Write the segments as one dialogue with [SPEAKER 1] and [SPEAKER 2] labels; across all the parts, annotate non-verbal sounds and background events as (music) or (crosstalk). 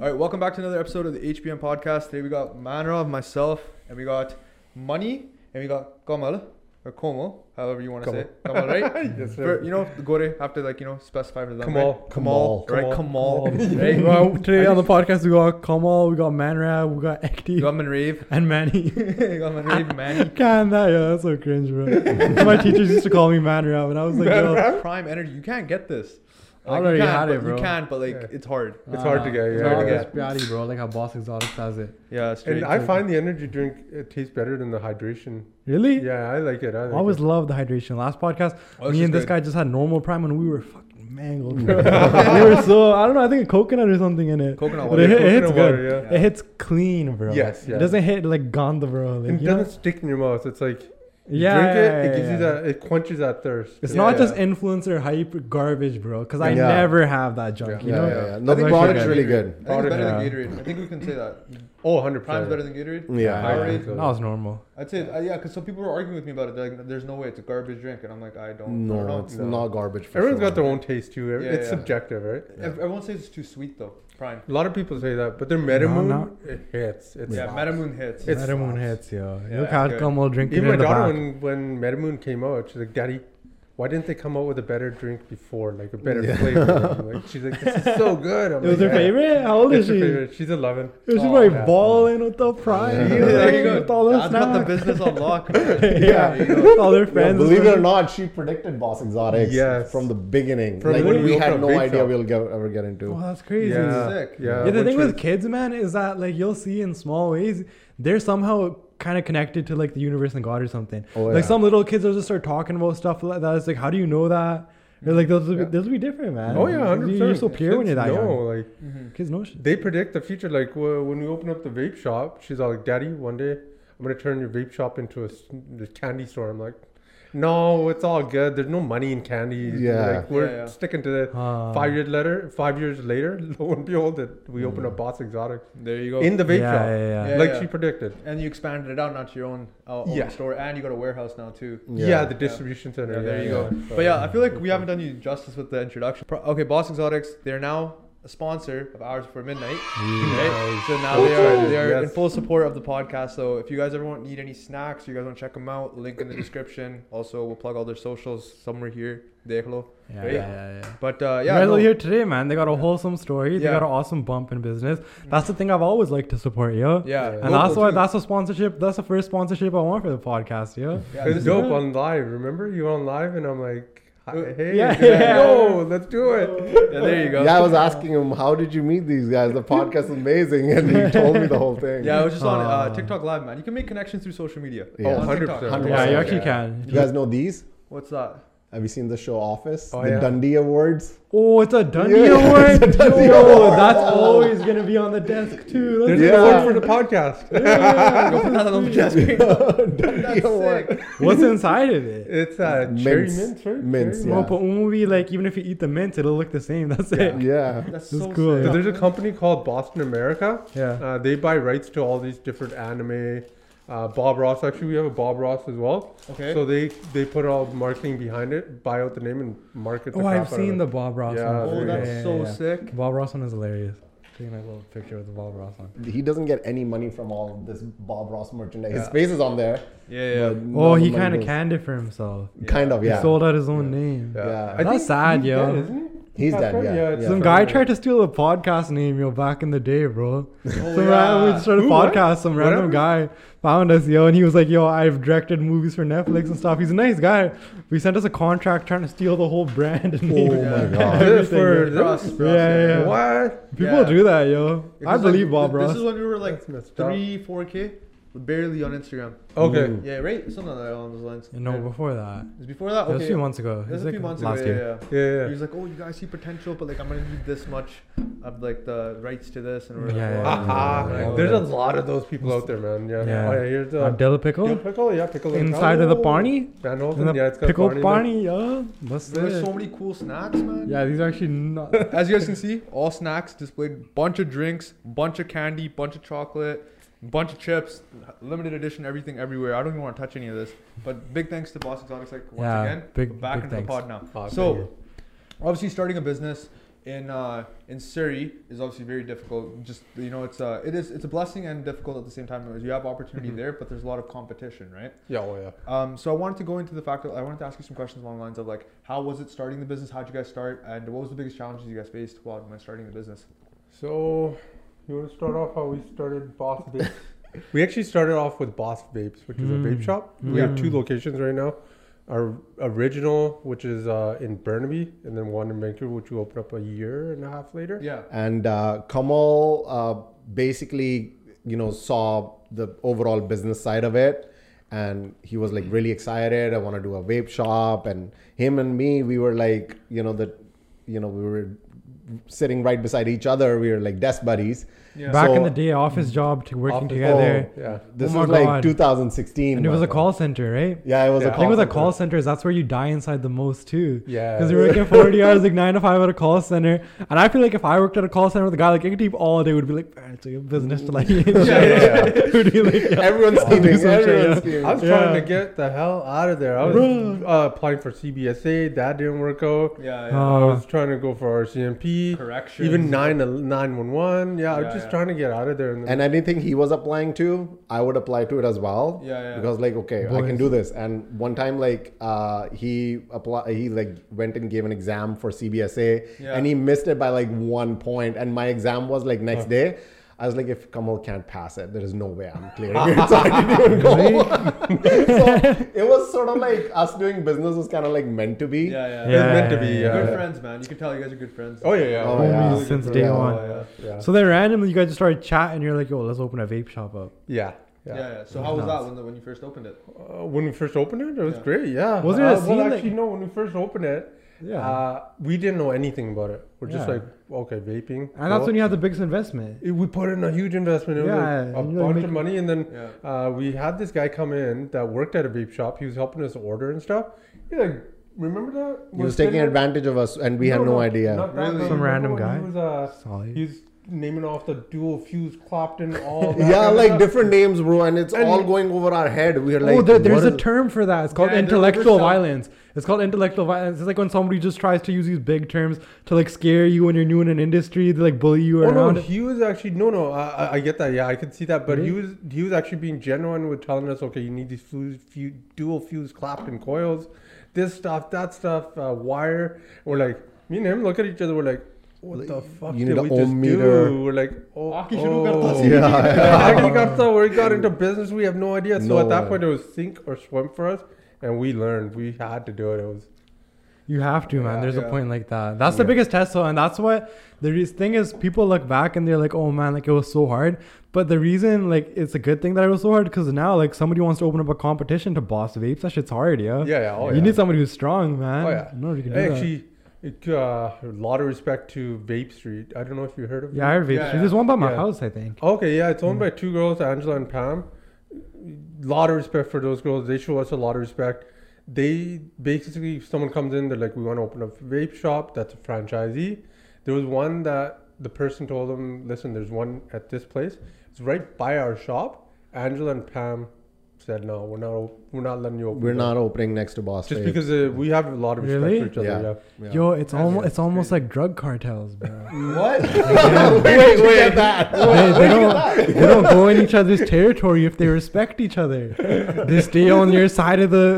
[SPEAKER 1] All right, welcome back to another episode of the HBM podcast. Today we got Manrov, myself, and we got Money, and we got Kamal or Como, however you want to say it. Kamal, right?
[SPEAKER 2] Yes, sir.
[SPEAKER 1] For, you know, the Gore have to like you know specify for them.
[SPEAKER 2] Kamal.
[SPEAKER 1] right? Kamal,
[SPEAKER 2] Kamal.
[SPEAKER 1] right? Kamal,
[SPEAKER 2] Kamal. (laughs)
[SPEAKER 1] right?
[SPEAKER 3] (laughs) well, today on the podcast we got Kamal, we got Manrab, we got
[SPEAKER 1] You
[SPEAKER 3] Ekti,
[SPEAKER 1] got Manrave,
[SPEAKER 3] (laughs)
[SPEAKER 1] (laughs)
[SPEAKER 3] and Manny.
[SPEAKER 1] you got Manrave, Manny.
[SPEAKER 3] Can that? Yeah, that's so cringe, bro. My teachers used to call me Manrab, and I was like, yo,
[SPEAKER 1] Prime energy, you can't get this.
[SPEAKER 3] I
[SPEAKER 1] you
[SPEAKER 3] already
[SPEAKER 1] can,
[SPEAKER 3] had
[SPEAKER 1] but
[SPEAKER 3] it, bro.
[SPEAKER 1] You can, but like
[SPEAKER 2] Yeah.
[SPEAKER 1] it's hard.
[SPEAKER 2] It's hard to get,
[SPEAKER 3] It's
[SPEAKER 1] yeah,
[SPEAKER 3] hard
[SPEAKER 1] yeah.
[SPEAKER 3] to get. It's bro. Like how Boss Exotics has it.
[SPEAKER 1] Yeah, straight.
[SPEAKER 2] And I find the energy drink it tastes better than the hydration.
[SPEAKER 3] Really?
[SPEAKER 2] Yeah, I like it. I like
[SPEAKER 3] Always
[SPEAKER 2] it.
[SPEAKER 3] loved the hydration. Last podcast,
[SPEAKER 1] Oh, it's
[SPEAKER 3] me
[SPEAKER 1] just
[SPEAKER 3] and this
[SPEAKER 1] good.
[SPEAKER 3] guy just had normal prime, and we were fucking mangled.
[SPEAKER 2] (laughs)
[SPEAKER 3] Bro. we were so I don't know. I think a coconut or something in it.
[SPEAKER 1] coconut
[SPEAKER 3] But
[SPEAKER 1] water.
[SPEAKER 3] it, hit- it
[SPEAKER 2] Coconut
[SPEAKER 3] hits
[SPEAKER 2] water,
[SPEAKER 3] good.
[SPEAKER 1] yeah.
[SPEAKER 3] It hits clean, bro.
[SPEAKER 2] Yes, yeah.
[SPEAKER 3] It doesn't hit like Gandha, bro. Like,
[SPEAKER 2] it
[SPEAKER 3] you know?
[SPEAKER 2] doesn't stick in your mouth. It's like you
[SPEAKER 3] yeah,
[SPEAKER 2] drink it,
[SPEAKER 3] yeah,
[SPEAKER 2] it gives
[SPEAKER 3] yeah.
[SPEAKER 2] you that it quenches that thirst.
[SPEAKER 3] It's
[SPEAKER 1] Yeah,
[SPEAKER 3] not just
[SPEAKER 1] yeah.
[SPEAKER 3] influencer hype garbage, bro. Because I
[SPEAKER 4] Yeah.
[SPEAKER 3] never have that junk.
[SPEAKER 2] Yeah.
[SPEAKER 3] You
[SPEAKER 4] yeah,
[SPEAKER 3] know.
[SPEAKER 4] yeah, yeah.
[SPEAKER 1] I
[SPEAKER 4] No,
[SPEAKER 1] think
[SPEAKER 4] the
[SPEAKER 1] we should
[SPEAKER 4] product's
[SPEAKER 1] get
[SPEAKER 4] really
[SPEAKER 1] Gatorade. I
[SPEAKER 4] good.
[SPEAKER 1] think it's better
[SPEAKER 3] Yeah.
[SPEAKER 1] than Gatorade. I think we can say that.
[SPEAKER 2] oh, 100
[SPEAKER 1] Prime's
[SPEAKER 2] percent.
[SPEAKER 1] better than Gatorade.
[SPEAKER 4] Yeah.
[SPEAKER 2] I
[SPEAKER 1] Powerade.
[SPEAKER 2] think so.
[SPEAKER 3] That was normal.
[SPEAKER 1] I'd say, uh, yeah, because some people were arguing with me about it. They're like, there's no way it's a garbage drink. And I'm like, I don't, I don't
[SPEAKER 4] No,
[SPEAKER 1] know.
[SPEAKER 4] it's
[SPEAKER 2] No.
[SPEAKER 4] not garbage. For
[SPEAKER 2] Everyone's
[SPEAKER 4] sure.
[SPEAKER 2] got their own taste too. Every-
[SPEAKER 1] Yeah,
[SPEAKER 2] it's
[SPEAKER 1] yeah.
[SPEAKER 2] subjective, right?
[SPEAKER 1] Ev- Everyone says it's too sweet, though. Prime.
[SPEAKER 2] A lot of people say that, but their Metamoon
[SPEAKER 3] no.
[SPEAKER 2] it hits. It's
[SPEAKER 1] yeah, Metamoon hits.
[SPEAKER 2] It's-
[SPEAKER 3] It's (laughs) Metamoon hits, yo.
[SPEAKER 1] Yeah,
[SPEAKER 3] Look
[SPEAKER 1] it's
[SPEAKER 3] how
[SPEAKER 1] good.
[SPEAKER 3] come we'll drink it
[SPEAKER 2] even my
[SPEAKER 3] in the
[SPEAKER 2] daughter
[SPEAKER 3] back.
[SPEAKER 2] when when Metamoon came out, she's like, "Daddy, why didn't they come out with a better drink before, like a better
[SPEAKER 1] (laughs)
[SPEAKER 4] Yeah.
[SPEAKER 2] flavor?" I'm like, she's like, "This is so good." I'm
[SPEAKER 3] It was
[SPEAKER 2] like,
[SPEAKER 3] her favorite? How old is
[SPEAKER 2] It's her
[SPEAKER 3] she?
[SPEAKER 2] favorite. She's 11.
[SPEAKER 3] She was
[SPEAKER 1] Oh,
[SPEAKER 3] probably
[SPEAKER 2] yeah.
[SPEAKER 3] balling with the prime. (laughs)
[SPEAKER 4] Yeah.
[SPEAKER 3] you know,
[SPEAKER 1] There you
[SPEAKER 3] with all those
[SPEAKER 1] Dad's got the
[SPEAKER 3] snacks.
[SPEAKER 1] business on lock.
[SPEAKER 3] (laughs) Yeah,
[SPEAKER 1] There you go.
[SPEAKER 3] with all their
[SPEAKER 4] Yeah,
[SPEAKER 3] friends.
[SPEAKER 4] believe it or not, she predicted Boss Exotics
[SPEAKER 2] Yes.
[SPEAKER 4] from the beginning.
[SPEAKER 2] From
[SPEAKER 4] like
[SPEAKER 2] when we
[SPEAKER 4] we
[SPEAKER 2] opened
[SPEAKER 4] had
[SPEAKER 2] a
[SPEAKER 4] no
[SPEAKER 2] bake
[SPEAKER 4] idea
[SPEAKER 2] shop.
[SPEAKER 4] we'll get, ever get into.
[SPEAKER 3] Wow, that's crazy.
[SPEAKER 2] Yeah,
[SPEAKER 1] Sick.
[SPEAKER 2] yeah.
[SPEAKER 3] Yeah, the
[SPEAKER 2] which
[SPEAKER 3] thing
[SPEAKER 2] was-
[SPEAKER 3] with kids, man, is that like you'll see in small ways, they're somehow kind of connected to like the universe and God or something.
[SPEAKER 4] Oh,
[SPEAKER 3] like
[SPEAKER 4] yeah.
[SPEAKER 3] some little kids will just start talking about stuff like that. It's like, how do you know that? Or like those, will be
[SPEAKER 2] Yeah.
[SPEAKER 3] those will be different, man.
[SPEAKER 2] Oh yeah, hundred
[SPEAKER 3] You-
[SPEAKER 2] percent.
[SPEAKER 3] You're so pure when you're that
[SPEAKER 2] no,
[SPEAKER 3] young.
[SPEAKER 2] like
[SPEAKER 1] Mhm.
[SPEAKER 3] Kids know shit.
[SPEAKER 2] they predict the future. Like wh- when we open up the vape shop, she's all like, "Daddy, one day I'm gonna turn your vape shop into a s- the candy store." I'm like, "No, it's all good. There's no money in candy.
[SPEAKER 4] Yeah.
[SPEAKER 2] like, we're
[SPEAKER 1] Yeah, yeah.
[SPEAKER 2] sticking to the
[SPEAKER 3] Ah.
[SPEAKER 2] five years later. Five years later, (laughs) lo and behold, that we open up Boss Exotic
[SPEAKER 1] There you go.
[SPEAKER 2] in the vape
[SPEAKER 3] Mm. yeah,
[SPEAKER 2] shop,
[SPEAKER 3] Yeah, yeah,
[SPEAKER 1] Yeah,
[SPEAKER 2] like
[SPEAKER 1] yeah.
[SPEAKER 2] she predicted.
[SPEAKER 1] and you expanded it out, not to your own, uh, own
[SPEAKER 2] Yeah.
[SPEAKER 1] store. And you got a warehouse now, too.
[SPEAKER 2] Yeah, the distribution center.
[SPEAKER 1] Yeah, there you go.
[SPEAKER 2] yeah.
[SPEAKER 1] But yeah, I feel like we haven't done you justice with the introduction. Pro- okay, Boss Exotics, they're now a sponsor of Hours for Midnight. Right? So now they are, they are in
[SPEAKER 2] Yes.
[SPEAKER 1] full support of the podcast. So if you guys ever want, need any snacks, you guys want to check them out, link in the description. Also, we'll plug all their socials somewhere here. Deklo.
[SPEAKER 3] yeah,
[SPEAKER 1] Right?
[SPEAKER 3] yeah, yeah, yeah.
[SPEAKER 1] But uh,
[SPEAKER 3] Yeah,
[SPEAKER 1] yeah,
[SPEAKER 3] guys
[SPEAKER 1] no,
[SPEAKER 3] are here today, man. They got a wholesome story. They
[SPEAKER 1] Yeah.
[SPEAKER 3] got an awesome bump in business. That's the thing I've always liked to support, yo.
[SPEAKER 1] yeah,
[SPEAKER 2] And
[SPEAKER 3] And
[SPEAKER 1] local
[SPEAKER 3] that's why
[SPEAKER 1] too.
[SPEAKER 3] that's a sponsorship. That's the first sponsorship I want for the podcast, yo.
[SPEAKER 1] Yeah,
[SPEAKER 2] It's
[SPEAKER 1] this is Uh,
[SPEAKER 2] dope
[SPEAKER 1] good.
[SPEAKER 2] on live. Remember, you were on live, and I'm like, "Hi- "Hey,
[SPEAKER 3] Yeah,
[SPEAKER 2] they're like,
[SPEAKER 3] yeah.
[SPEAKER 2] yo, let's do it."
[SPEAKER 1] Yeah, there you go.
[SPEAKER 4] Yeah, I was asking him, how did you meet these guys? The podcast is amazing, (laughs) and he told me the whole thing.
[SPEAKER 1] Yeah, I was just on uh,
[SPEAKER 3] Ah.
[SPEAKER 1] TikTok Live, man. You can make connections through social media. On
[SPEAKER 4] Yeah.
[SPEAKER 2] 100%.
[SPEAKER 1] TikTok.
[SPEAKER 4] 100%.
[SPEAKER 3] Yeah, you
[SPEAKER 4] Yeah.
[SPEAKER 3] actually can.
[SPEAKER 4] You guys know these?
[SPEAKER 1] What's that?
[SPEAKER 4] Have you seen the show Office?
[SPEAKER 2] Oh,
[SPEAKER 4] the
[SPEAKER 2] yeah.
[SPEAKER 4] Dundee Awards.
[SPEAKER 3] Oh, it's a Dundee
[SPEAKER 4] Yeah,
[SPEAKER 3] award.
[SPEAKER 4] it's a Dundee
[SPEAKER 3] Yo,
[SPEAKER 4] award.
[SPEAKER 3] that's always gonna be on the desk too.
[SPEAKER 2] There's
[SPEAKER 3] That's
[SPEAKER 4] Yeah.
[SPEAKER 2] an award for the podcast.
[SPEAKER 1] Go put that on the desk.
[SPEAKER 4] (laughs) Dundee
[SPEAKER 3] (laughs)
[SPEAKER 1] That's
[SPEAKER 4] Award.
[SPEAKER 1] sick.
[SPEAKER 2] (laughs)
[SPEAKER 3] What's inside of it?
[SPEAKER 2] It's uh,
[SPEAKER 4] Mints.
[SPEAKER 2] cherry mint, right?
[SPEAKER 4] Mints,
[SPEAKER 2] Cherry
[SPEAKER 4] yeah.
[SPEAKER 3] Well, but when we like, even if you eat the mint, it'll look the same. (laughs) That's it.
[SPEAKER 4] Yeah.
[SPEAKER 1] That's
[SPEAKER 3] This is
[SPEAKER 1] so
[SPEAKER 3] cool.
[SPEAKER 1] sick.
[SPEAKER 2] So there's a company called Boston America.
[SPEAKER 3] Yeah.
[SPEAKER 2] Uh, they buy rights to all these different anime. Uh, Bob Ross. Actually, we have a Bob Ross as well.
[SPEAKER 1] Okay.
[SPEAKER 2] So they they put all the marketing behind it, buy out the name, and market. The
[SPEAKER 3] Oh,
[SPEAKER 2] crap
[SPEAKER 3] I've
[SPEAKER 2] out of
[SPEAKER 3] seen
[SPEAKER 2] it.
[SPEAKER 3] the Bob Ross
[SPEAKER 2] Yeah,
[SPEAKER 3] one.
[SPEAKER 1] oh,
[SPEAKER 2] there
[SPEAKER 1] that's
[SPEAKER 3] Yeah,
[SPEAKER 1] so
[SPEAKER 3] yeah, yeah.
[SPEAKER 1] sick.
[SPEAKER 3] Bob Ross one is hilarious. Taking a little picture with the Bob Ross one.
[SPEAKER 4] He doesn't get any money from all of this Bob Ross merchandise. His
[SPEAKER 1] Yeah.
[SPEAKER 4] face is on there.
[SPEAKER 1] Yeah, yeah.
[SPEAKER 4] but none
[SPEAKER 3] Oh,
[SPEAKER 4] of the
[SPEAKER 3] he
[SPEAKER 4] money
[SPEAKER 3] kind of
[SPEAKER 4] goes-
[SPEAKER 3] canned it for himself.
[SPEAKER 4] Kind of, yeah.
[SPEAKER 3] He sold out his own name.
[SPEAKER 2] Yeah.
[SPEAKER 4] Yeah.
[SPEAKER 2] I
[SPEAKER 3] That's
[SPEAKER 2] think
[SPEAKER 3] sad,
[SPEAKER 2] he's
[SPEAKER 3] yo.
[SPEAKER 2] dead, isn't he?
[SPEAKER 4] He's
[SPEAKER 2] That's
[SPEAKER 4] dead,
[SPEAKER 2] right,
[SPEAKER 4] yeah,
[SPEAKER 2] it's
[SPEAKER 4] yeah.
[SPEAKER 3] Some
[SPEAKER 2] dead.
[SPEAKER 3] guy tried to steal a podcast name, yo, back in the day, bro. some random, we started a
[SPEAKER 2] Who, what?
[SPEAKER 3] podcast. Some random
[SPEAKER 2] Whatever.
[SPEAKER 3] guy found us, yo, and he was like, "Yo, I've directed movies for Netflix and stuff." He's a nice guy. We sent us a contract trying to steal the whole brand and name.
[SPEAKER 4] Oh
[SPEAKER 3] (laughs)
[SPEAKER 4] my
[SPEAKER 1] Yeah.
[SPEAKER 4] god.
[SPEAKER 2] This is for
[SPEAKER 3] Everything.
[SPEAKER 1] For us,
[SPEAKER 2] this?
[SPEAKER 1] for us,
[SPEAKER 3] Yeah, yeah, yeah.
[SPEAKER 2] What?
[SPEAKER 3] People
[SPEAKER 1] Yeah.
[SPEAKER 3] do that, yo. I
[SPEAKER 1] Because,
[SPEAKER 3] believe
[SPEAKER 1] like,
[SPEAKER 3] Bob
[SPEAKER 1] th-
[SPEAKER 3] Ross.
[SPEAKER 1] This is when we were like
[SPEAKER 2] That's messed up.
[SPEAKER 1] three, four k, barely on Instagram.
[SPEAKER 2] Okay.
[SPEAKER 4] Mm.
[SPEAKER 1] Yeah, right. Something like that along those lines.
[SPEAKER 3] no,
[SPEAKER 1] Yeah.
[SPEAKER 3] before that,
[SPEAKER 1] It's before that.
[SPEAKER 3] it was
[SPEAKER 1] Okay.
[SPEAKER 3] a few months ago.
[SPEAKER 1] It
[SPEAKER 3] It was
[SPEAKER 1] was a few
[SPEAKER 3] like
[SPEAKER 1] months
[SPEAKER 3] last
[SPEAKER 1] ago.
[SPEAKER 3] year.
[SPEAKER 1] Yeah, yeah.
[SPEAKER 2] Yeah,
[SPEAKER 1] He
[SPEAKER 2] yeah.
[SPEAKER 1] was like, "Oh, you guys see potential, but like I'm gonna need this much of like the rights to this." And we're like, (laughs)
[SPEAKER 3] Yeah, yeah,
[SPEAKER 1] "Wow."
[SPEAKER 2] Haha.
[SPEAKER 3] yeah,
[SPEAKER 1] Oh,
[SPEAKER 3] yeah.
[SPEAKER 2] There's a lot of those people out there, man. Yeah.
[SPEAKER 3] Yeah.
[SPEAKER 2] Oh, yeah. Here's the
[SPEAKER 3] Uh,
[SPEAKER 2] Dill
[SPEAKER 3] Della Pickle
[SPEAKER 2] pickle. Yeah, pickle
[SPEAKER 3] inside of the Barney.
[SPEAKER 2] Van
[SPEAKER 3] In the
[SPEAKER 2] Holten. Yeah, it's got
[SPEAKER 3] pickle
[SPEAKER 2] Barney.
[SPEAKER 3] Barney,
[SPEAKER 2] in it.
[SPEAKER 3] yo. That's
[SPEAKER 1] There were
[SPEAKER 3] it.
[SPEAKER 1] so many cool snacks, man.
[SPEAKER 3] Yeah, these are actually not.
[SPEAKER 1] As you guys can see, all snacks displayed. Bunch of drinks, bunch of candy, bunch of chocolate, bunch of chips, limited edition, everything everywhere. I don't even want to touch any of this. But big thanks to Boss Exotics, like once
[SPEAKER 3] Yeah,
[SPEAKER 1] again,
[SPEAKER 3] big-
[SPEAKER 1] back
[SPEAKER 3] big
[SPEAKER 1] into
[SPEAKER 3] thanks.
[SPEAKER 1] the pod now.
[SPEAKER 2] Oh,
[SPEAKER 1] so,
[SPEAKER 2] thank
[SPEAKER 1] obviously, starting a business, in uh, in Surrey is obviously very difficult. Just you know, it's a it is it's a blessing and difficult at the same time. because You have opportunity
[SPEAKER 2] Mhm.
[SPEAKER 1] there, but there's a lot of competition, right?
[SPEAKER 2] Yeah, oh yeah.
[SPEAKER 1] Um, so I wanted to go into the fact that I wanted to ask you some questions along the lines of like, how was it starting the business? How'd you guys start? And what was the biggest challenges you guys faced while when starting the business?
[SPEAKER 2] So, you want to start off how we started Boss
[SPEAKER 3] (laughs)
[SPEAKER 2] Vapes? we actually started off with Boss Vapes, which is a vape
[SPEAKER 3] Mm.
[SPEAKER 2] shop. We have two
[SPEAKER 3] Mm.
[SPEAKER 2] locations right now. Our original, which is uh, in Burnaby, and then one in Vancouver, which we opened up a year and a half later.
[SPEAKER 1] Yeah.
[SPEAKER 4] And uh, Kamal uh, basically, you know, saw the overall business side of it, and he was like really excited. I want to do a vape shop, and him and me, we were like, you know, that, you know, we were sitting right beside each other. We were like desk buddies.
[SPEAKER 1] Yeah.
[SPEAKER 3] Back in
[SPEAKER 4] So-
[SPEAKER 3] the day, office job to working
[SPEAKER 2] Office-
[SPEAKER 3] together,
[SPEAKER 2] oh, yeah.
[SPEAKER 4] This
[SPEAKER 3] Oh my
[SPEAKER 4] was like
[SPEAKER 3] God.
[SPEAKER 4] 2016,
[SPEAKER 3] and it was
[SPEAKER 4] by
[SPEAKER 3] a
[SPEAKER 4] the way.
[SPEAKER 3] call center, right?
[SPEAKER 4] Yeah, it was
[SPEAKER 2] Yeah.
[SPEAKER 3] I
[SPEAKER 4] a call.
[SPEAKER 3] think with the
[SPEAKER 4] center.
[SPEAKER 3] call centers, that's where you die inside the most too.
[SPEAKER 2] Yeah.
[SPEAKER 3] Because you're working 40 hours, like 9 to 5 at a call center. And I feel like if I worked at a call center with a guy like Inkdeep all day, would be like, "Man, it's a business to like. (laughs) Would be like, (laughs) yeah.
[SPEAKER 4] Everyone's
[SPEAKER 3] I'll do
[SPEAKER 4] scheming.
[SPEAKER 3] some shit,
[SPEAKER 4] Everyone's
[SPEAKER 3] yeah.
[SPEAKER 2] (laughs)
[SPEAKER 4] scheming.
[SPEAKER 2] I was
[SPEAKER 3] Yeah.
[SPEAKER 2] trying to get the hell out of there. I was
[SPEAKER 3] Bruh.
[SPEAKER 2] uh, applying for CBSA. That didn't work out.
[SPEAKER 1] (laughs) Yeah.
[SPEAKER 3] Uh,
[SPEAKER 1] yeah.
[SPEAKER 2] I was trying to go for RCMP.
[SPEAKER 1] Corrections.
[SPEAKER 2] Uh, Even 9 911. Yeah, I
[SPEAKER 1] Yeah,
[SPEAKER 2] was just
[SPEAKER 1] yeah.
[SPEAKER 2] trying to get out of there. And, then,
[SPEAKER 4] and anything he was applying to i would apply to it as well
[SPEAKER 1] Yeah, yeah.
[SPEAKER 4] because like okay i can
[SPEAKER 3] Boys.
[SPEAKER 4] do this and one time like uh he apply he like went and gave an exam for cbsa
[SPEAKER 1] Yeah.
[SPEAKER 4] and he missed it by like one point and my exam was like next day I was like, if Kamal can't pass it, there is no way I'm
[SPEAKER 3] (laughs)
[SPEAKER 4] clearing it. So I didn't even go. (laughs) so it was sort of like us doing business was kind of like meant to be.
[SPEAKER 1] Yeah. Yeah.
[SPEAKER 2] It was meant to be.
[SPEAKER 3] Yeah,
[SPEAKER 1] Good
[SPEAKER 2] yeah.
[SPEAKER 1] friends, man. You can tell you guys are good friends.
[SPEAKER 2] Oh, yeah, yeah.
[SPEAKER 4] Oh, yeah.
[SPEAKER 3] Homies since day
[SPEAKER 4] Yeah.
[SPEAKER 3] one.
[SPEAKER 1] yeah.
[SPEAKER 2] Yeah.
[SPEAKER 3] So then randomly, you guys just started chatting, and you're like, yo, let's open a vape shop up.
[SPEAKER 2] Yeah.
[SPEAKER 1] Yeah.
[SPEAKER 2] Yeah.
[SPEAKER 1] yeah. So how was that when the, when you first opened it?
[SPEAKER 2] Uh, when we first opened it, it was
[SPEAKER 1] Yeah.
[SPEAKER 2] great. Yeah.
[SPEAKER 3] Was there a
[SPEAKER 2] uh,
[SPEAKER 3] scene,
[SPEAKER 2] Well,
[SPEAKER 3] like-
[SPEAKER 2] actually, no. When we first opened it,
[SPEAKER 3] Yeah.
[SPEAKER 2] uh, we didn't know anything about it. We're just
[SPEAKER 3] Yeah.
[SPEAKER 2] like, okay, vaping.
[SPEAKER 3] and that's when you had the biggest investment.
[SPEAKER 2] you- we put in a huge investment. It
[SPEAKER 3] Yeah,
[SPEAKER 2] was like a
[SPEAKER 3] and
[SPEAKER 2] bunch
[SPEAKER 3] you're
[SPEAKER 2] of
[SPEAKER 3] making-
[SPEAKER 2] money, and then
[SPEAKER 1] Yeah.
[SPEAKER 2] uh, we had this guy come in that worked at a vape shop. He was helping us order and stuff. He like, remember that?
[SPEAKER 4] He was taking advantage of us, and we had no idea.
[SPEAKER 1] Really?
[SPEAKER 2] Really?
[SPEAKER 1] Some
[SPEAKER 3] random
[SPEAKER 2] He
[SPEAKER 3] guy?
[SPEAKER 2] was, uh,
[SPEAKER 3] Solid.
[SPEAKER 2] he was naming off the dual fuse Clopton,
[SPEAKER 4] (laughs)
[SPEAKER 2] all. That
[SPEAKER 4] yeah,
[SPEAKER 2] kind of
[SPEAKER 4] like
[SPEAKER 2] stuff.
[SPEAKER 4] different names, bro, and it's
[SPEAKER 2] And-
[SPEAKER 4] all going over our head. We are like,
[SPEAKER 3] oh, there, there's
[SPEAKER 4] what
[SPEAKER 3] a
[SPEAKER 4] is-
[SPEAKER 3] term for that. It's called
[SPEAKER 1] Yeah, there- there's
[SPEAKER 3] intellectual
[SPEAKER 1] some-
[SPEAKER 3] violence. It's called intellectual violence. It's like when somebody just tries to use these big terms to like scare you when you're new in an industry. They like bully you
[SPEAKER 2] Oh
[SPEAKER 3] around.
[SPEAKER 2] no, he was actually no, no. I, I- I get that. Yeah, I can see that. But he
[SPEAKER 4] Mm-hmm.
[SPEAKER 2] was he was actually being genuine with telling us, okay, you need these fuse, few, dual fuse Clapton coils, this stuff, that stuff, uh, wire. We're like, me and him look at each other. We're like, what the fuck
[SPEAKER 4] you need
[SPEAKER 2] did
[SPEAKER 4] a
[SPEAKER 2] we
[SPEAKER 4] ohm
[SPEAKER 2] just
[SPEAKER 4] meter.
[SPEAKER 2] do? We're like, oh,
[SPEAKER 1] Aki shuru karta
[SPEAKER 2] oh.
[SPEAKER 1] si.
[SPEAKER 2] (laughs) yeah.
[SPEAKER 4] Yeah.
[SPEAKER 2] Aki karta, we got into business. We have no idea. So
[SPEAKER 4] No
[SPEAKER 2] at that
[SPEAKER 4] way.
[SPEAKER 2] point, it was sink or swim for us, and we learned. We had to do it. It was
[SPEAKER 3] You have to, man.
[SPEAKER 2] Yeah,
[SPEAKER 3] There's
[SPEAKER 1] yeah.
[SPEAKER 3] a point like that. That's the biggest test, though, and that's why the re- thing is people look back and they're like, "Oh man, like it was so hard." But the reason, like, it's a good thing that it was so hard because now, like, somebody wants to open up a competition to boss vapes. That shit's hard,
[SPEAKER 2] yeah,
[SPEAKER 3] yeah.
[SPEAKER 2] yeah. Oh,
[SPEAKER 3] you
[SPEAKER 2] yeah.
[SPEAKER 3] need somebody who's strong, man.
[SPEAKER 2] Oh yeah,
[SPEAKER 3] no, you can do
[SPEAKER 2] I
[SPEAKER 3] that.
[SPEAKER 2] actually, it, uh, a lot of respect to Vape Street. I don't know if you heard of.
[SPEAKER 3] Yeah, I Mm.
[SPEAKER 2] it.
[SPEAKER 3] have vape.
[SPEAKER 1] Yeah,
[SPEAKER 3] street.
[SPEAKER 1] yeah.
[SPEAKER 3] There's one by my
[SPEAKER 2] Yeah.
[SPEAKER 3] house, I think.
[SPEAKER 2] Okay, yeah, it's owned by two girls, Angela and Pam. Lot of respect for those girls. They show us a lot of respect. They basically, if someone comes in, they're like, "We want to open a vape shop." That's a franchisee. There was one that the person told them, "Listen, there's one at this place. It's right by our shop." Angela and Pam said, "No, we're not. op- We're not letting you open.
[SPEAKER 4] We're
[SPEAKER 2] that."
[SPEAKER 4] not opening next to Boss.
[SPEAKER 2] Just
[SPEAKER 4] Babe.
[SPEAKER 2] because uh, we have a lot of respect
[SPEAKER 3] Really?
[SPEAKER 2] for each other.
[SPEAKER 4] Yeah.
[SPEAKER 2] yeah.
[SPEAKER 4] Yeah. (laughs)
[SPEAKER 3] Yo, it's
[SPEAKER 1] That's-
[SPEAKER 3] almost
[SPEAKER 1] that's
[SPEAKER 3] it's almost
[SPEAKER 1] crazy.
[SPEAKER 3] like drug cartels, bro.
[SPEAKER 1] What?
[SPEAKER 4] wait, wait, get that.
[SPEAKER 3] they, they don't, they don't go in each other's territory if they respect each other. They stay on your side of the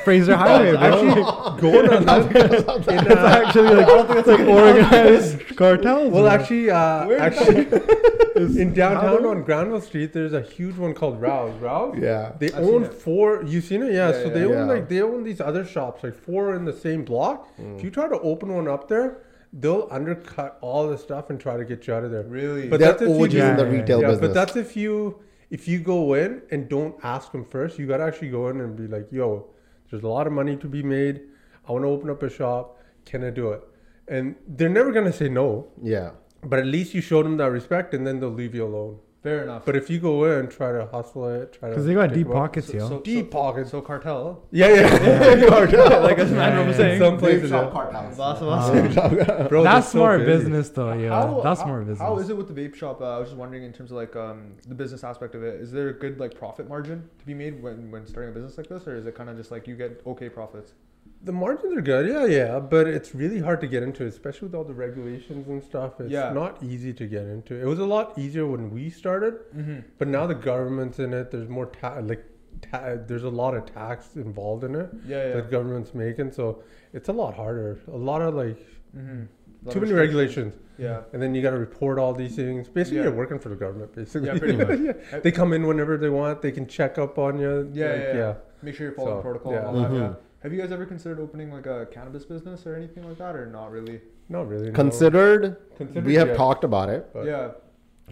[SPEAKER 4] (laughs)
[SPEAKER 3] Fraser Highway, bro.
[SPEAKER 2] Actually, going on that, (laughs) (laughs) in,
[SPEAKER 3] It's (laughs)
[SPEAKER 2] uh,
[SPEAKER 3] actually like, it's (laughs) like organized (laughs) cartels.
[SPEAKER 2] well,
[SPEAKER 3] bro.
[SPEAKER 2] actually, uh,
[SPEAKER 1] Where did
[SPEAKER 2] actually, (laughs) in downtown
[SPEAKER 3] How-
[SPEAKER 2] on Granville Street, there's a huge one called Rouse. Rouse.
[SPEAKER 4] Yeah.
[SPEAKER 2] They
[SPEAKER 1] I've seen
[SPEAKER 2] own
[SPEAKER 1] it.
[SPEAKER 2] four. You seen it? Yeah.
[SPEAKER 1] Yeah,
[SPEAKER 2] so
[SPEAKER 1] yeah,
[SPEAKER 2] they
[SPEAKER 4] yeah.
[SPEAKER 2] own like they own these other shops, like four in the same block. If you try to open one up there, they'll undercut all the stuff and try to get you out of there.
[SPEAKER 1] Really?
[SPEAKER 2] But
[SPEAKER 4] They're
[SPEAKER 2] that's if you
[SPEAKER 4] OGs in
[SPEAKER 3] do-
[SPEAKER 4] the
[SPEAKER 3] Yeah,
[SPEAKER 4] retail
[SPEAKER 2] yeah,
[SPEAKER 4] business.
[SPEAKER 2] but that's if you if you go in and don't ask them first. You gotta actually go in and be like, "Yo, there's a lot of money to be made. I want to open up a shop. Can I do it?" And they're never gonna say no,
[SPEAKER 4] yeah.
[SPEAKER 2] but at least you showed them that respect, and then they'll leave you alone.
[SPEAKER 1] Fair enough.
[SPEAKER 2] But if you go in and try to hustle it, try to
[SPEAKER 3] because they got
[SPEAKER 2] take
[SPEAKER 3] deep
[SPEAKER 2] them out-
[SPEAKER 3] pockets, yo.
[SPEAKER 2] deep pockets.
[SPEAKER 1] So cartel.
[SPEAKER 2] Yeah,
[SPEAKER 4] (laughs)
[SPEAKER 2] yeah, (laughs)
[SPEAKER 1] like (laughs) as
[SPEAKER 3] Yeah,
[SPEAKER 1] man was
[SPEAKER 3] yeah,
[SPEAKER 1] saying.
[SPEAKER 2] Some places, yeah.
[SPEAKER 4] cartels.
[SPEAKER 1] Boss of us.
[SPEAKER 2] Bro,
[SPEAKER 3] that's
[SPEAKER 2] they're so
[SPEAKER 3] smart
[SPEAKER 2] busy.
[SPEAKER 3] business, though. Oh,
[SPEAKER 1] (laughs)
[SPEAKER 3] Yeah, that's
[SPEAKER 1] how-
[SPEAKER 3] smart business.
[SPEAKER 1] How is it with the vape shop? Uh, I was just wondering in terms of like um, the business aspect of it. Is there a good like profit margin to be made when, when starting a business like this, or is it kind of just like you get okay profits?
[SPEAKER 2] The margins are good, yeah, yeah, but it's really hard to get into, especially with all the regulations and stuff. It's
[SPEAKER 1] Yeah.
[SPEAKER 2] not easy to get into. It was a lot easier when we started,
[SPEAKER 1] Mm-hmm.
[SPEAKER 2] but now the government's in it. There's more ta- like ta- there's a lot of tax involved in it
[SPEAKER 1] Yeah, yeah.
[SPEAKER 2] that government's making, so it's a lot harder. A lot of like
[SPEAKER 1] mm-hmm.
[SPEAKER 2] too many regulations,
[SPEAKER 1] Yeah.
[SPEAKER 2] and then you got to report all these things. Basically,
[SPEAKER 1] Yeah.
[SPEAKER 2] you're working for the government.
[SPEAKER 1] (laughs)
[SPEAKER 2] Basically, (laughs)
[SPEAKER 1] Yeah, pretty much.
[SPEAKER 2] Yeah. They come in whenever they want. They can check up on you.
[SPEAKER 1] Yeah,
[SPEAKER 2] like,
[SPEAKER 1] yeah, yeah. Make sure you're following
[SPEAKER 2] So,
[SPEAKER 1] protocol and
[SPEAKER 2] yeah.
[SPEAKER 1] all that.
[SPEAKER 4] Mhm.
[SPEAKER 1] Yeah. Have you guys ever considered opening like a cannabis business or anything like that, or not really?
[SPEAKER 2] Not really. no.
[SPEAKER 4] Considered,
[SPEAKER 2] Considered,
[SPEAKER 4] we have
[SPEAKER 2] yeah.
[SPEAKER 4] talked about it,
[SPEAKER 2] But-
[SPEAKER 1] yeah,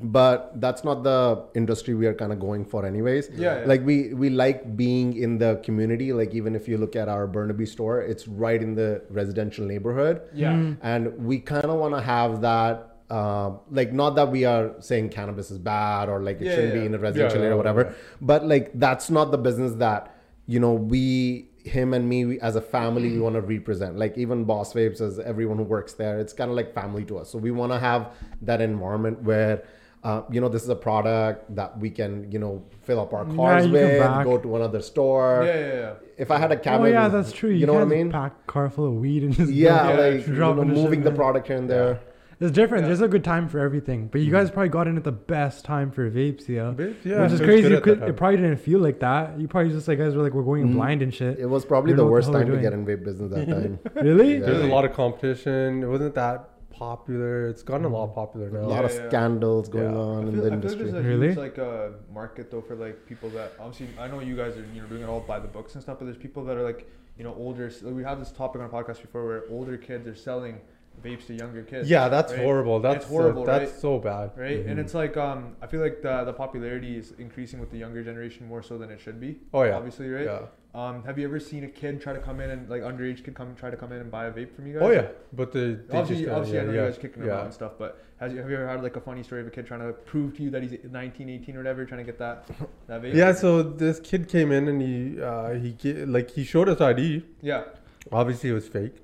[SPEAKER 4] but that's not the industry we are kind of going for, anyways.
[SPEAKER 1] yeah, yeah.
[SPEAKER 4] Like we we like being in the community. Like even if you look at our Burnaby store, it's right in the residential neighborhood.
[SPEAKER 1] yeah,
[SPEAKER 4] and we kind of want to have that uh, like not that we are saying cannabis is bad or like it
[SPEAKER 1] Yeah,
[SPEAKER 4] shouldn't
[SPEAKER 1] yeah,
[SPEAKER 4] be in a
[SPEAKER 1] yeah.
[SPEAKER 4] residential
[SPEAKER 2] Yeah,
[SPEAKER 4] area or
[SPEAKER 2] yeah,
[SPEAKER 4] whatever but like that's not the business that you know we him and me we, as a family we want to represent like even boss vapes as everyone who works there it's kind of like family to us so we want to have that environment where uh, you know this is a product that we can you know fill up our
[SPEAKER 3] Yeah,
[SPEAKER 4] cars
[SPEAKER 3] you can
[SPEAKER 4] with
[SPEAKER 3] back.
[SPEAKER 4] go to another store
[SPEAKER 1] yeah, yeah, yeah.
[SPEAKER 4] if i had a
[SPEAKER 3] Oh
[SPEAKER 4] cabin
[SPEAKER 3] yeah, that's true.
[SPEAKER 4] you, know what i
[SPEAKER 3] can't
[SPEAKER 4] mean
[SPEAKER 3] Pack a car full of weed and just
[SPEAKER 4] yeah,
[SPEAKER 1] Yeah,
[SPEAKER 4] like
[SPEAKER 3] true.
[SPEAKER 4] you know,
[SPEAKER 3] Dropping the shit
[SPEAKER 4] moving the
[SPEAKER 3] in.
[SPEAKER 4] product here and there.
[SPEAKER 3] It's different.
[SPEAKER 1] Yeah.
[SPEAKER 3] There's a good time for everything, but you guys probably got in at the best time for vapes, yeah.
[SPEAKER 2] Vapes, yeah,
[SPEAKER 3] Which
[SPEAKER 2] it was
[SPEAKER 3] is crazy.
[SPEAKER 2] good
[SPEAKER 3] You
[SPEAKER 2] at that
[SPEAKER 3] could,
[SPEAKER 2] time.
[SPEAKER 3] it probably didn't feel like that. You probably just like guys were like we're going in
[SPEAKER 4] Mhm.
[SPEAKER 3] blind and shit.
[SPEAKER 4] It was probably
[SPEAKER 3] You
[SPEAKER 4] the
[SPEAKER 3] know what the
[SPEAKER 4] worst
[SPEAKER 3] hell we're
[SPEAKER 4] time to
[SPEAKER 3] doing.
[SPEAKER 4] get in vape business
[SPEAKER 3] (laughs)
[SPEAKER 4] that time.
[SPEAKER 3] Really?
[SPEAKER 4] Yeah.
[SPEAKER 2] There's a lot of competition. It wasn't that popular. It's gotten a
[SPEAKER 3] Mm.
[SPEAKER 2] lot popular
[SPEAKER 4] a
[SPEAKER 2] now.
[SPEAKER 4] lot of
[SPEAKER 1] Yeah, yeah.
[SPEAKER 4] scandals going
[SPEAKER 2] Yeah.
[SPEAKER 1] I
[SPEAKER 4] on in
[SPEAKER 1] feel, I
[SPEAKER 4] the
[SPEAKER 1] feel like
[SPEAKER 4] industry.
[SPEAKER 1] there's a
[SPEAKER 3] Really?
[SPEAKER 1] huge like uh, market though for like people that obviously I know you guys are you know doing it all by the books and stuff, but there's people that are like you know older. s- Like, we have this topic on a podcast before where older kids are selling vapes to younger kids.
[SPEAKER 2] Yeah, that's
[SPEAKER 1] right?
[SPEAKER 2] horrible. That's
[SPEAKER 1] horrible,
[SPEAKER 2] horrible. that's
[SPEAKER 1] right?
[SPEAKER 2] so bad.
[SPEAKER 1] Right, and it's like um, I feel like the, the popularity is increasing with the younger generation more so than it should be.
[SPEAKER 2] Oh, yeah.
[SPEAKER 1] obviously, right.
[SPEAKER 2] Yeah.
[SPEAKER 1] Um, have you ever seen a kid try to come in and like underage kid come try to come in and buy a vape from you guys?
[SPEAKER 2] Oh yeah, but they, they
[SPEAKER 1] Obviously,
[SPEAKER 2] just,
[SPEAKER 1] obviously,
[SPEAKER 2] yeah,
[SPEAKER 1] I know
[SPEAKER 2] yeah,
[SPEAKER 1] you guys kicking them
[SPEAKER 2] yeah.
[SPEAKER 1] out and stuff, but has you, have you ever had like a funny story of a kid trying to prove to you that he's 19, 18 or whatever, trying to get that that vape?
[SPEAKER 2] Yeah, so this kid came in and he uh, he ge- like he showed us ID.
[SPEAKER 1] yeah,
[SPEAKER 2] Obviously, it was fake.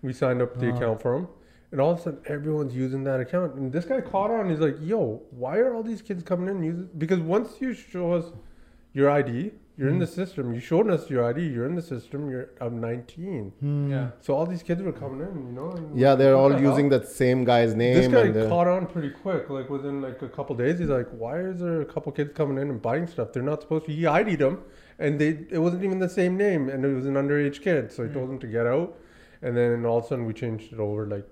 [SPEAKER 2] We signed up the
[SPEAKER 3] Ah.
[SPEAKER 2] account for him, and all of a sudden, everyone's using that account. And this guy caught on. He's like, "Yo, why are all these kids coming in and using?" Because once you show us your ID, you're
[SPEAKER 4] Hmm.
[SPEAKER 2] in the system. You showed us your ID. You're in the system. You're I'm 19.
[SPEAKER 4] Mm.
[SPEAKER 3] Hmm.
[SPEAKER 1] yeah.
[SPEAKER 2] So all these kids were coming in, you know. And
[SPEAKER 4] Yeah, they're
[SPEAKER 2] what
[SPEAKER 4] all
[SPEAKER 2] the hell?
[SPEAKER 4] using that same guy's name.
[SPEAKER 2] This guy
[SPEAKER 4] and uh,
[SPEAKER 3] uh,
[SPEAKER 4] they're-
[SPEAKER 2] caught on pretty quick. Like within like a couple days, he's like, "Why is there a couple kids coming in and buying stuff? They're not supposed to." He ID'd them, and they it wasn't even the same name, and it was an underage kid.
[SPEAKER 3] Hmm.
[SPEAKER 2] So he told them to get out, and then all of a sudden we changed it over. Like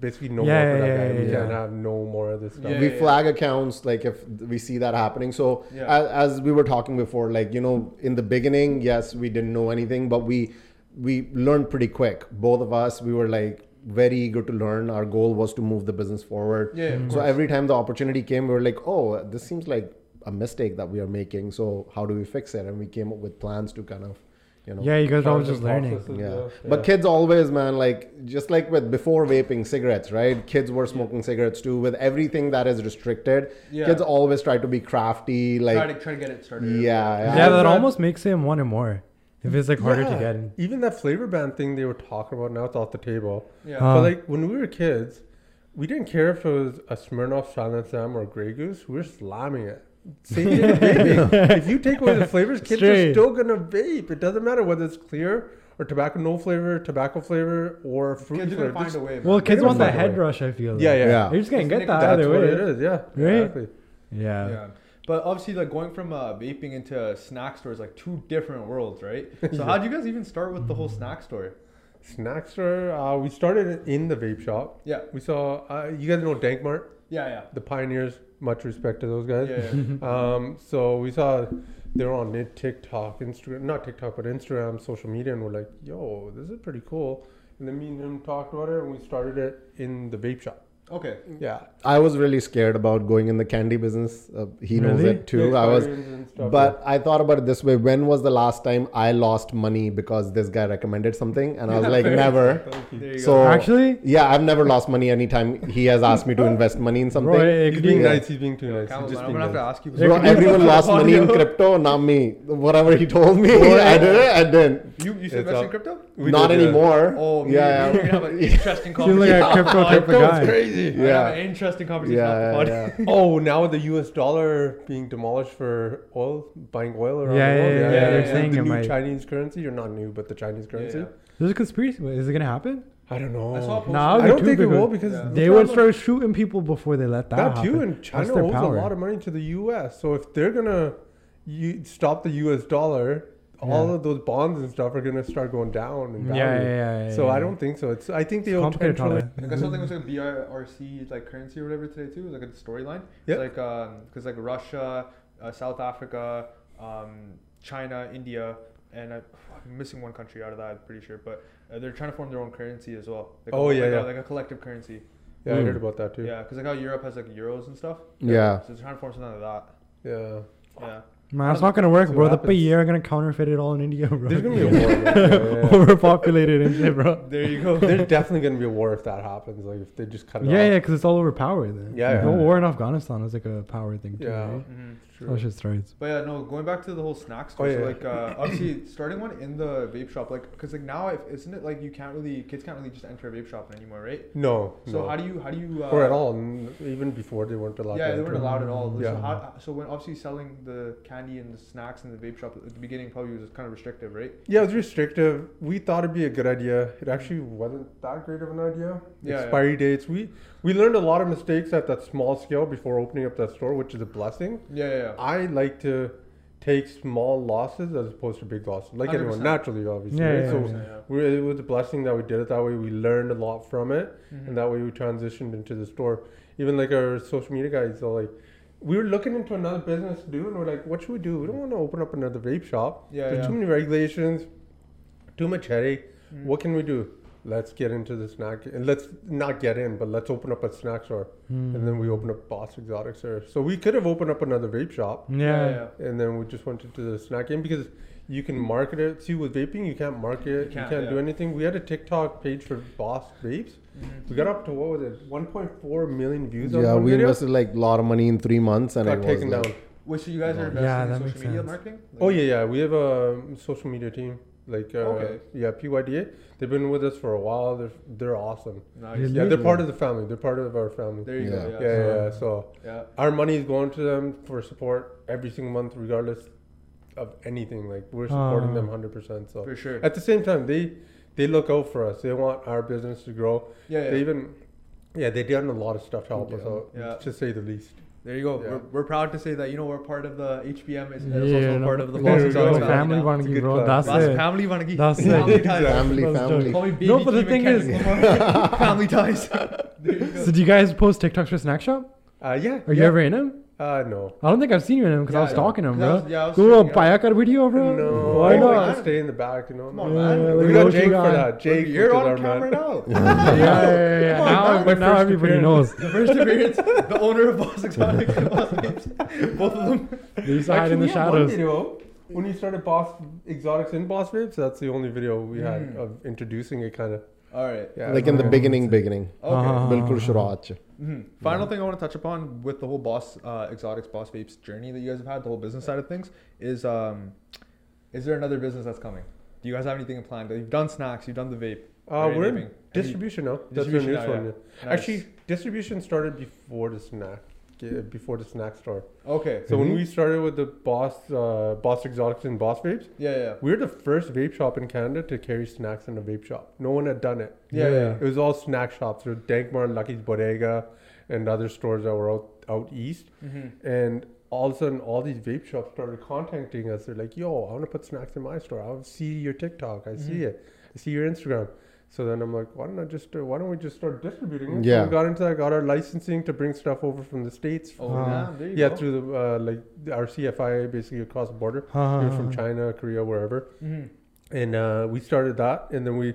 [SPEAKER 2] basically no
[SPEAKER 3] Yeah,
[SPEAKER 2] more for
[SPEAKER 3] yeah,
[SPEAKER 2] that
[SPEAKER 3] yeah,
[SPEAKER 2] guy. we
[SPEAKER 4] yeah,
[SPEAKER 2] can't
[SPEAKER 4] yeah.
[SPEAKER 2] have no more of this stuff.
[SPEAKER 1] Yeah,
[SPEAKER 4] we
[SPEAKER 1] yeah.
[SPEAKER 4] flag accounts like if we see that happening. So
[SPEAKER 1] Yeah.
[SPEAKER 4] a- as, we were talking before, like you know, in the beginning, yes, we didn't know anything, but we we learned pretty quick. Both of us, we were like very eager to learn. Our goal was to move the business forward.
[SPEAKER 1] Yeah, of
[SPEAKER 4] So
[SPEAKER 1] course.
[SPEAKER 4] every time the opportunity came, we were like, oh, this seems like a mistake that we are making. So how do we fix it? And we came up with plans to kind of, you know.
[SPEAKER 3] Yeah, you guys are always
[SPEAKER 2] Processes,
[SPEAKER 3] just learning.
[SPEAKER 2] yeah.
[SPEAKER 4] Yeah.
[SPEAKER 2] Yeah.
[SPEAKER 4] But kids always, man, like just like with before vaping cigarettes, right? Kids were smoking cigarettes too. With everything that is restricted,
[SPEAKER 1] Yeah.
[SPEAKER 4] kids always try to be crafty.
[SPEAKER 1] try
[SPEAKER 4] Like,
[SPEAKER 1] to try to get it started.
[SPEAKER 4] yeah,
[SPEAKER 1] early.
[SPEAKER 4] yeah.
[SPEAKER 3] Yeah, that
[SPEAKER 2] I've got-
[SPEAKER 3] almost makes him want it more. If it's like harder to
[SPEAKER 2] Yeah.
[SPEAKER 3] get in.
[SPEAKER 2] Even that flavor ban thing they were talking about now it's off the table.
[SPEAKER 1] yeah.
[SPEAKER 3] Uh,
[SPEAKER 2] but like when we were kids, we didn't care if it was a Smirnoff Silent Sam or a Grey Goose. We were slamming it. Same thing with
[SPEAKER 3] (laughs)
[SPEAKER 2] vaping. If you take away the flavors, kids
[SPEAKER 3] Straight.
[SPEAKER 2] are still gonna vape. It doesn't matter whether it's clear or tobacco no flavor, tobacco flavor, or fruit
[SPEAKER 1] Kids are
[SPEAKER 2] flavor.
[SPEAKER 1] gonna find
[SPEAKER 2] Just-
[SPEAKER 1] a way. Man.
[SPEAKER 3] Well, kids
[SPEAKER 2] gonna
[SPEAKER 3] want that
[SPEAKER 2] find a way.
[SPEAKER 3] head rush. I feel. like.
[SPEAKER 2] Yeah, yeah,
[SPEAKER 4] Yeah.
[SPEAKER 3] You just can't
[SPEAKER 1] It's
[SPEAKER 3] get
[SPEAKER 1] Nick-
[SPEAKER 3] that
[SPEAKER 2] That's
[SPEAKER 3] either
[SPEAKER 2] what it
[SPEAKER 3] way.
[SPEAKER 2] is. Yeah,
[SPEAKER 3] Right?
[SPEAKER 2] exactly.
[SPEAKER 3] Yeah.
[SPEAKER 1] Yeah. But obviously, like going from uh, vaping into snack stores, like two different worlds,
[SPEAKER 4] (laughs)
[SPEAKER 1] right? So how would you guys even start with the whole snack store?
[SPEAKER 2] Snackster. Uh, we started in the vape shop.
[SPEAKER 1] Yeah,
[SPEAKER 2] We saw. Uh, you guys know Dankmart,
[SPEAKER 1] yeah,
[SPEAKER 2] the pioneers. Much respect to those
[SPEAKER 1] yeah,
[SPEAKER 2] guys.
[SPEAKER 1] yeah, yeah.
[SPEAKER 2] (laughs) Um, so we saw they're on it- TikTok, Instagram, not TikTok, but Instagram, social media, and we're like, yo, this is pretty cool. And then me and him talked about it, and we started it in the vape shop.
[SPEAKER 1] Okay,
[SPEAKER 2] Yeah,
[SPEAKER 4] I was really scared about going in the candy business. Uh, he knows
[SPEAKER 3] Really?
[SPEAKER 4] it too. I was,
[SPEAKER 2] Experience and stuff,
[SPEAKER 4] but I thought about it this way: When was the last time I lost money because this guy recommended something? And I was like, never.
[SPEAKER 2] yeah. Thank you.
[SPEAKER 1] there you
[SPEAKER 4] So
[SPEAKER 3] Actually,
[SPEAKER 4] yeah, I've never lost money anytime he has
[SPEAKER 1] (laughs)
[SPEAKER 4] asked me to invest money in something.
[SPEAKER 3] bro, it
[SPEAKER 2] He's
[SPEAKER 3] could
[SPEAKER 2] being
[SPEAKER 3] be.
[SPEAKER 2] nice. He's being too
[SPEAKER 1] go.
[SPEAKER 2] nice.
[SPEAKER 1] Calm
[SPEAKER 2] He's
[SPEAKER 1] down,
[SPEAKER 2] just
[SPEAKER 1] I'm
[SPEAKER 2] being
[SPEAKER 1] gonna have to
[SPEAKER 2] nice.
[SPEAKER 1] ask you.
[SPEAKER 4] Bro,
[SPEAKER 1] (laughs)
[SPEAKER 4] everyone lost money in crypto, not me. Whatever he told me, I did. I didn't.
[SPEAKER 1] You you should
[SPEAKER 2] It's
[SPEAKER 1] invest in
[SPEAKER 2] up.
[SPEAKER 1] crypto?
[SPEAKER 2] We
[SPEAKER 4] not
[SPEAKER 2] did, yeah.
[SPEAKER 4] anymore.
[SPEAKER 1] Oh, yeah.
[SPEAKER 4] (laughs)
[SPEAKER 1] (laughs)
[SPEAKER 4] yeah.
[SPEAKER 1] We're gonna have an interesting
[SPEAKER 3] Seems
[SPEAKER 1] (laughs)
[SPEAKER 2] (laughs)
[SPEAKER 3] like
[SPEAKER 1] conversation.
[SPEAKER 3] a crypto type of guy.
[SPEAKER 2] crazy.
[SPEAKER 1] I have
[SPEAKER 4] (laughs) Yeah.
[SPEAKER 1] an interesting conversation
[SPEAKER 4] yeah,
[SPEAKER 1] off the
[SPEAKER 4] yeah,
[SPEAKER 1] (laughs) pod.
[SPEAKER 4] yeah.
[SPEAKER 2] Oh, now with the U.S. dollar being demolished for oil, buying oil around
[SPEAKER 3] Yeah,
[SPEAKER 2] the world.
[SPEAKER 3] yeah, yeah,
[SPEAKER 1] yeah,
[SPEAKER 2] The
[SPEAKER 1] they're
[SPEAKER 3] saying
[SPEAKER 2] new
[SPEAKER 3] it might-
[SPEAKER 2] Chinese currency, or not new, but the Chinese currency.
[SPEAKER 1] yeah.
[SPEAKER 3] There's a conspiracy. Wait, Is it gonna happen?
[SPEAKER 2] I don't know.
[SPEAKER 1] I saw a post on
[SPEAKER 2] I
[SPEAKER 3] Nah, Probably
[SPEAKER 2] don't
[SPEAKER 3] too,
[SPEAKER 2] think it
[SPEAKER 3] because
[SPEAKER 2] will because
[SPEAKER 1] Yeah.
[SPEAKER 2] look
[SPEAKER 3] They
[SPEAKER 2] how
[SPEAKER 3] would
[SPEAKER 2] much-
[SPEAKER 3] start shooting people before they let that,
[SPEAKER 2] that
[SPEAKER 3] happen.
[SPEAKER 2] too, and China
[SPEAKER 3] their
[SPEAKER 2] owes
[SPEAKER 3] power.
[SPEAKER 2] a lot of money to the U.S. So if they're gonna you, stop the U.S. dollar, all
[SPEAKER 3] Yeah.
[SPEAKER 2] of those bonds and stuff are gonna start going down in
[SPEAKER 3] Yeah,
[SPEAKER 2] value.
[SPEAKER 3] yeah, yeah, yeah,
[SPEAKER 2] so I
[SPEAKER 3] yeah.
[SPEAKER 2] don't think so. It's I think they
[SPEAKER 3] It's
[SPEAKER 2] owe
[SPEAKER 3] complicated,
[SPEAKER 2] 10 trillion.
[SPEAKER 3] Tyler.
[SPEAKER 1] Like I saw something was like BRC like currency or whatever today too. It was like a storyline.
[SPEAKER 2] Yeah.
[SPEAKER 1] It's Like um, because like Russia, uh, South Africa, um, China, India, and I, I'm missing one country out of that. I'm pretty sure, but uh, they're trying to form their own currency as well. Like
[SPEAKER 2] Oh,
[SPEAKER 1] a,
[SPEAKER 2] yeah,
[SPEAKER 1] like,
[SPEAKER 2] yeah.
[SPEAKER 1] A, like a collective currency.
[SPEAKER 2] Yeah, I
[SPEAKER 4] Mm.
[SPEAKER 3] Hmm.
[SPEAKER 2] heard about that too. Yeah.
[SPEAKER 1] Yeah, because like how Europe has like euros and stuff.
[SPEAKER 4] Yeah.
[SPEAKER 1] So they're trying to form something like that. Yeah.
[SPEAKER 3] Man, it's not gonna work,
[SPEAKER 2] See
[SPEAKER 3] bro.
[SPEAKER 2] what
[SPEAKER 3] The
[SPEAKER 2] happens.
[SPEAKER 3] PE are gonna counterfeit it all in India, bro.
[SPEAKER 2] There's
[SPEAKER 3] (laughs)
[SPEAKER 2] gonna be a war. Yeah, yeah.
[SPEAKER 3] overpopulated and
[SPEAKER 2] (laughs)
[SPEAKER 3] shit, bro.
[SPEAKER 1] (laughs) There you go.
[SPEAKER 2] There's definitely gonna be a war if that happens. Like if they just cut it
[SPEAKER 3] Yeah,
[SPEAKER 2] off.
[SPEAKER 3] yeah, because it's all over power. Then
[SPEAKER 2] Yeah,
[SPEAKER 3] the
[SPEAKER 2] yeah.
[SPEAKER 3] whole war in Afghanistan was like a power thing. Too,
[SPEAKER 2] Yeah.
[SPEAKER 3] right?
[SPEAKER 1] Mhm.
[SPEAKER 3] that shit's starts.
[SPEAKER 1] But yeah, no. Going back to the whole snack store,
[SPEAKER 2] Oh,
[SPEAKER 1] so
[SPEAKER 2] yeah.
[SPEAKER 1] like
[SPEAKER 2] (clears throat)
[SPEAKER 1] uh, obviously starting one in the vape shop, like because like now if, isn't it like you can't really kids can't really just enter a vape shop anymore, right?
[SPEAKER 2] No.
[SPEAKER 1] So
[SPEAKER 2] no.
[SPEAKER 1] how do you how do you uh,
[SPEAKER 2] or at all? n- Even before they weren't allowed.
[SPEAKER 1] Yeah,
[SPEAKER 2] to
[SPEAKER 1] they weren't
[SPEAKER 2] enter.
[SPEAKER 1] allowed at all. So
[SPEAKER 2] Yeah.
[SPEAKER 1] how, so when obviously selling the candy and the snacks in the vape shop at the beginning probably was kind of restrictive, right?
[SPEAKER 2] Yeah, it was restrictive. We thought it'd be a good idea. It actually wasn't that great of an idea.
[SPEAKER 1] Yeah,
[SPEAKER 2] Expiry dates. We we learned a lot of mistakes at that small scale before opening up that store, which is a blessing.
[SPEAKER 1] Yeah, yeah. yeah.
[SPEAKER 2] I like to take small losses as opposed to big losses, like anyone
[SPEAKER 1] 100%.
[SPEAKER 2] naturally, obviously.
[SPEAKER 3] Yeah,
[SPEAKER 2] right?
[SPEAKER 3] yeah,
[SPEAKER 2] so
[SPEAKER 3] yeah.
[SPEAKER 2] We're, it was a blessing that we did it that way. We learned a lot from it,
[SPEAKER 1] Mhm.
[SPEAKER 2] and that way we transitioned into the store. Even like our social media guys, so like we were looking into another business to do, and we're like, what should we do? We don't want to open up another vape shop.
[SPEAKER 1] Yeah,
[SPEAKER 2] There's
[SPEAKER 1] yeah.
[SPEAKER 2] too many regulations, too much headache.
[SPEAKER 1] Mhm.
[SPEAKER 2] What can we do? Let's get into the snack, and let's not get in, but let's open up a snack store,
[SPEAKER 1] Mm.
[SPEAKER 3] Hmm.
[SPEAKER 2] and then we open up Boss Exotics there. So we could have opened up another vape shop,
[SPEAKER 3] Yeah,
[SPEAKER 1] Yeah,
[SPEAKER 3] yeah,
[SPEAKER 1] yeah.
[SPEAKER 2] and then we just went into the snack game because you can market it. See, with vaping, you can't market it. You can't,
[SPEAKER 1] can't,
[SPEAKER 2] do
[SPEAKER 1] yeah.
[SPEAKER 2] anything. We had a TikTok page for Boss Vapes.
[SPEAKER 1] Mhm.
[SPEAKER 2] We got up to what was it, 1.4 million views on
[SPEAKER 4] Yeah,
[SPEAKER 2] one
[SPEAKER 4] we
[SPEAKER 2] video.
[SPEAKER 4] invested like a lot of money in three months, and
[SPEAKER 2] got
[SPEAKER 4] it was
[SPEAKER 2] taken
[SPEAKER 4] like-
[SPEAKER 2] down.
[SPEAKER 1] Wait, so you guys are
[SPEAKER 4] Yeah,
[SPEAKER 1] investing in
[SPEAKER 3] that
[SPEAKER 1] social
[SPEAKER 3] makes
[SPEAKER 1] media
[SPEAKER 3] sense.
[SPEAKER 1] marketing? Like-
[SPEAKER 2] Oh yeah, yeah. We have a um, social media team. Like uh,
[SPEAKER 1] Okay.
[SPEAKER 2] yeah, PYDA. They've been with us for a while. They're they're awesome.
[SPEAKER 1] Nice.
[SPEAKER 2] Yeah, they're part of the family. They're part of our family.
[SPEAKER 1] There you
[SPEAKER 4] Yeah.
[SPEAKER 1] go.
[SPEAKER 2] Yeah,
[SPEAKER 1] Yeah.
[SPEAKER 2] yeah,
[SPEAKER 1] so-
[SPEAKER 2] yeah. So
[SPEAKER 1] yeah.
[SPEAKER 2] our money is going to them for support every single month, regardless of anything. Like we're supporting them
[SPEAKER 3] Ah.
[SPEAKER 2] 100. percent So
[SPEAKER 1] For sure.
[SPEAKER 2] At the same time, they they look out for us. They want our business to grow.
[SPEAKER 1] Yeah, yeah.
[SPEAKER 2] They even yeah, they done a lot of stuff to help us out,
[SPEAKER 1] Yeah.
[SPEAKER 2] to say the least.
[SPEAKER 1] There you go.
[SPEAKER 2] Yeah.
[SPEAKER 1] We're, we're proud to say that you know we're part of the HBM. Is, is
[SPEAKER 3] Yeah,
[SPEAKER 1] also
[SPEAKER 3] no,
[SPEAKER 1] part of the
[SPEAKER 3] there
[SPEAKER 1] Boss
[SPEAKER 3] we go,
[SPEAKER 1] Exotics
[SPEAKER 3] family
[SPEAKER 1] family. now.
[SPEAKER 2] It's a
[SPEAKER 3] Wannabe,
[SPEAKER 2] good
[SPEAKER 3] bro.
[SPEAKER 2] club.
[SPEAKER 3] That's
[SPEAKER 1] Boss
[SPEAKER 3] it.
[SPEAKER 1] family wannagie.
[SPEAKER 3] That's it.
[SPEAKER 1] family ties.
[SPEAKER 4] Family,
[SPEAKER 3] Let's do it.
[SPEAKER 4] family.
[SPEAKER 1] Call me baby
[SPEAKER 3] No, but
[SPEAKER 1] Keem
[SPEAKER 3] the
[SPEAKER 1] and
[SPEAKER 3] thing
[SPEAKER 1] Kendrick
[SPEAKER 3] is-
[SPEAKER 1] Lamar. (laughs) family
[SPEAKER 3] (laughs)
[SPEAKER 1] ties. There you go.
[SPEAKER 3] So do you guys post TikToks for Snack Shop?
[SPEAKER 2] Uh, yeah.
[SPEAKER 3] Are you
[SPEAKER 2] yeah.
[SPEAKER 3] ever in them?
[SPEAKER 2] Uh, no.
[SPEAKER 3] I don't think I've seen you in them because I
[SPEAKER 1] Yeah,
[SPEAKER 3] was
[SPEAKER 1] yeah.
[SPEAKER 3] stalking him,
[SPEAKER 1] 'Cause I
[SPEAKER 3] bro.
[SPEAKER 1] was- yeah, I was
[SPEAKER 3] Go
[SPEAKER 1] checking out.
[SPEAKER 3] buy a video, bro.
[SPEAKER 2] No. I
[SPEAKER 3] Why
[SPEAKER 2] like
[SPEAKER 3] not?
[SPEAKER 2] to stay in the back, you know.
[SPEAKER 1] Come on,
[SPEAKER 2] Yeah.
[SPEAKER 1] man.
[SPEAKER 3] Yeah,
[SPEAKER 2] We
[SPEAKER 3] like,
[SPEAKER 2] got
[SPEAKER 3] what
[SPEAKER 2] Jake
[SPEAKER 3] you
[SPEAKER 2] for
[SPEAKER 3] got?
[SPEAKER 2] that. Jake, which
[SPEAKER 1] You're
[SPEAKER 2] is
[SPEAKER 1] on
[SPEAKER 2] our
[SPEAKER 1] camera
[SPEAKER 2] man.
[SPEAKER 1] now.
[SPEAKER 3] (laughs) Yeah, yeah, yeah. yeah.
[SPEAKER 1] Come on,
[SPEAKER 3] Now,
[SPEAKER 2] man. My
[SPEAKER 3] now
[SPEAKER 2] first
[SPEAKER 3] everybody
[SPEAKER 2] appearance.
[SPEAKER 3] knows.
[SPEAKER 1] The first appearance, the owner of Boss Exotics, and Boss Babes. (laughs) both of
[SPEAKER 3] (laughs)
[SPEAKER 1] them.
[SPEAKER 3] They used to hide in
[SPEAKER 2] Actually,
[SPEAKER 3] the
[SPEAKER 2] we had one
[SPEAKER 3] shadows.
[SPEAKER 2] video When you started Boss Exotics in Boss Vapes, that's the only video we had
[SPEAKER 3] Hmm.
[SPEAKER 1] Mm.
[SPEAKER 2] of introducing it, kind of.
[SPEAKER 1] All right.
[SPEAKER 2] Yeah.
[SPEAKER 4] like in the
[SPEAKER 3] Yeah.
[SPEAKER 4] beginning, beginning.
[SPEAKER 1] Okay.
[SPEAKER 2] Ah.
[SPEAKER 3] Uh-huh.
[SPEAKER 4] Bilkul Shraj.
[SPEAKER 1] Mhm. Final thing I want to touch upon with the whole Boss uh, Exotics, Boss Babes journey that you guys have had, the whole business side of things, is um, is there another business that's coming? Do you guys have anything planned? You've done snacks, you've done the vape.
[SPEAKER 2] Uh,
[SPEAKER 1] Very
[SPEAKER 2] we're in
[SPEAKER 1] living. Any-
[SPEAKER 2] distribution now. That's the
[SPEAKER 1] Distribution
[SPEAKER 2] news
[SPEAKER 1] now,
[SPEAKER 2] one.
[SPEAKER 1] yeah.
[SPEAKER 2] yeah. Actually, distribution started before the snack, uh, before the snack store.
[SPEAKER 1] Okay.
[SPEAKER 2] So when we started with the Boss, uh, Boss Exotics and Boss Vapes,
[SPEAKER 1] Yeah, yeah.
[SPEAKER 2] we were the first vape shop in Canada to carry snacks in a vape shop. No one had done it.
[SPEAKER 1] Yeah, yeah.
[SPEAKER 2] It was all snack shops. There was Dankmar, Lucky's Bodega, and other stores that were out out east.
[SPEAKER 1] Mm-hmm.
[SPEAKER 2] And all of a sudden, all these vape shops started contacting us. They're like, "Yo, I want to put snacks in my store. I see your TikTok. I see
[SPEAKER 1] Mhm.
[SPEAKER 2] it. I see your Instagram." So then I'm like, "Why don't I just? Uh, why don't we just start distributing it?" So
[SPEAKER 4] Yeah.
[SPEAKER 2] we got into that. Got our licensing to bring stuff over from the states.
[SPEAKER 1] Oh,
[SPEAKER 3] Uh,
[SPEAKER 1] yeah. There you
[SPEAKER 2] yeah,
[SPEAKER 1] go.
[SPEAKER 2] through the uh, like our CFI basically across the border,
[SPEAKER 1] Uh-huh.
[SPEAKER 2] even from China, Korea, wherever
[SPEAKER 1] Mhm.
[SPEAKER 2] and uh, we started that and then we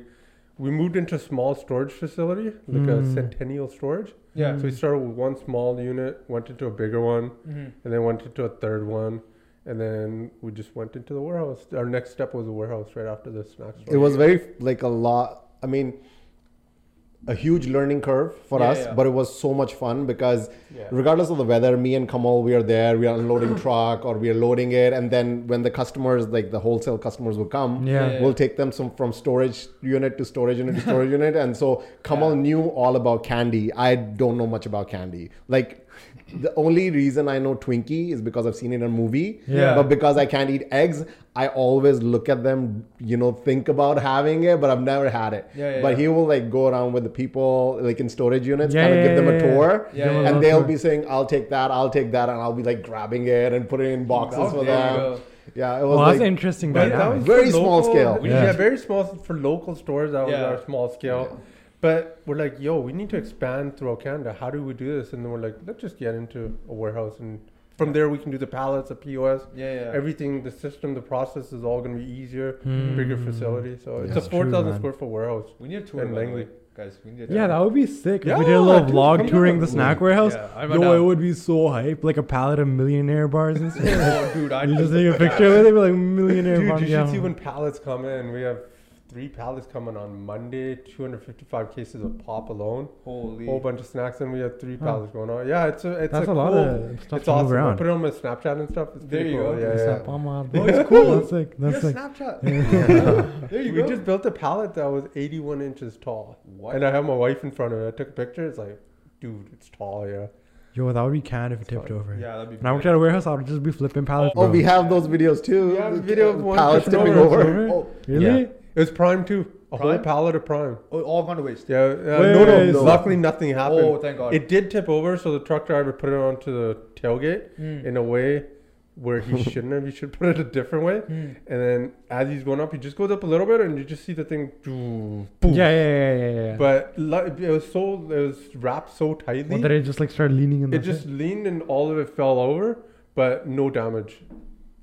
[SPEAKER 2] we moved into a small storage facility like a
[SPEAKER 3] Mm.
[SPEAKER 2] centennial storage
[SPEAKER 1] Yeah.
[SPEAKER 2] so we started with one small unit went into a bigger one
[SPEAKER 1] Mhm.
[SPEAKER 2] and then went into a third one and then we just went into the warehouse our next step was the warehouse right after the snack store
[SPEAKER 4] It was very like a lot. I mean, a huge learning curve for
[SPEAKER 1] Yeah,
[SPEAKER 4] us,
[SPEAKER 1] yeah.
[SPEAKER 4] but it was so much fun because
[SPEAKER 2] Yeah.
[SPEAKER 4] regardless of the weather, me and Kamal, we are there, we are
[SPEAKER 3] (clears throat)
[SPEAKER 4] unloading truck or we are loading it. And then when the customers, like the wholesale customers will come,
[SPEAKER 3] Yeah.
[SPEAKER 1] Yeah.
[SPEAKER 4] we'll take them some from storage unit to storage unit to
[SPEAKER 3] (laughs)
[SPEAKER 4] storage unit. And so Kamal knew all about candy. I don't know much about candy. Like the only reason I know Twinkie is because I've seen it in a movie.
[SPEAKER 1] Yeah.
[SPEAKER 4] But because I can't eat eggs, I always look at them, you know, think about having it, but I've never had it.
[SPEAKER 1] Yeah, yeah,
[SPEAKER 4] but
[SPEAKER 1] yeah.
[SPEAKER 4] he will like go around with the people like in storage units,
[SPEAKER 3] Yeah,
[SPEAKER 4] kind of
[SPEAKER 3] yeah,
[SPEAKER 4] give them a
[SPEAKER 3] yeah, yeah.
[SPEAKER 4] tour.
[SPEAKER 1] Yeah, yeah,
[SPEAKER 4] (laughs) And
[SPEAKER 3] yeah.
[SPEAKER 4] they'll be saying, I'll take that, I'll take that, and I'll be like grabbing it and putting it in boxes
[SPEAKER 1] Oh,
[SPEAKER 4] for
[SPEAKER 1] there you
[SPEAKER 4] them.
[SPEAKER 1] go.
[SPEAKER 4] Yeah, it was
[SPEAKER 3] Well, that's an
[SPEAKER 4] like
[SPEAKER 3] interesting
[SPEAKER 2] But that
[SPEAKER 3] dynamic.
[SPEAKER 2] was
[SPEAKER 4] Very
[SPEAKER 2] for
[SPEAKER 4] small
[SPEAKER 2] local-
[SPEAKER 4] scale.
[SPEAKER 2] we-
[SPEAKER 3] Yeah.
[SPEAKER 2] yeah. very small for local stores. That was
[SPEAKER 1] Yeah.
[SPEAKER 2] our small scale. But we're like, yo, we need to expand throughout Canada. How do we do this? And then we're like, let's just get into a warehouse, and from there we can do the pallets, the POS,
[SPEAKER 1] Yeah, yeah.
[SPEAKER 2] everything, the system, the process is all going to be easier,
[SPEAKER 3] Hmm.
[SPEAKER 2] bigger facility. So it's
[SPEAKER 4] That's
[SPEAKER 2] a
[SPEAKER 3] true,
[SPEAKER 2] four thousand
[SPEAKER 3] man.
[SPEAKER 2] square foot warehouse.
[SPEAKER 1] we need a tour.
[SPEAKER 2] And
[SPEAKER 1] by the
[SPEAKER 2] Langley.
[SPEAKER 1] way, guys. We need a tour.
[SPEAKER 3] yeah, that would be sick. if we
[SPEAKER 2] Yeah,
[SPEAKER 3] did a little
[SPEAKER 2] dude,
[SPEAKER 3] vlog
[SPEAKER 2] come
[SPEAKER 3] touring the
[SPEAKER 2] down.
[SPEAKER 3] snack warehouse.
[SPEAKER 1] Yeah, I'm
[SPEAKER 3] Yo,
[SPEAKER 1] down.
[SPEAKER 3] it would be so hype. Like a pallet of millionaire bars and stuff.
[SPEAKER 1] oh, (laughs) dude, I
[SPEAKER 3] you just take a picture with it, be like millionaire
[SPEAKER 2] Dude,
[SPEAKER 3] bars.
[SPEAKER 2] you
[SPEAKER 3] yeah.
[SPEAKER 2] should see when pallets come in. We have three pallets coming on Monday. Two hundred fifty-five cases of pop alone.
[SPEAKER 1] Holy.
[SPEAKER 2] whole bunch of snacks, and we have three
[SPEAKER 3] Huh.
[SPEAKER 2] pallets going on. Yeah, it's a it's
[SPEAKER 3] That's
[SPEAKER 2] a,
[SPEAKER 3] a lot
[SPEAKER 2] cool,
[SPEAKER 3] of stuff
[SPEAKER 2] it's
[SPEAKER 3] to move
[SPEAKER 2] awesome. I
[SPEAKER 3] around.
[SPEAKER 2] put it on my Snapchat and stuff. It's
[SPEAKER 1] There
[SPEAKER 2] pretty
[SPEAKER 1] you
[SPEAKER 2] cool.
[SPEAKER 1] go.
[SPEAKER 2] Yeah,
[SPEAKER 3] It's
[SPEAKER 2] yeah.
[SPEAKER 3] like, oh my
[SPEAKER 1] Oh,
[SPEAKER 3] God.
[SPEAKER 1] it's cool.
[SPEAKER 3] That's sick.
[SPEAKER 1] you have
[SPEAKER 3] That's sick.
[SPEAKER 1] Snapchat. there you
[SPEAKER 2] we
[SPEAKER 1] go.
[SPEAKER 2] just built a pallet that was 81 inches tall,
[SPEAKER 1] What?
[SPEAKER 2] and I have my wife in front of it. I took a picture. It's like, dude, it's tall. Yeah,
[SPEAKER 3] Yo, that would be canned if it
[SPEAKER 2] It's
[SPEAKER 3] tipped
[SPEAKER 2] fine.
[SPEAKER 3] over.
[SPEAKER 1] yeah, that'd be.
[SPEAKER 3] When I worked at a warehouse, I would just be flipping pallets.
[SPEAKER 4] Oh,
[SPEAKER 3] bro.
[SPEAKER 4] we have those videos too.
[SPEAKER 2] We have a video of one
[SPEAKER 4] pallets
[SPEAKER 2] person
[SPEAKER 4] tipping
[SPEAKER 2] over.
[SPEAKER 4] over.
[SPEAKER 3] Over?
[SPEAKER 4] Oh,
[SPEAKER 3] Really?
[SPEAKER 2] Yeah. It was prime too. A whole
[SPEAKER 1] Prime?
[SPEAKER 2] pallet of prime.
[SPEAKER 1] Oh, all gone to waste.
[SPEAKER 2] Yeah. Uh,
[SPEAKER 3] Wait,
[SPEAKER 2] no,
[SPEAKER 3] wait,
[SPEAKER 2] no,
[SPEAKER 3] so-
[SPEAKER 2] Luckily, nothing happened.
[SPEAKER 1] Oh, thank God.
[SPEAKER 2] It did tip over, so the truck driver put it onto the tailgate
[SPEAKER 1] Mm.
[SPEAKER 2] in a way where
[SPEAKER 3] (laughs)
[SPEAKER 2] he shouldn't have. He should put it a different way.
[SPEAKER 1] Mm.
[SPEAKER 2] And then as he's going up, he just goes up a little bit, and you just see the thing. doo,
[SPEAKER 3] Yeah,
[SPEAKER 2] boom.
[SPEAKER 3] yeah, yeah, yeah, yeah, yeah.
[SPEAKER 2] But lu- it was so it was wrapped so tightly,
[SPEAKER 3] Well, did it just like start leaning in?
[SPEAKER 2] it
[SPEAKER 3] the
[SPEAKER 2] just leaned and all of it fell over, but no damage.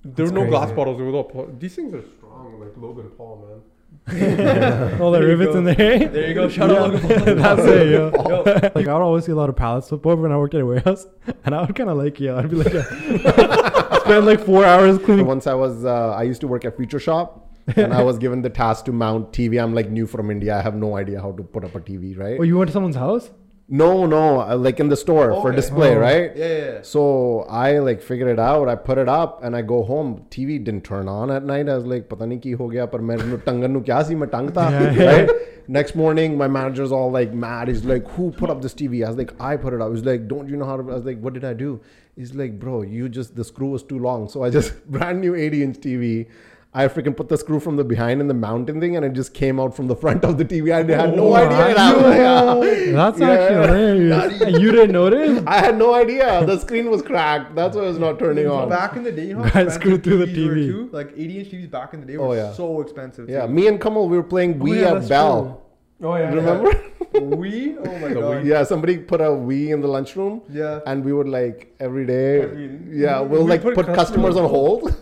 [SPEAKER 2] There
[SPEAKER 3] That's
[SPEAKER 2] were no glass
[SPEAKER 3] crazy.
[SPEAKER 2] bottles. It was all pl- these things are strong, like Logan Paul, man.
[SPEAKER 3] (laughs) (laughs)
[SPEAKER 1] (laughs)
[SPEAKER 3] all the
[SPEAKER 1] There you
[SPEAKER 3] rivets
[SPEAKER 1] go.
[SPEAKER 3] in there.
[SPEAKER 1] There you go. Shout out
[SPEAKER 3] Yeah. (laughs)
[SPEAKER 1] Logan Paul.
[SPEAKER 3] That's it, yo.
[SPEAKER 1] Yo,
[SPEAKER 3] Like I would always see a lot of pallets flip over when I worked at a warehouse, (laughs) and I would kind of like yeah, I'd be like (laughs) spend like four hours cleaning.
[SPEAKER 4] Once I was, uh, I used to work at Future Shop, and I was given the task to mount TV. I'm like new from India. I have no idea how to put up a TV, right?
[SPEAKER 3] Oh, you went to someone's house?
[SPEAKER 4] No, no, uh, like in the store for
[SPEAKER 1] Okay.
[SPEAKER 4] display,
[SPEAKER 3] Oh.
[SPEAKER 4] right?
[SPEAKER 1] Yeah, yeah, yeah.
[SPEAKER 4] So I like figured it out. I put it up and I go home. TV didn't turn on at night. I was like, "Pata nahi ki ho gaya, par main nu tangan nu kya si main tang tha."
[SPEAKER 3] Yeah.
[SPEAKER 4] Right? Next morning, my manager's all like mad. He's like, "Who put up this TV?" I was like, "I put it up." He's like, "Don't you know how to?" I was like, "What did I do?" He's like, "Bro, you just the screw was too long." So I just (laughs) brand new 80-inch TV. I freaking put the screw from the behind in the mountain thing, and it just came out from the front of the TV. I had no
[SPEAKER 3] Oh,
[SPEAKER 4] idea. it happened. Yeah.
[SPEAKER 3] That's
[SPEAKER 4] Yeah.
[SPEAKER 3] actually hilarious. And you didn't notice?
[SPEAKER 4] (laughs) I had no idea. The screen was cracked. That's why it was not turning on.
[SPEAKER 1] Back in the day, you know,
[SPEAKER 3] (laughs) Guys
[SPEAKER 1] how expensive
[SPEAKER 3] screwed through the
[SPEAKER 1] TVs were
[SPEAKER 3] TV.
[SPEAKER 1] Too? Like 80 inch TVs back in the day
[SPEAKER 4] Oh,
[SPEAKER 1] were
[SPEAKER 4] yeah.
[SPEAKER 1] so expensive.
[SPEAKER 4] Yeah,
[SPEAKER 1] too.
[SPEAKER 4] me and Kamal, we were playing
[SPEAKER 3] Oh,
[SPEAKER 4] Wii
[SPEAKER 3] yeah,
[SPEAKER 4] at
[SPEAKER 3] that's
[SPEAKER 4] Bell.
[SPEAKER 2] Oh yeah,
[SPEAKER 4] Remember?
[SPEAKER 1] (laughs) we? Oh my
[SPEAKER 2] The
[SPEAKER 1] god.
[SPEAKER 4] Yeah, somebody put a Wii in the lunchroom.
[SPEAKER 1] Yeah.
[SPEAKER 4] And we would like every day,
[SPEAKER 2] Every-
[SPEAKER 4] yeah, we'll
[SPEAKER 2] we
[SPEAKER 4] like put,
[SPEAKER 2] put
[SPEAKER 4] customers
[SPEAKER 2] customers
[SPEAKER 4] on hold.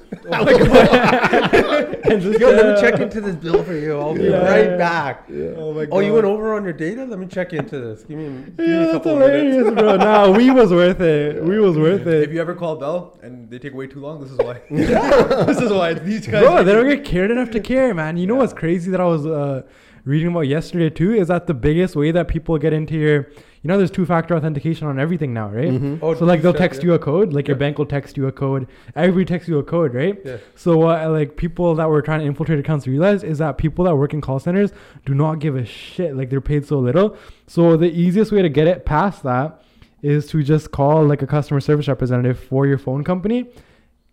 [SPEAKER 3] And just,
[SPEAKER 2] Yo, let
[SPEAKER 3] uh,
[SPEAKER 2] me check into this bill for you. I'll be
[SPEAKER 3] Yeah.
[SPEAKER 2] right back.
[SPEAKER 1] Oh my god.
[SPEAKER 2] Oh, you went over on your data? Let me check into this. Give me, give me
[SPEAKER 3] Yeah,
[SPEAKER 2] a
[SPEAKER 3] that's
[SPEAKER 2] couple of minutes.
[SPEAKER 3] hilarious, bro. Nah, we was worth it. We was worth
[SPEAKER 1] If
[SPEAKER 3] it.
[SPEAKER 1] you ever call Bell and they take way too long, this is
[SPEAKER 4] (laughs)
[SPEAKER 1] why. (laughs) this is why these guys.
[SPEAKER 3] Bro, they don't get cared enough to care, man. You know what's crazy that I was uh, reading about yesterday too is that the biggest way that people get into your, you know, there's two-factor authentication on everything now, right?
[SPEAKER 4] Mm-hmm.
[SPEAKER 2] Oh,
[SPEAKER 3] so like they'll
[SPEAKER 2] shit,
[SPEAKER 3] text
[SPEAKER 2] yeah.
[SPEAKER 3] you a code, like your bank will text you a code. Everybody texts you a code, right?
[SPEAKER 2] Yeah.
[SPEAKER 3] So what like people that were trying to infiltrate accounts realized is that people that work in call centers do not give a shit. Like they're paid so little. So the easiest way to get it past that is to just call like a customer service representative for your phone company.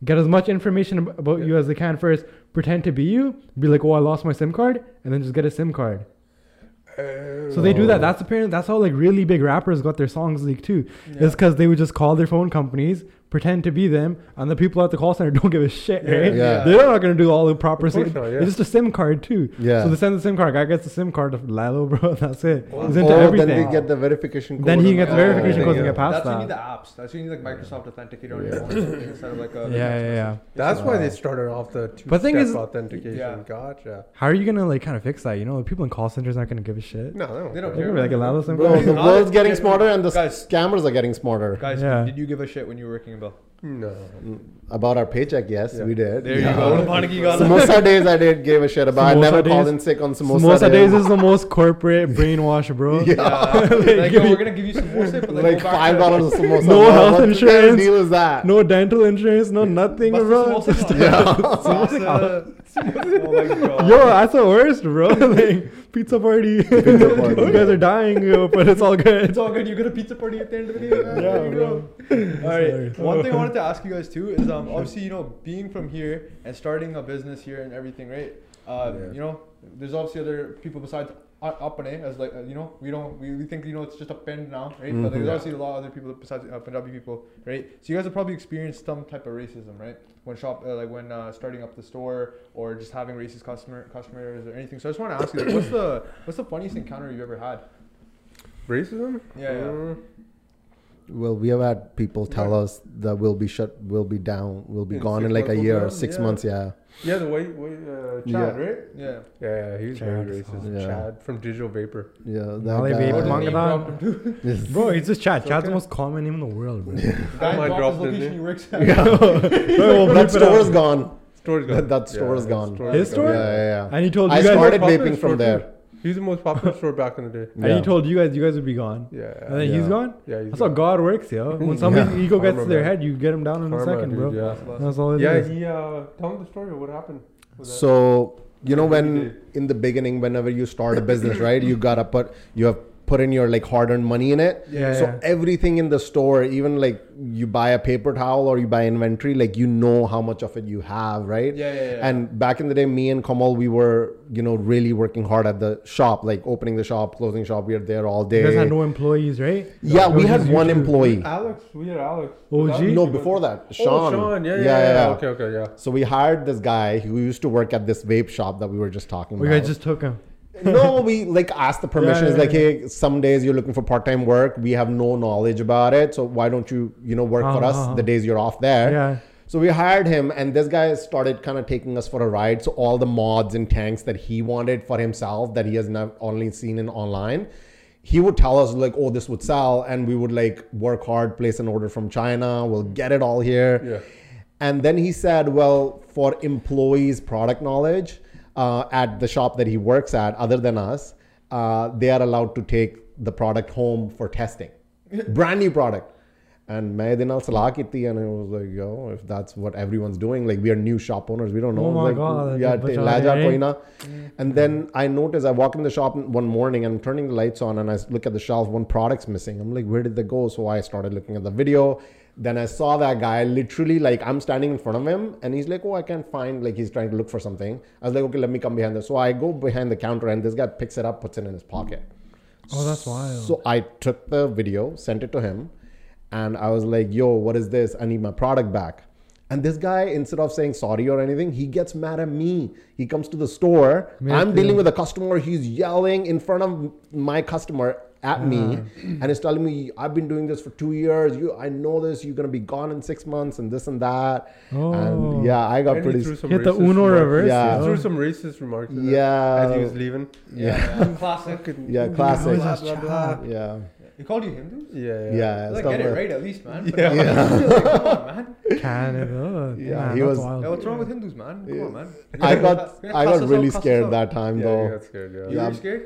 [SPEAKER 3] Get as much information ab- about
[SPEAKER 2] Yeah.
[SPEAKER 3] you as they can first. Pretend to be you. Be like, oh, I lost my SIM card, and then just get a SIM card. So they do that. That's apparently that's how like really big rappers got their songs leaked too.
[SPEAKER 1] Yeah.
[SPEAKER 3] Is because they would just call their phone companies, pretend to be them, and the people at the call center (laughs) don't give a shit,
[SPEAKER 2] Yeah.
[SPEAKER 3] right?
[SPEAKER 4] Yeah.
[SPEAKER 3] They're not gonna do all the proper.
[SPEAKER 2] Of course
[SPEAKER 3] Thing.
[SPEAKER 2] not, yeah.
[SPEAKER 3] It's just a SIM card too.
[SPEAKER 4] Yeah.
[SPEAKER 3] So they send the SIM card. Guy gets the SIM card of Lalo, (laughs) bro. That's it.
[SPEAKER 2] Wow.
[SPEAKER 3] He's into
[SPEAKER 4] oh,
[SPEAKER 3] everything.
[SPEAKER 4] then we get the verification code.
[SPEAKER 3] Then he
[SPEAKER 4] and
[SPEAKER 3] gets
[SPEAKER 4] all
[SPEAKER 3] verification
[SPEAKER 4] that.
[SPEAKER 3] codes and
[SPEAKER 4] (laughs)
[SPEAKER 2] yeah.
[SPEAKER 3] get past
[SPEAKER 1] That's when you need the
[SPEAKER 3] that.
[SPEAKER 1] apps. That's when you need like Microsoft Authenticator on your phone or something instead of like a.
[SPEAKER 3] Yeah, (laughs) yeah, yeah.
[SPEAKER 2] That's why they started off the two
[SPEAKER 3] But
[SPEAKER 2] but
[SPEAKER 3] thing
[SPEAKER 2] thing
[SPEAKER 3] is-
[SPEAKER 2] authentication.
[SPEAKER 1] Yeah.
[SPEAKER 2] Gotcha.
[SPEAKER 3] How are you gonna like kind of fix that? You know, people in call centers aren't gonna give a shit.
[SPEAKER 2] No, they don't,
[SPEAKER 1] They don't
[SPEAKER 3] They're
[SPEAKER 1] care.
[SPEAKER 3] gonna be like a Lalo SIM
[SPEAKER 4] Bro,
[SPEAKER 3] card.
[SPEAKER 4] the
[SPEAKER 1] Guys,
[SPEAKER 4] world's getting smarter and the
[SPEAKER 1] guys.
[SPEAKER 4] scammers are getting smarter.
[SPEAKER 1] Guys,
[SPEAKER 3] Yeah.
[SPEAKER 1] did you give a shit when you were working in Bell?
[SPEAKER 2] No.
[SPEAKER 4] About our paycheck, yes,
[SPEAKER 2] Yeah.
[SPEAKER 4] we did.
[SPEAKER 1] There
[SPEAKER 4] Yeah.
[SPEAKER 1] you go. Paniki got it.
[SPEAKER 4] Samosa days, I did give a shit about.
[SPEAKER 3] Samosa
[SPEAKER 4] I never called
[SPEAKER 3] days-
[SPEAKER 4] in sick on samosa,
[SPEAKER 3] Samosa days is the most corporate
[SPEAKER 4] (laughs)
[SPEAKER 3] brainwash, bro.
[SPEAKER 1] (laughs)
[SPEAKER 4] Yeah.
[SPEAKER 1] Yeah. like,
[SPEAKER 3] give
[SPEAKER 1] yo,
[SPEAKER 3] me-
[SPEAKER 1] we're gonna give you some more sip, but then
[SPEAKER 4] like
[SPEAKER 1] go back
[SPEAKER 4] five
[SPEAKER 1] to-
[SPEAKER 4] dollars a samosa.
[SPEAKER 3] No
[SPEAKER 4] What-
[SPEAKER 3] health
[SPEAKER 4] what the
[SPEAKER 3] insurance.
[SPEAKER 4] Deal is that?
[SPEAKER 3] No dental insurance, no nothing,
[SPEAKER 1] Bust the
[SPEAKER 3] bro.
[SPEAKER 1] samosa
[SPEAKER 3] Just-
[SPEAKER 1] on.
[SPEAKER 4] (laughs)
[SPEAKER 1] Samosa- Oh my god.
[SPEAKER 3] Yo, that's the worst, bro. (laughs) like pizza party.
[SPEAKER 4] Pizza
[SPEAKER 3] (laughs)
[SPEAKER 4] party.
[SPEAKER 3] you guys are dying, yo, but it's all
[SPEAKER 1] (laughs)
[SPEAKER 3] good.
[SPEAKER 1] It's all good. You got a pizza party at the end of the day.
[SPEAKER 3] Yeah,
[SPEAKER 1] There you go. All right.
[SPEAKER 3] hilarious.
[SPEAKER 1] One thing I wanted to ask you guys too is um obviously you know being from here and starting a business here and everything, right? Um,
[SPEAKER 2] Yeah.
[SPEAKER 1] You know, there's obviously other people besides A- Apane as like uh, you know we don't we, we think you know it's just a pen now, right? But there's
[SPEAKER 4] Mhm.
[SPEAKER 1] obviously a lot of other people besides uh, Punjabi people, right? So you guys have probably experienced some type of racism, right? When shop uh, like when uh, starting up the store or just having racist customer customers or anything. So I just want to ask you, like, what's the what's the funniest encounter you've ever had?
[SPEAKER 2] Racism?
[SPEAKER 1] Yeah, yeah.
[SPEAKER 2] Uh,
[SPEAKER 4] Well, we have had people tell us that we'll be shut, we'll be down, we'll be
[SPEAKER 2] In
[SPEAKER 4] gone
[SPEAKER 2] six
[SPEAKER 4] in like a
[SPEAKER 2] months,
[SPEAKER 4] year,
[SPEAKER 2] we'll be
[SPEAKER 4] six
[SPEAKER 2] down, yeah.
[SPEAKER 4] months. Yeah,
[SPEAKER 2] Yeah, the white, white uh, Chad,
[SPEAKER 4] Yeah.
[SPEAKER 2] right?
[SPEAKER 1] Yeah.
[SPEAKER 2] Yeah, yeah, he was very
[SPEAKER 3] Chad.
[SPEAKER 2] racist.
[SPEAKER 4] Yeah.
[SPEAKER 2] Chad from Digital Vapor.
[SPEAKER 4] yeah.
[SPEAKER 3] Now they
[SPEAKER 1] Or
[SPEAKER 3] wait
[SPEAKER 1] just
[SPEAKER 4] (laughs)
[SPEAKER 3] Manga
[SPEAKER 1] name
[SPEAKER 3] that.
[SPEAKER 1] drop him too.
[SPEAKER 3] Bro, it's just Chad.
[SPEAKER 2] It's
[SPEAKER 3] Chad's the
[SPEAKER 2] okay.
[SPEAKER 3] most common name in the world, bro.
[SPEAKER 1] Guy
[SPEAKER 2] might
[SPEAKER 1] dropped
[SPEAKER 2] drop
[SPEAKER 1] his
[SPEAKER 2] the
[SPEAKER 1] location
[SPEAKER 2] name.
[SPEAKER 1] he works at.
[SPEAKER 3] Bro, we'll
[SPEAKER 4] that
[SPEAKER 3] bleep it out.
[SPEAKER 4] store is gone.
[SPEAKER 2] Store's gone.
[SPEAKER 4] That- that store is
[SPEAKER 2] that
[SPEAKER 4] gone.
[SPEAKER 2] store
[SPEAKER 3] His
[SPEAKER 2] is
[SPEAKER 3] store?
[SPEAKER 2] gone.
[SPEAKER 4] Yeah, yeah, yeah.
[SPEAKER 3] And he told
[SPEAKER 4] I
[SPEAKER 3] you guys.
[SPEAKER 4] started
[SPEAKER 2] Popular
[SPEAKER 4] vaping
[SPEAKER 2] store
[SPEAKER 4] from there.
[SPEAKER 2] He was the most popular store back in the day.
[SPEAKER 3] And he told you guys, you guys would be gone. And
[SPEAKER 2] Yeah.
[SPEAKER 3] then he's
[SPEAKER 4] Yeah.
[SPEAKER 3] gone.
[SPEAKER 2] Yeah, he's
[SPEAKER 3] That's how
[SPEAKER 2] gone.
[SPEAKER 3] God works, yo. When somebody's ego gets
[SPEAKER 2] Karma,
[SPEAKER 3] to their
[SPEAKER 2] man.
[SPEAKER 3] head, you get them down in a
[SPEAKER 2] Karma,
[SPEAKER 3] second,
[SPEAKER 2] dude,
[SPEAKER 3] bro.
[SPEAKER 2] Yeah.
[SPEAKER 3] That's all it is.
[SPEAKER 2] Yeah, he uh, tell him the story of what happened. with that.
[SPEAKER 4] So you know
[SPEAKER 2] What did
[SPEAKER 4] when
[SPEAKER 2] you
[SPEAKER 4] in the beginning, whenever you start a business, right? You gotta put you have put in your like hard-earned money in it.
[SPEAKER 3] Yeah,
[SPEAKER 4] so
[SPEAKER 3] yeah.
[SPEAKER 4] everything in the store, even like you buy a paper towel or you buy inventory, like you know how much of it you have, right?
[SPEAKER 1] Yeah, yeah, yeah.
[SPEAKER 4] And back in the day, me and Kamal, we were you know really working hard at the shop, like opening the shop, closing shop. We were there all day.
[SPEAKER 3] You guys had no Ah, employees, right?
[SPEAKER 4] yeah,
[SPEAKER 3] It
[SPEAKER 4] we
[SPEAKER 3] was
[SPEAKER 4] had
[SPEAKER 3] just you
[SPEAKER 4] one
[SPEAKER 3] two.
[SPEAKER 4] employee.
[SPEAKER 2] Alex, we had Alex.
[SPEAKER 3] OG?
[SPEAKER 2] That was-
[SPEAKER 4] No, before that, Sean.
[SPEAKER 2] Oh, Sean. Yeah, yeah, yeah. Okay, okay, yeah.
[SPEAKER 4] So we hired this guy who used to work at this vape shop that we were just talking
[SPEAKER 3] We
[SPEAKER 4] about.
[SPEAKER 3] guys just took him.
[SPEAKER 4] no, we like asked the
[SPEAKER 3] (laughs)
[SPEAKER 4] permission.
[SPEAKER 3] Yeah,
[SPEAKER 4] it's
[SPEAKER 3] yeah,
[SPEAKER 4] like, hey, some days you're looking for part-time work. We have no knowledge about it, so why don't you, you know, work for
[SPEAKER 3] Uh-huh,
[SPEAKER 4] us
[SPEAKER 3] uh-huh.
[SPEAKER 4] the days you're off there?
[SPEAKER 3] Yeah.
[SPEAKER 4] So we hired him, and this guy started kind of taking us for a ride. So all the mods and tanks that he wanted for himself that he has not only seen in online, he would tell us like, oh, this would sell, and we would like work hard, place an order from China, we'll get it all here.
[SPEAKER 2] Yeah.
[SPEAKER 4] And then he said, well, for employees' product knowledge uh, at the shop that he works at, other than us, uh, they are allowed to take the product home for testing. Brand new product. And मैं दिन नाल सलाह ਕੀਤੀ and I was like, yo, if that's what everyone's doing, like we are new shop owners, we don't know.
[SPEAKER 3] Oh my
[SPEAKER 4] like,
[SPEAKER 3] God,
[SPEAKER 4] yeah,
[SPEAKER 3] that's
[SPEAKER 4] t-
[SPEAKER 3] bizarre,
[SPEAKER 4] ला जा
[SPEAKER 3] right?
[SPEAKER 4] कोई ना. And then I notice I walk in the shop one morning and I'm turning the lights on and I look at the shelf, one product's missing. I'm like, where did they go? So I started looking at the video. Then I saw that guy literally like I'm standing in front of him and he's like, Oh, I can't find like he's trying to look for something. I was like, Okay, let me come behind this. So I go behind the counter and this guy picks it up, puts it in his pocket.
[SPEAKER 3] Oh, that's wild.
[SPEAKER 4] So I took the video, sent it to him, and I was like, yo, what is this? I need my product back. And this guy, instead of saying sorry or anything, he gets mad at me. He comes to the store. I'm dealing with a customer. He's yelling in front of my customer at me and is telling me, I've been doing this for two years. You I know this, you're gonna be gone in six months and this and that.
[SPEAKER 3] Oh.
[SPEAKER 4] And yeah, I got
[SPEAKER 2] And he
[SPEAKER 4] pretty
[SPEAKER 2] threw some
[SPEAKER 3] Hit the
[SPEAKER 2] racist
[SPEAKER 3] Uno
[SPEAKER 2] remarks.
[SPEAKER 3] reverse.
[SPEAKER 4] Yeah.
[SPEAKER 2] He
[SPEAKER 3] yo.
[SPEAKER 2] threw some racist remarks. in there
[SPEAKER 4] Yeah.
[SPEAKER 2] As he was leaving.
[SPEAKER 1] Yeah, (laughs) classic.
[SPEAKER 4] yeah,
[SPEAKER 3] Always
[SPEAKER 4] classic.
[SPEAKER 1] Blah,
[SPEAKER 3] has
[SPEAKER 1] blah,
[SPEAKER 3] Chad.
[SPEAKER 1] blah.
[SPEAKER 4] Yeah.
[SPEAKER 1] You called you Hindu?
[SPEAKER 2] Yeah, yeah.
[SPEAKER 4] Yeah.
[SPEAKER 1] Like,
[SPEAKER 4] stuff
[SPEAKER 1] get it
[SPEAKER 4] like-
[SPEAKER 1] right at least,
[SPEAKER 4] (laughs)
[SPEAKER 1] man.
[SPEAKER 2] Yeah.
[SPEAKER 1] Come on, man.
[SPEAKER 3] Canada.
[SPEAKER 4] Yeah,
[SPEAKER 3] Man,
[SPEAKER 4] he
[SPEAKER 3] that's
[SPEAKER 4] was-
[SPEAKER 1] Yeah,
[SPEAKER 3] wild.
[SPEAKER 1] what's wrong with Hindus, man? Come on, man.
[SPEAKER 4] I
[SPEAKER 1] You're gonna-
[SPEAKER 4] got
[SPEAKER 1] you're gonna
[SPEAKER 4] I
[SPEAKER 1] cuss
[SPEAKER 4] got
[SPEAKER 1] us
[SPEAKER 4] really
[SPEAKER 1] out, cuss us
[SPEAKER 4] scared
[SPEAKER 1] out.
[SPEAKER 4] that time
[SPEAKER 2] Yeah,
[SPEAKER 4] though.
[SPEAKER 2] he got scared, yeah.
[SPEAKER 1] You
[SPEAKER 4] Yeah.
[SPEAKER 1] were scared?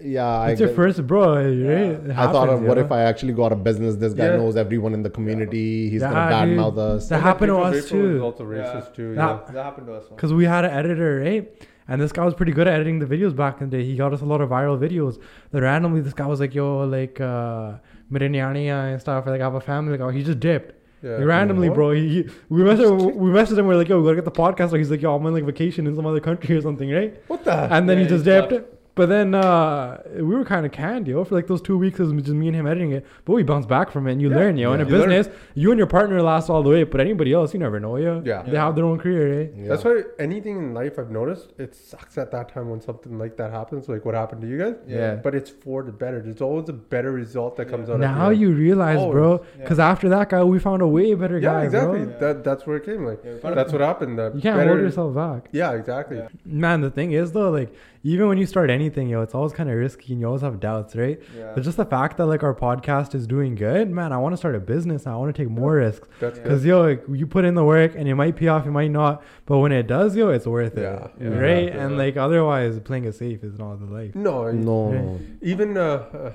[SPEAKER 4] Yeah,
[SPEAKER 3] It's
[SPEAKER 4] I
[SPEAKER 3] your
[SPEAKER 4] get-
[SPEAKER 3] first bro, right? It
[SPEAKER 4] I thought of
[SPEAKER 3] happens,
[SPEAKER 4] what
[SPEAKER 3] yo.
[SPEAKER 4] if I actually got a business? This guy
[SPEAKER 2] Yeah.
[SPEAKER 4] knows everyone in the community. He's
[SPEAKER 3] Yeah,
[SPEAKER 4] gonna badmouth
[SPEAKER 3] dude.
[SPEAKER 4] us.
[SPEAKER 3] That happened to
[SPEAKER 2] Victor
[SPEAKER 3] us
[SPEAKER 2] Vapor was
[SPEAKER 3] too.
[SPEAKER 2] also racist too.
[SPEAKER 3] Nah.
[SPEAKER 2] Yeah.
[SPEAKER 1] That happened to us once.
[SPEAKER 3] Because we had an editor, right? And this guy was pretty good at editing the videos back in the day. He got us a lot of viral videos. Then randomly, this guy was like, yo, like, uh, Mirinyania and stuff. Like, I have a family. Like, oh, he just dipped.
[SPEAKER 2] Yeah.
[SPEAKER 3] Like, randomly,
[SPEAKER 2] What?
[SPEAKER 3] bro. He, he- we messaged we messaged him. We're like, yo, we gotta get the podcast. Like, he's like, yo, I'm on like vacation in some other country or something, right?
[SPEAKER 2] What the?
[SPEAKER 3] And then
[SPEAKER 1] Yeah,
[SPEAKER 3] he just
[SPEAKER 1] he
[SPEAKER 3] dipped.
[SPEAKER 1] slept.
[SPEAKER 3] But then uh, we were kind of canned, yo, for like those two weeks. It was just me and him editing it. But we bounced back from it, and you
[SPEAKER 2] Yeah.
[SPEAKER 3] learn, yo. In a
[SPEAKER 2] You learn.
[SPEAKER 3] business, you and your partner last all the way, but anybody else, you never know, yo.
[SPEAKER 2] Yeah.
[SPEAKER 3] They have their own career, right?
[SPEAKER 4] Yeah.
[SPEAKER 2] That's why anything in life I've noticed, it sucks at that time when something like that happens, like what happened to you guys.
[SPEAKER 1] Yeah.
[SPEAKER 2] But it's for the better. There's always a better result that comes
[SPEAKER 1] Yeah.
[SPEAKER 2] out. at the
[SPEAKER 3] Now
[SPEAKER 2] end.
[SPEAKER 3] you realize, bro,
[SPEAKER 1] Always.
[SPEAKER 3] because after that guy, we found a way better
[SPEAKER 2] Yeah,
[SPEAKER 3] guy,
[SPEAKER 2] exactly.
[SPEAKER 3] bro.
[SPEAKER 1] Yeah.
[SPEAKER 2] That that's where it came. Like
[SPEAKER 1] Yeah, we found
[SPEAKER 2] that's what happened. The
[SPEAKER 3] You can't
[SPEAKER 2] better-
[SPEAKER 3] hold yourself back.
[SPEAKER 2] Yeah, exactly.
[SPEAKER 1] Yeah.
[SPEAKER 3] Man, the thing is though, like even when you start anything, yo, it's always kind of risky and you always have doubts, right?
[SPEAKER 1] Yeah.
[SPEAKER 3] But just the fact that like our podcast is doing good, man, I want to start a business. and I want to take more risks.
[SPEAKER 2] That's
[SPEAKER 1] Yeah.
[SPEAKER 3] Cause yo, like, you put in the work and it might pay off, it might not, but when it does, yo, it's worth it,
[SPEAKER 2] Yeah.
[SPEAKER 1] Yeah.
[SPEAKER 3] right?
[SPEAKER 1] Yeah.
[SPEAKER 3] And like otherwise, playing it safe is not the life.
[SPEAKER 2] good. No,
[SPEAKER 4] No.
[SPEAKER 2] even uh, uh,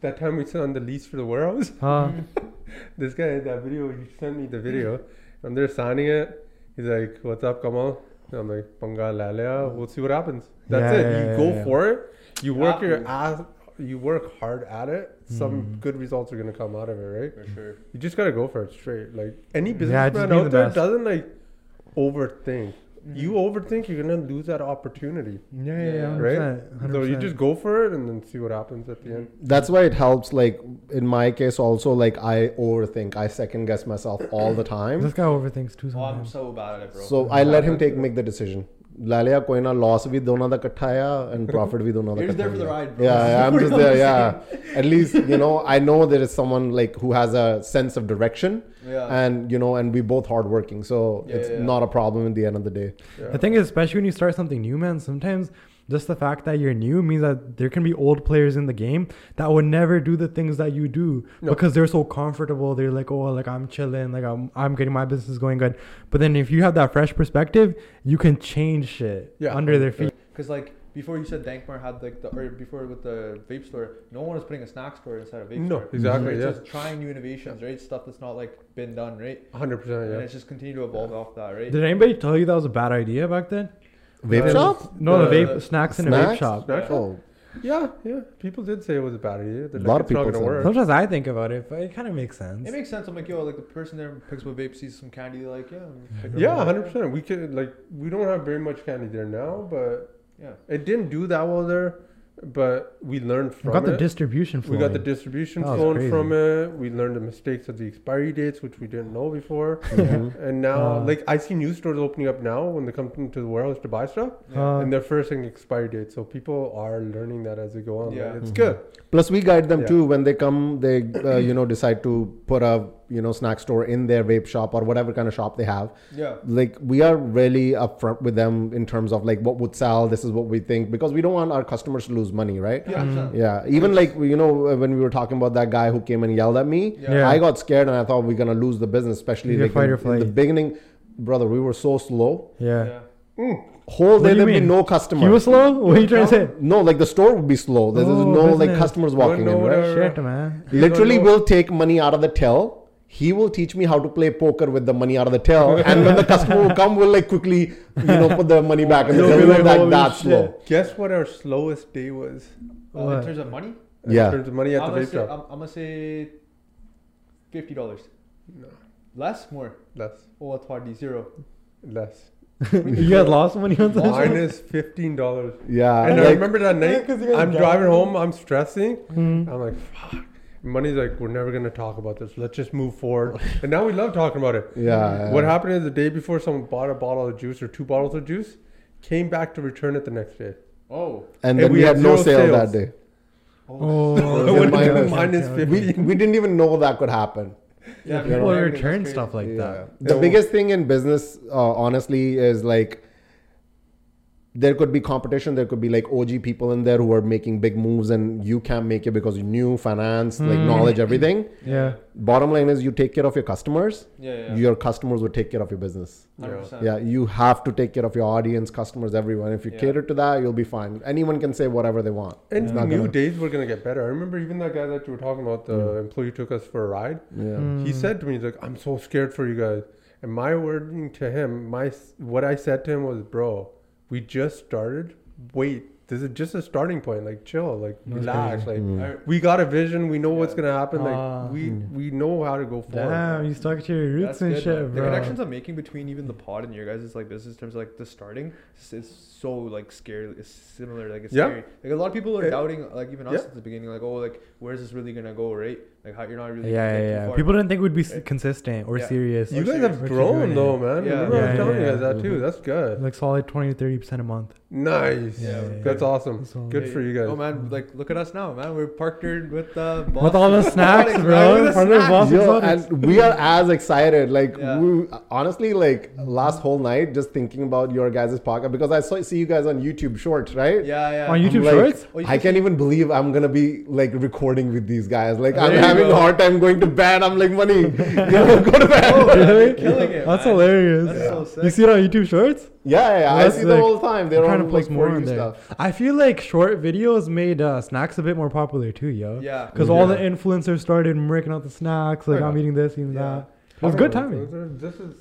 [SPEAKER 2] that time we sent on the lease for the warehouse. (laughs)
[SPEAKER 3] Huh?
[SPEAKER 2] This guy, that video, he sent me the video. I'm there signing it. He's like, "What's up, Kamal?" And I'm like, "Panga lalya. We'll see what happens. That's
[SPEAKER 3] Yeah,
[SPEAKER 2] it.
[SPEAKER 3] yeah,
[SPEAKER 2] you
[SPEAKER 3] yeah,
[SPEAKER 2] go
[SPEAKER 3] yeah.
[SPEAKER 2] for it. You work your
[SPEAKER 1] Happens.
[SPEAKER 2] ass. You work hard at it. Some
[SPEAKER 3] Mm-hmm.
[SPEAKER 2] good results are gonna come out of it, right?
[SPEAKER 1] For sure.
[SPEAKER 2] You just gotta go for it straight. Like any
[SPEAKER 3] just
[SPEAKER 2] businessman
[SPEAKER 3] be
[SPEAKER 2] out
[SPEAKER 3] the
[SPEAKER 2] there
[SPEAKER 3] best.
[SPEAKER 2] doesn't like overthink. You
[SPEAKER 3] Mm-hmm.
[SPEAKER 2] overthink, you're gonna lose that opportunity.
[SPEAKER 3] Yeah, yeah, yeah,
[SPEAKER 2] Right?
[SPEAKER 3] 100%,
[SPEAKER 2] So you
[SPEAKER 3] 100%.
[SPEAKER 2] just go for it and then see what happens at the end.
[SPEAKER 4] That's why it helps. Like in my case, also like I overthink. I second guess myself all the time.
[SPEAKER 3] this guy overthinks too
[SPEAKER 1] Oh, I'm
[SPEAKER 3] sometimes.
[SPEAKER 1] so bad at it, bro.
[SPEAKER 4] So I let him take make the decision. Lalia koi na loss bhi dona da katha hai and profit bhi dona da
[SPEAKER 1] You're just there
[SPEAKER 4] katha
[SPEAKER 1] for the
[SPEAKER 4] hai.
[SPEAKER 1] ride, bro. (laughs)
[SPEAKER 4] Yeah, yeah, I'm
[SPEAKER 1] We're
[SPEAKER 4] just
[SPEAKER 1] on
[SPEAKER 4] there.
[SPEAKER 1] the
[SPEAKER 4] Yeah, at least you know I know there is someone like who has a sense of direction,
[SPEAKER 1] same- Yeah.
[SPEAKER 4] and you know, and we both hardworking, so
[SPEAKER 1] Yeah,
[SPEAKER 4] it's
[SPEAKER 1] yeah, yeah.
[SPEAKER 4] not a problem at the end of the day.
[SPEAKER 2] Yeah.
[SPEAKER 3] The thing is, especially when you start something new, man, sometimes just the fact that you're new means that there can be old players in the game that would never do the things that you do
[SPEAKER 2] No.
[SPEAKER 3] because they're so comfortable. They're like, oh, like I'm chilling, like I'm, I'm getting my business going good. But then if you have that fresh perspective, you can change shit
[SPEAKER 2] Yeah.
[SPEAKER 3] under their feet.
[SPEAKER 1] Because like before you said Dankmar had like the or before with the vape store, no one was putting a snack store inside a vape
[SPEAKER 2] No,
[SPEAKER 1] store.
[SPEAKER 2] exactly,
[SPEAKER 1] It's
[SPEAKER 2] yeah.
[SPEAKER 1] just trying new innovations, right? Stuff that's not like been done, right?
[SPEAKER 2] 100%,
[SPEAKER 1] And
[SPEAKER 2] yeah.
[SPEAKER 1] it's just continue to evolve off that, right?
[SPEAKER 3] Did anybody tell you that was a bad idea back then?
[SPEAKER 4] Vape
[SPEAKER 2] Uh,
[SPEAKER 4] shop,
[SPEAKER 3] No, the,
[SPEAKER 1] The-
[SPEAKER 3] vape snacks in a vape
[SPEAKER 4] Snacks?
[SPEAKER 3] shop.
[SPEAKER 2] Snacks?
[SPEAKER 4] Oh,
[SPEAKER 2] Yeah, yeah. People did say it was a bad idea. They're
[SPEAKER 4] A
[SPEAKER 2] like,
[SPEAKER 4] lot of
[SPEAKER 2] "It's not
[SPEAKER 4] people
[SPEAKER 2] gonna
[SPEAKER 4] said
[SPEAKER 2] work."
[SPEAKER 3] Sometimes I think about it, but it kind of makes sense.
[SPEAKER 1] It makes sense. I'm like, yo, like the person there picks up a vape, sees some candy, like, yeah. pick it up.
[SPEAKER 2] Yeah, 100%. We could, like, we don't have very much candy there now, but
[SPEAKER 1] Yeah.
[SPEAKER 2] it didn't do that well there. But we learned
[SPEAKER 3] we
[SPEAKER 2] from
[SPEAKER 3] got the
[SPEAKER 2] it.
[SPEAKER 3] distribution
[SPEAKER 2] we
[SPEAKER 3] flowing.
[SPEAKER 2] got the distribution
[SPEAKER 3] That was
[SPEAKER 2] flown
[SPEAKER 3] crazy.
[SPEAKER 2] from it. We learned the mistakes of the expiry dates, which we didn't know before.
[SPEAKER 4] mhm.
[SPEAKER 2] And now,
[SPEAKER 3] Uh.
[SPEAKER 2] like, I see new stores opening up now when they come to the warehouse to buy stuff.
[SPEAKER 1] Yeah.
[SPEAKER 3] Uh,
[SPEAKER 2] and their first thing expiry date. So people are learning that as they go on.
[SPEAKER 1] Yeah.
[SPEAKER 2] Yeah. It's
[SPEAKER 4] Mhm.
[SPEAKER 2] good.
[SPEAKER 4] (laughs) Plus, we guide them
[SPEAKER 2] Yeah.
[SPEAKER 4] too when they come. They uh, you know decide to put a you know snack store in their vape shop or whatever kind of shop they have.
[SPEAKER 1] yeah.
[SPEAKER 4] Like we are really upfront with them in terms of like what would sell. This is what we think because we don't want our customers to lose money, right?
[SPEAKER 2] mm,
[SPEAKER 1] Yeah. 100%.
[SPEAKER 4] Yeah, even like you know when we were talking about that guy who came and yelled at me,
[SPEAKER 1] Yeah.
[SPEAKER 3] Yeah.
[SPEAKER 4] I got scared and I thought we're gonna lose the business, especially
[SPEAKER 3] You're
[SPEAKER 4] like
[SPEAKER 3] fight
[SPEAKER 4] in,
[SPEAKER 3] or
[SPEAKER 4] in the
[SPEAKER 3] flight.
[SPEAKER 4] beginning, brother. We were so slow.
[SPEAKER 3] yeah.
[SPEAKER 1] Yeah.
[SPEAKER 4] Whole
[SPEAKER 3] What
[SPEAKER 4] day
[SPEAKER 3] do you
[SPEAKER 4] there'd be
[SPEAKER 3] mean?
[SPEAKER 4] no customer.
[SPEAKER 3] You were slow? (laughs) What are you trying to say?
[SPEAKER 4] no, like the store would be slow. There's, there's
[SPEAKER 3] Oh,
[SPEAKER 4] no like
[SPEAKER 3] business.
[SPEAKER 4] customers
[SPEAKER 2] You wanna
[SPEAKER 4] walking in,
[SPEAKER 2] know what
[SPEAKER 4] right?
[SPEAKER 2] our-
[SPEAKER 3] Shit, man.
[SPEAKER 2] You don't
[SPEAKER 4] Literally,
[SPEAKER 2] know-
[SPEAKER 4] we'll take money out of the till. He will teach me how to play poker with the money out of the till, and when the customer will come, we'll like quickly, you know, put the money back in the
[SPEAKER 3] You'll
[SPEAKER 4] till.
[SPEAKER 3] be
[SPEAKER 4] We were
[SPEAKER 3] like,
[SPEAKER 4] like
[SPEAKER 3] "Holy
[SPEAKER 4] that
[SPEAKER 3] shit."
[SPEAKER 4] slow.
[SPEAKER 2] Guess what our slowest day was
[SPEAKER 1] Uh,
[SPEAKER 3] What?
[SPEAKER 1] in terms of money,
[SPEAKER 4] Yeah.
[SPEAKER 2] in terms of money at
[SPEAKER 1] I'm,
[SPEAKER 2] the
[SPEAKER 1] gonna
[SPEAKER 2] vape
[SPEAKER 1] say, I'm,
[SPEAKER 2] shop?
[SPEAKER 1] I'm gonna say fifty dollars.
[SPEAKER 2] No,
[SPEAKER 1] Less, more.
[SPEAKER 2] less,
[SPEAKER 1] Oh, it's hardly zero.
[SPEAKER 4] (laughs)
[SPEAKER 2] less.
[SPEAKER 3] (laughs) you guys lost money on that?
[SPEAKER 1] Mine-
[SPEAKER 2] Minus fifteen dollars.
[SPEAKER 4] Yeah,
[SPEAKER 2] And I
[SPEAKER 4] like-
[SPEAKER 2] remember that
[SPEAKER 4] (laughs)
[SPEAKER 2] night.
[SPEAKER 3] (laughs) 'cause you guys
[SPEAKER 2] I'm
[SPEAKER 3] got
[SPEAKER 2] driving
[SPEAKER 3] it.
[SPEAKER 2] home. I'm stressing. (laughs)
[SPEAKER 3] Mhm.
[SPEAKER 2] I'm like, fuck. Money's like, we're never gonna talk about this. Let's just move
[SPEAKER 4] (laughs)
[SPEAKER 2] forward. And now we love talking about it.
[SPEAKER 4] yeah.
[SPEAKER 2] What happened is the day before, someone bought a bottle of juice or two bottles of juice, came back to return it the next day.
[SPEAKER 1] Oh.
[SPEAKER 4] And
[SPEAKER 2] And
[SPEAKER 4] then
[SPEAKER 2] we
[SPEAKER 4] we had
[SPEAKER 2] had
[SPEAKER 4] no
[SPEAKER 2] zero
[SPEAKER 4] sale that
[SPEAKER 2] sales.
[SPEAKER 4] day.
[SPEAKER 3] Oh,
[SPEAKER 4] It was minus-
[SPEAKER 3] (laughs)
[SPEAKER 2] minus
[SPEAKER 4] We, we didn't even know that could happen.
[SPEAKER 1] Yeah.
[SPEAKER 4] You
[SPEAKER 3] People
[SPEAKER 4] know,
[SPEAKER 3] return stuff like
[SPEAKER 4] Yeah.
[SPEAKER 3] that.
[SPEAKER 4] The
[SPEAKER 2] Yeah.
[SPEAKER 4] biggest thing in business, uh, honestly, is like there could be competition. There could be like OG people in there who are making big moves, and you can't make it because you knew finance, like
[SPEAKER 3] Mm.
[SPEAKER 4] knowledge, everything.
[SPEAKER 3] Yeah.
[SPEAKER 4] Bottom line is you take care of your customers.
[SPEAKER 1] Yeah. Yeah.
[SPEAKER 4] Your customers will take care of your business.
[SPEAKER 1] Hundred percent.
[SPEAKER 4] Yeah, you have to take care of your audience, customers, everyone. If you
[SPEAKER 1] Yeah.
[SPEAKER 4] cater to that, you'll be fine. Anyone can say whatever they want.
[SPEAKER 2] And
[SPEAKER 4] It's
[SPEAKER 2] we
[SPEAKER 4] not
[SPEAKER 2] knew
[SPEAKER 4] gonna- Hmm.
[SPEAKER 2] days were gonna get better. I remember even that guy that you were talking about, the employee who took us for a ride.
[SPEAKER 3] Hmm.
[SPEAKER 4] Yeah.
[SPEAKER 2] He said to me, he's like, I'm so scared for you guys. And my wording to him, my s- what I said to him was, bro, we just started. Wait, this is just a starting point. Like chill, like relax. Like
[SPEAKER 1] I-
[SPEAKER 2] we got a vision. We know what's
[SPEAKER 1] Yeah.
[SPEAKER 2] gonna happen. Like
[SPEAKER 3] Hmm. Ah.
[SPEAKER 2] we we know how to go forward.
[SPEAKER 3] Damn, you stuck to your roots
[SPEAKER 1] That's
[SPEAKER 3] and
[SPEAKER 1] good,
[SPEAKER 3] shit,
[SPEAKER 1] man. The
[SPEAKER 3] bro.
[SPEAKER 1] connections I'm making between even the pod and your guys is like business terms like the starting is- is so like scary. It's similar, like it's
[SPEAKER 2] Yeah.
[SPEAKER 1] scary. Like a lot of people are
[SPEAKER 2] Yeah.
[SPEAKER 1] doubting, like even us
[SPEAKER 2] Yeah.
[SPEAKER 1] at the beginning, like oh, like where is this really gonna go, right? Like how you're not
[SPEAKER 3] Yeah,
[SPEAKER 1] really.
[SPEAKER 3] yeah,
[SPEAKER 1] like, too
[SPEAKER 3] yeah.
[SPEAKER 1] far.
[SPEAKER 3] People didn't think we'd be s
[SPEAKER 1] Yeah.
[SPEAKER 3] consistent or
[SPEAKER 1] Yeah.
[SPEAKER 3] serious.
[SPEAKER 2] You
[SPEAKER 1] Or
[SPEAKER 2] guys
[SPEAKER 1] serious.
[SPEAKER 2] have
[SPEAKER 3] Which is
[SPEAKER 2] grown
[SPEAKER 3] good,
[SPEAKER 2] though, man.
[SPEAKER 1] Yeah.
[SPEAKER 2] Remember I
[SPEAKER 3] Yeah,
[SPEAKER 2] was telling
[SPEAKER 3] yeah, Mm-hmm.
[SPEAKER 2] you guys that too.
[SPEAKER 4] mhm.
[SPEAKER 2] That's good.
[SPEAKER 3] Like solid 20 to 30 percent a month.
[SPEAKER 2] Nice.
[SPEAKER 1] Yeah, yeah,
[SPEAKER 2] That's
[SPEAKER 1] yeah.
[SPEAKER 2] awesome.
[SPEAKER 3] That's all.
[SPEAKER 2] Good for you guys.
[SPEAKER 1] Oh man, like look at us now, man. We're partnered with uh, Boston.
[SPEAKER 3] With all
[SPEAKER 1] (laughs)
[SPEAKER 3] the snacks,
[SPEAKER 1] Exotics,
[SPEAKER 3] bro.
[SPEAKER 1] man. Look at the
[SPEAKER 3] Partnered with
[SPEAKER 1] snacks.
[SPEAKER 3] Boston. Awesome
[SPEAKER 4] Yo,
[SPEAKER 3] products.
[SPEAKER 4] and we are as excited. Like
[SPEAKER 1] Yeah.
[SPEAKER 4] we, honestly, like last whole night, just thinking about your guys' podcast because I saw see you guys on YouTube Shorts, right?
[SPEAKER 1] Yeah, yeah.
[SPEAKER 3] On
[SPEAKER 4] I'm
[SPEAKER 3] YouTube
[SPEAKER 1] (laughs)
[SPEAKER 4] like,
[SPEAKER 3] Shorts? (laughs)
[SPEAKER 1] Oh, you
[SPEAKER 4] I
[SPEAKER 1] can
[SPEAKER 4] can't even believe I'm gonna be like recording with these guys. Like I'm
[SPEAKER 1] There you
[SPEAKER 4] having
[SPEAKER 1] go.
[SPEAKER 4] a hard time going to bed. I'm like,
[SPEAKER 3] (laughs)
[SPEAKER 4] money, you know, go to bed.
[SPEAKER 1] Oh, man,
[SPEAKER 3] Really?
[SPEAKER 1] you're killing it.
[SPEAKER 3] That's
[SPEAKER 1] man.
[SPEAKER 3] hilarious.
[SPEAKER 1] That's so sick.
[SPEAKER 3] You see it on YouTube Shorts?
[SPEAKER 4] Yeah, yeah, I
[SPEAKER 3] That's
[SPEAKER 4] see them
[SPEAKER 3] sick.
[SPEAKER 4] all the time.
[SPEAKER 3] I'm
[SPEAKER 4] They're
[SPEAKER 3] trying
[SPEAKER 4] on
[SPEAKER 3] to
[SPEAKER 4] like
[SPEAKER 3] place more
[SPEAKER 4] more
[SPEAKER 3] on
[SPEAKER 4] you
[SPEAKER 3] there.
[SPEAKER 4] stuff.
[SPEAKER 3] I feel like short videos made uh, snacks a bit more popular too, yo.
[SPEAKER 1] Yeah.
[SPEAKER 3] Because all the
[SPEAKER 4] Yeah.
[SPEAKER 3] influencers started breaking out the snacks, like
[SPEAKER 4] Yeah.
[SPEAKER 3] I'm eating this, eating
[SPEAKER 1] Yeah.
[SPEAKER 3] that. It was good timing.
[SPEAKER 2] This is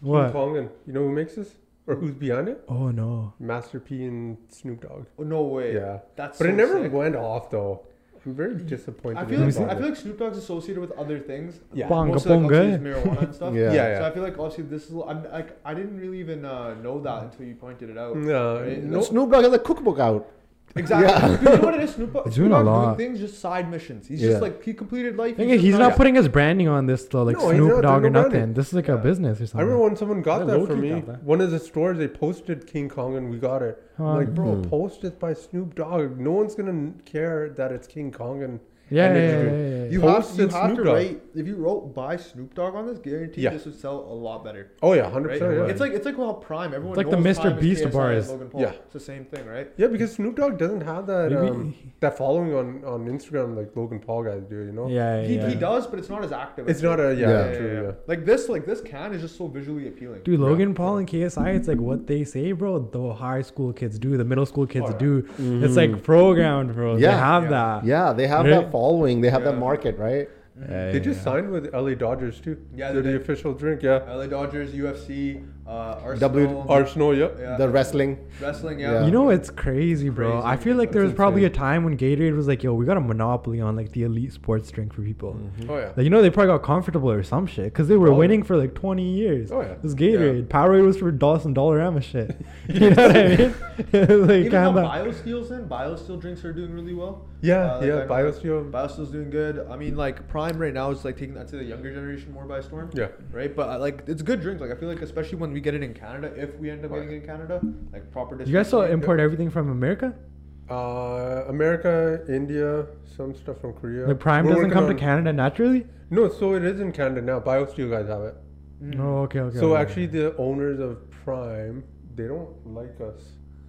[SPEAKER 2] King
[SPEAKER 3] What?
[SPEAKER 2] Kongan. You know who makes this? Or who's behind it?
[SPEAKER 3] Oh no.
[SPEAKER 2] Master P and Snoop Dogg.
[SPEAKER 1] Oh, no way.
[SPEAKER 2] Yeah.
[SPEAKER 1] That's.
[SPEAKER 2] But it
[SPEAKER 1] so
[SPEAKER 2] never
[SPEAKER 1] sick.
[SPEAKER 2] went off though. I'm very disappointed.
[SPEAKER 1] I
[SPEAKER 2] in
[SPEAKER 1] feel
[SPEAKER 2] that
[SPEAKER 1] like
[SPEAKER 2] song.
[SPEAKER 1] I feel like Snoop Dogg's associated with other things.
[SPEAKER 2] Yeah.
[SPEAKER 3] Bonga
[SPEAKER 1] Mostly, like, obviously,
[SPEAKER 3] bonga.
[SPEAKER 1] his
[SPEAKER 3] (laughs)
[SPEAKER 1] marijuana and stuff.
[SPEAKER 4] Yeah.
[SPEAKER 2] Yeah, yeah.
[SPEAKER 1] So I feel like obviously this is I'm like I didn't really even uh, know that until you pointed it
[SPEAKER 3] Mm.
[SPEAKER 1] out.
[SPEAKER 2] No,
[SPEAKER 1] Right?
[SPEAKER 2] no.
[SPEAKER 4] Snoop Dogg has a cookbook out.
[SPEAKER 1] Exactly.
[SPEAKER 4] Yeah.
[SPEAKER 1] Dude, you know what it is? Snoop Dogg
[SPEAKER 3] He's
[SPEAKER 1] Snoop
[SPEAKER 3] doing a
[SPEAKER 1] Dogg's
[SPEAKER 3] lot.
[SPEAKER 1] doing things just side missions. He's
[SPEAKER 4] Yeah.
[SPEAKER 1] just like he completed life.
[SPEAKER 3] Thing is, he's
[SPEAKER 1] just
[SPEAKER 3] not putting his branding on this though, like
[SPEAKER 2] No, he's
[SPEAKER 3] Snoop
[SPEAKER 2] not.
[SPEAKER 3] Dogg or
[SPEAKER 2] There's no
[SPEAKER 3] nothing.
[SPEAKER 2] branding.
[SPEAKER 3] This is like a
[SPEAKER 1] Yeah.
[SPEAKER 3] business or
[SPEAKER 2] I
[SPEAKER 3] something.
[SPEAKER 2] remember when someone got
[SPEAKER 3] Yeah,
[SPEAKER 2] that
[SPEAKER 3] low
[SPEAKER 2] for
[SPEAKER 3] key
[SPEAKER 2] me.
[SPEAKER 3] got that.
[SPEAKER 2] One of the stores they posted King Kong and we got it.
[SPEAKER 3] Huh. Hmm.
[SPEAKER 2] I'm like, bro,
[SPEAKER 4] Mhm.
[SPEAKER 2] post it by Snoop Dogg. No one's gonna care that it's King Kong and
[SPEAKER 3] yeah,
[SPEAKER 2] and
[SPEAKER 3] yeah,
[SPEAKER 2] they
[SPEAKER 3] yeah,
[SPEAKER 2] do.
[SPEAKER 3] yeah, yeah, yeah.
[SPEAKER 1] You
[SPEAKER 2] Post
[SPEAKER 1] have, you
[SPEAKER 2] and
[SPEAKER 1] have
[SPEAKER 2] Snoop
[SPEAKER 1] to
[SPEAKER 2] Dogg.
[SPEAKER 1] write if you wrote by Snoop Dogg on this, guaranteed
[SPEAKER 2] Yeah.
[SPEAKER 1] this would sell a lot better.
[SPEAKER 2] oh yeah, hundred
[SPEAKER 1] Right?
[SPEAKER 2] percent. Yeah.
[SPEAKER 1] It's like it's like how Prime everyone
[SPEAKER 3] It's like the
[SPEAKER 1] knows
[SPEAKER 3] Mr.
[SPEAKER 1] Prime is
[SPEAKER 3] Beast
[SPEAKER 1] KSI
[SPEAKER 3] bars.
[SPEAKER 1] and Logan Paul.
[SPEAKER 2] Yeah.
[SPEAKER 1] It's the same thing, right?
[SPEAKER 2] yeah, because Snoop Dogg doesn't have that
[SPEAKER 3] Maybe-
[SPEAKER 2] um, that following on on Instagram like Logan Paul guys do. You know?
[SPEAKER 3] yeah, yeah,
[SPEAKER 1] He,
[SPEAKER 3] yeah.
[SPEAKER 1] he does, but it's not as active.
[SPEAKER 2] It's
[SPEAKER 1] I feel.
[SPEAKER 2] not a yeah,
[SPEAKER 4] Yeah.
[SPEAKER 2] true, yeah.
[SPEAKER 1] Like this, like this can is just so visually appealing.
[SPEAKER 3] Dude, Logan Paul and KSI, it's like what they say, bro. The high school kids do, the middle school kids
[SPEAKER 2] Oh, yeah.
[SPEAKER 3] do. It's like programmed, bro. they
[SPEAKER 4] Yeah.
[SPEAKER 3] have
[SPEAKER 1] Yeah.
[SPEAKER 3] that.
[SPEAKER 4] Yeah, they have
[SPEAKER 3] Right?
[SPEAKER 4] that following. They have that
[SPEAKER 1] Yeah.
[SPEAKER 4] market, right?
[SPEAKER 2] They just signed with LA Dodgers too.
[SPEAKER 1] Yeah, they
[SPEAKER 2] they're the
[SPEAKER 1] did.
[SPEAKER 2] official drink. Yeah,
[SPEAKER 1] LA Dodgers, UFC, uh,
[SPEAKER 4] W-
[SPEAKER 1] Arsenal,
[SPEAKER 2] Arsenal. Yeah.
[SPEAKER 1] yeah.
[SPEAKER 3] (laughs)
[SPEAKER 4] The wrestling.
[SPEAKER 1] wrestling.
[SPEAKER 4] Yeah.
[SPEAKER 1] Yeah.
[SPEAKER 3] You know, it's crazy, bro.
[SPEAKER 1] Crazy.
[SPEAKER 3] I feel like there was
[SPEAKER 2] That's
[SPEAKER 3] probably a
[SPEAKER 2] insane.
[SPEAKER 3] time when Gatorade was like, yo, we got a monopoly on like the elite sports drink for people.
[SPEAKER 2] Oh yeah.
[SPEAKER 3] Like, you know, they probably got comfortable or some shit because they were
[SPEAKER 2] Oh, yeah.
[SPEAKER 3] winning for like 20 years.
[SPEAKER 2] Oh, yeah.
[SPEAKER 3] This Gatorade. Powerade was for Dawson
[SPEAKER 2] (laughs)
[SPEAKER 3] Dollarama shit. (laughs) you know what I mean? (laughs) like,
[SPEAKER 1] Even though
[SPEAKER 3] kinda.
[SPEAKER 1] BioSteel's in, BioSteel drinks are doing really well.
[SPEAKER 2] Yeah,
[SPEAKER 1] Uh, like,
[SPEAKER 2] yeah.
[SPEAKER 1] I know
[SPEAKER 2] Biosphere.
[SPEAKER 1] BioSteel's doing good. I mean, like Prime right now is like taking that to the younger generation more by storm.
[SPEAKER 2] Yeah.
[SPEAKER 1] Right, but uh, like it's a good drink. Like I feel like especially when we get it in Canada, if we end up getting it in Canada, like proper.
[SPEAKER 3] you guys still
[SPEAKER 1] distribution.
[SPEAKER 3] import everything from America?
[SPEAKER 2] Uh, America, India, some stuff from Korea.
[SPEAKER 3] Like, Prime
[SPEAKER 2] We're
[SPEAKER 3] doesn't come to
[SPEAKER 2] working on-
[SPEAKER 3] Canada naturally?
[SPEAKER 2] No, so it is in Canada now. BioSteel guys have it.
[SPEAKER 1] Mm.
[SPEAKER 3] No, Oh, okay, okay.
[SPEAKER 2] Mm. so
[SPEAKER 3] okay.
[SPEAKER 2] actually, the owners of Prime, they don't like us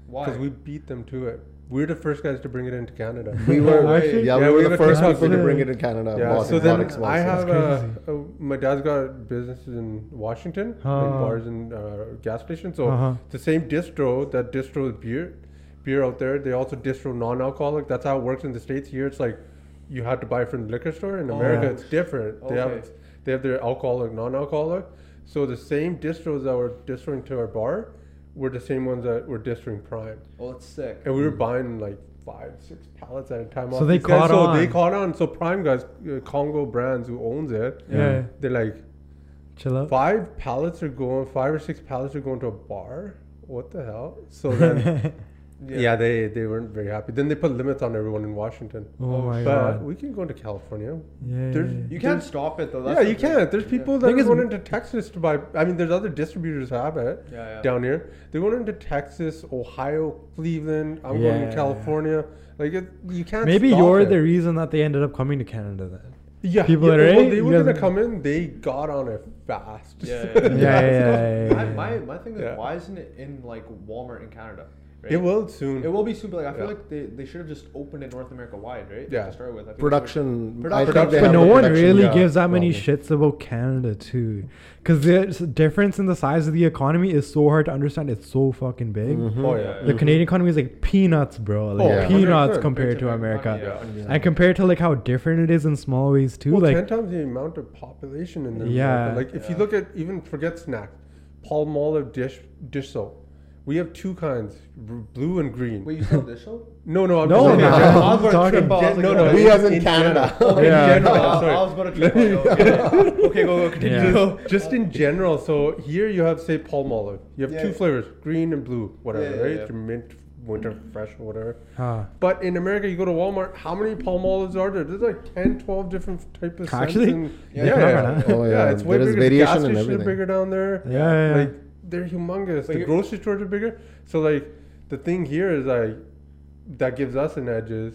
[SPEAKER 1] Why?
[SPEAKER 2] because we beat them to it. We're the first guys to bring it into
[SPEAKER 3] (laughs)
[SPEAKER 2] Canada.
[SPEAKER 4] We
[SPEAKER 3] Yeah,
[SPEAKER 4] were,
[SPEAKER 3] actually-
[SPEAKER 4] yeah,
[SPEAKER 2] Yeah,
[SPEAKER 4] we
[SPEAKER 2] we
[SPEAKER 4] were
[SPEAKER 2] have
[SPEAKER 4] the
[SPEAKER 2] a
[SPEAKER 4] first
[SPEAKER 3] TikTok
[SPEAKER 4] people to
[SPEAKER 3] video.
[SPEAKER 4] bring it in Canada.
[SPEAKER 2] yeah.
[SPEAKER 4] Boston
[SPEAKER 2] So then
[SPEAKER 4] Products
[SPEAKER 2] I
[SPEAKER 4] was.
[SPEAKER 2] have
[SPEAKER 3] That's
[SPEAKER 2] a, a, my dad's got businesses in Washington, like
[SPEAKER 3] Ah.
[SPEAKER 2] bars and uh, gas stations. So
[SPEAKER 3] Uh-huh.
[SPEAKER 2] the same distro that distros beer, beer out there, they also distro non-alcoholic. That's how it works in the states. Here, it's like you have to buy from the liquor store. In
[SPEAKER 1] Oh.
[SPEAKER 2] America, it's different. They
[SPEAKER 1] Okay.
[SPEAKER 2] have they have their alcoholic, non-alcoholic. So the same distros that were distroing to our bar were the same ones that were distroing Prime,
[SPEAKER 1] Oh, it's sick.
[SPEAKER 2] and we were buying like five, six pallets at a time.
[SPEAKER 3] So
[SPEAKER 2] off
[SPEAKER 3] they
[SPEAKER 2] these guys.
[SPEAKER 3] caught
[SPEAKER 2] so
[SPEAKER 3] on.
[SPEAKER 2] They caught on. So Prime guys, uh, Congo Brands, who owns it,
[SPEAKER 3] Yeah.
[SPEAKER 2] they're like
[SPEAKER 3] Chill out.
[SPEAKER 2] five pallets are going, five or six pallets are going to a bar. What the hell? So
[SPEAKER 3] (laughs)
[SPEAKER 2] then. Yeah. they they weren't very happy. Then they put limits on everyone in Washington.
[SPEAKER 3] oh my
[SPEAKER 2] but
[SPEAKER 3] god.
[SPEAKER 2] we can go into California.
[SPEAKER 3] Yeah.
[SPEAKER 2] there's-
[SPEAKER 3] yeah, yeah.
[SPEAKER 1] You can't stop it though. That's
[SPEAKER 2] yeah,
[SPEAKER 1] the
[SPEAKER 2] you
[SPEAKER 1] thing.
[SPEAKER 2] can't. There's
[SPEAKER 1] Yeah.
[SPEAKER 2] people that
[SPEAKER 3] Thing
[SPEAKER 2] are
[SPEAKER 3] is-
[SPEAKER 2] going into Texas to buy. I mean, there's other distributors that have it
[SPEAKER 1] Yeah, yeah.
[SPEAKER 2] down here. They're going into Texas, Ohio, Cleveland. I'm going
[SPEAKER 3] Yeah.
[SPEAKER 2] to California. Like it, you can't.
[SPEAKER 3] Maybe
[SPEAKER 2] stop
[SPEAKER 3] you're
[SPEAKER 2] it.
[SPEAKER 3] the reason that they ended up coming to
[SPEAKER 2] (laughs)
[SPEAKER 3] Canada then.
[SPEAKER 2] yeah.
[SPEAKER 3] people
[SPEAKER 2] yeah,
[SPEAKER 3] that are,
[SPEAKER 2] well,
[SPEAKER 3] "Hey,
[SPEAKER 2] they
[SPEAKER 3] you
[SPEAKER 2] were
[SPEAKER 3] guys-
[SPEAKER 2] gonna come in. They got on it fast. (laughs)
[SPEAKER 1] Yeah, yeah,
[SPEAKER 3] Yeah, yeah, yeah. yeah,
[SPEAKER 1] My,
[SPEAKER 3] yeah.
[SPEAKER 1] my, my thing is,
[SPEAKER 2] Yeah.
[SPEAKER 1] why isn't it in like Walmart in Canada? right?
[SPEAKER 2] it will soon.
[SPEAKER 1] It will be soon, but like I feel
[SPEAKER 2] Yeah.
[SPEAKER 1] like they, they should have just opened it North America wide, right?
[SPEAKER 2] Yeah.
[SPEAKER 1] To start with, I feel like
[SPEAKER 4] production.
[SPEAKER 1] Produ-
[SPEAKER 4] I think they
[SPEAKER 2] production.
[SPEAKER 3] But
[SPEAKER 4] have
[SPEAKER 3] no
[SPEAKER 4] a
[SPEAKER 3] one
[SPEAKER 4] production
[SPEAKER 3] really
[SPEAKER 2] yeah,
[SPEAKER 3] gives that many
[SPEAKER 4] problem.
[SPEAKER 3] shits about Canada too, because there's a difference in the size of the economy is so hard to understand. It's so fucking big.
[SPEAKER 4] Mm-hmm.
[SPEAKER 2] Oh yeah.
[SPEAKER 3] The
[SPEAKER 1] Mm-hmm.
[SPEAKER 3] Canadian economy is like peanuts, bro. Like
[SPEAKER 2] Oh, yeah.
[SPEAKER 3] peanuts
[SPEAKER 2] 100%.
[SPEAKER 3] compared
[SPEAKER 1] It's
[SPEAKER 3] to
[SPEAKER 1] a very
[SPEAKER 3] America,
[SPEAKER 1] funny, uh,
[SPEAKER 2] Yeah.
[SPEAKER 3] and compared to like how different it is in small ways too.
[SPEAKER 2] Well, ten
[SPEAKER 3] like
[SPEAKER 2] times the amount of population in there.
[SPEAKER 3] Yeah.
[SPEAKER 2] Like if you
[SPEAKER 1] Yeah.
[SPEAKER 2] look at even forget snacks, palm olive dish dish soap. We have two kinds, r- blue and green.
[SPEAKER 1] Wait, you sell this
[SPEAKER 3] (laughs)
[SPEAKER 1] show?
[SPEAKER 2] No, no, I'm
[SPEAKER 3] No,
[SPEAKER 2] just
[SPEAKER 3] no,
[SPEAKER 2] saying.
[SPEAKER 3] (laughs) I'm
[SPEAKER 2] I'm
[SPEAKER 3] talking-
[SPEAKER 2] talking-
[SPEAKER 1] I was like, "Oh,
[SPEAKER 2] no, no,
[SPEAKER 4] We
[SPEAKER 2] in-
[SPEAKER 4] as in
[SPEAKER 2] in
[SPEAKER 1] (laughs)
[SPEAKER 4] Canada.
[SPEAKER 2] general. In
[SPEAKER 3] Yeah.
[SPEAKER 1] No,
[SPEAKER 3] (laughs)
[SPEAKER 2] general,
[SPEAKER 1] I,
[SPEAKER 2] sorry.
[SPEAKER 1] I was about to trip on you. Okay, okay go, go, continue.
[SPEAKER 3] Yeah.
[SPEAKER 1] Go.
[SPEAKER 2] Just in general, so here you have say palm olive. You have
[SPEAKER 1] Yeah.
[SPEAKER 2] two flavors, green and blue, whatever,
[SPEAKER 1] Yeah, yeah,
[SPEAKER 2] right?
[SPEAKER 1] yeah.
[SPEAKER 2] Your mint winter fresh or whatever.
[SPEAKER 3] Ah.
[SPEAKER 2] But in America, you go to Walmart, how many Pall Malls are there? There's like 10, 12 different type of scents
[SPEAKER 3] Actually?
[SPEAKER 2] and-
[SPEAKER 1] Yeah,
[SPEAKER 2] yeah,
[SPEAKER 1] yeah,
[SPEAKER 2] yeah,
[SPEAKER 4] yeah. Oh, yeah.
[SPEAKER 2] it's way
[SPEAKER 4] There is
[SPEAKER 2] bigger. The gas
[SPEAKER 4] variation in
[SPEAKER 2] stations are
[SPEAKER 4] everything.
[SPEAKER 2] bigger down there.
[SPEAKER 3] Yeah, yeah, yeah.
[SPEAKER 2] Like they're humongous.
[SPEAKER 1] Like,
[SPEAKER 2] Like,
[SPEAKER 1] it-
[SPEAKER 2] grocery stores are bigger. So like the thing here is like that gives us an edge is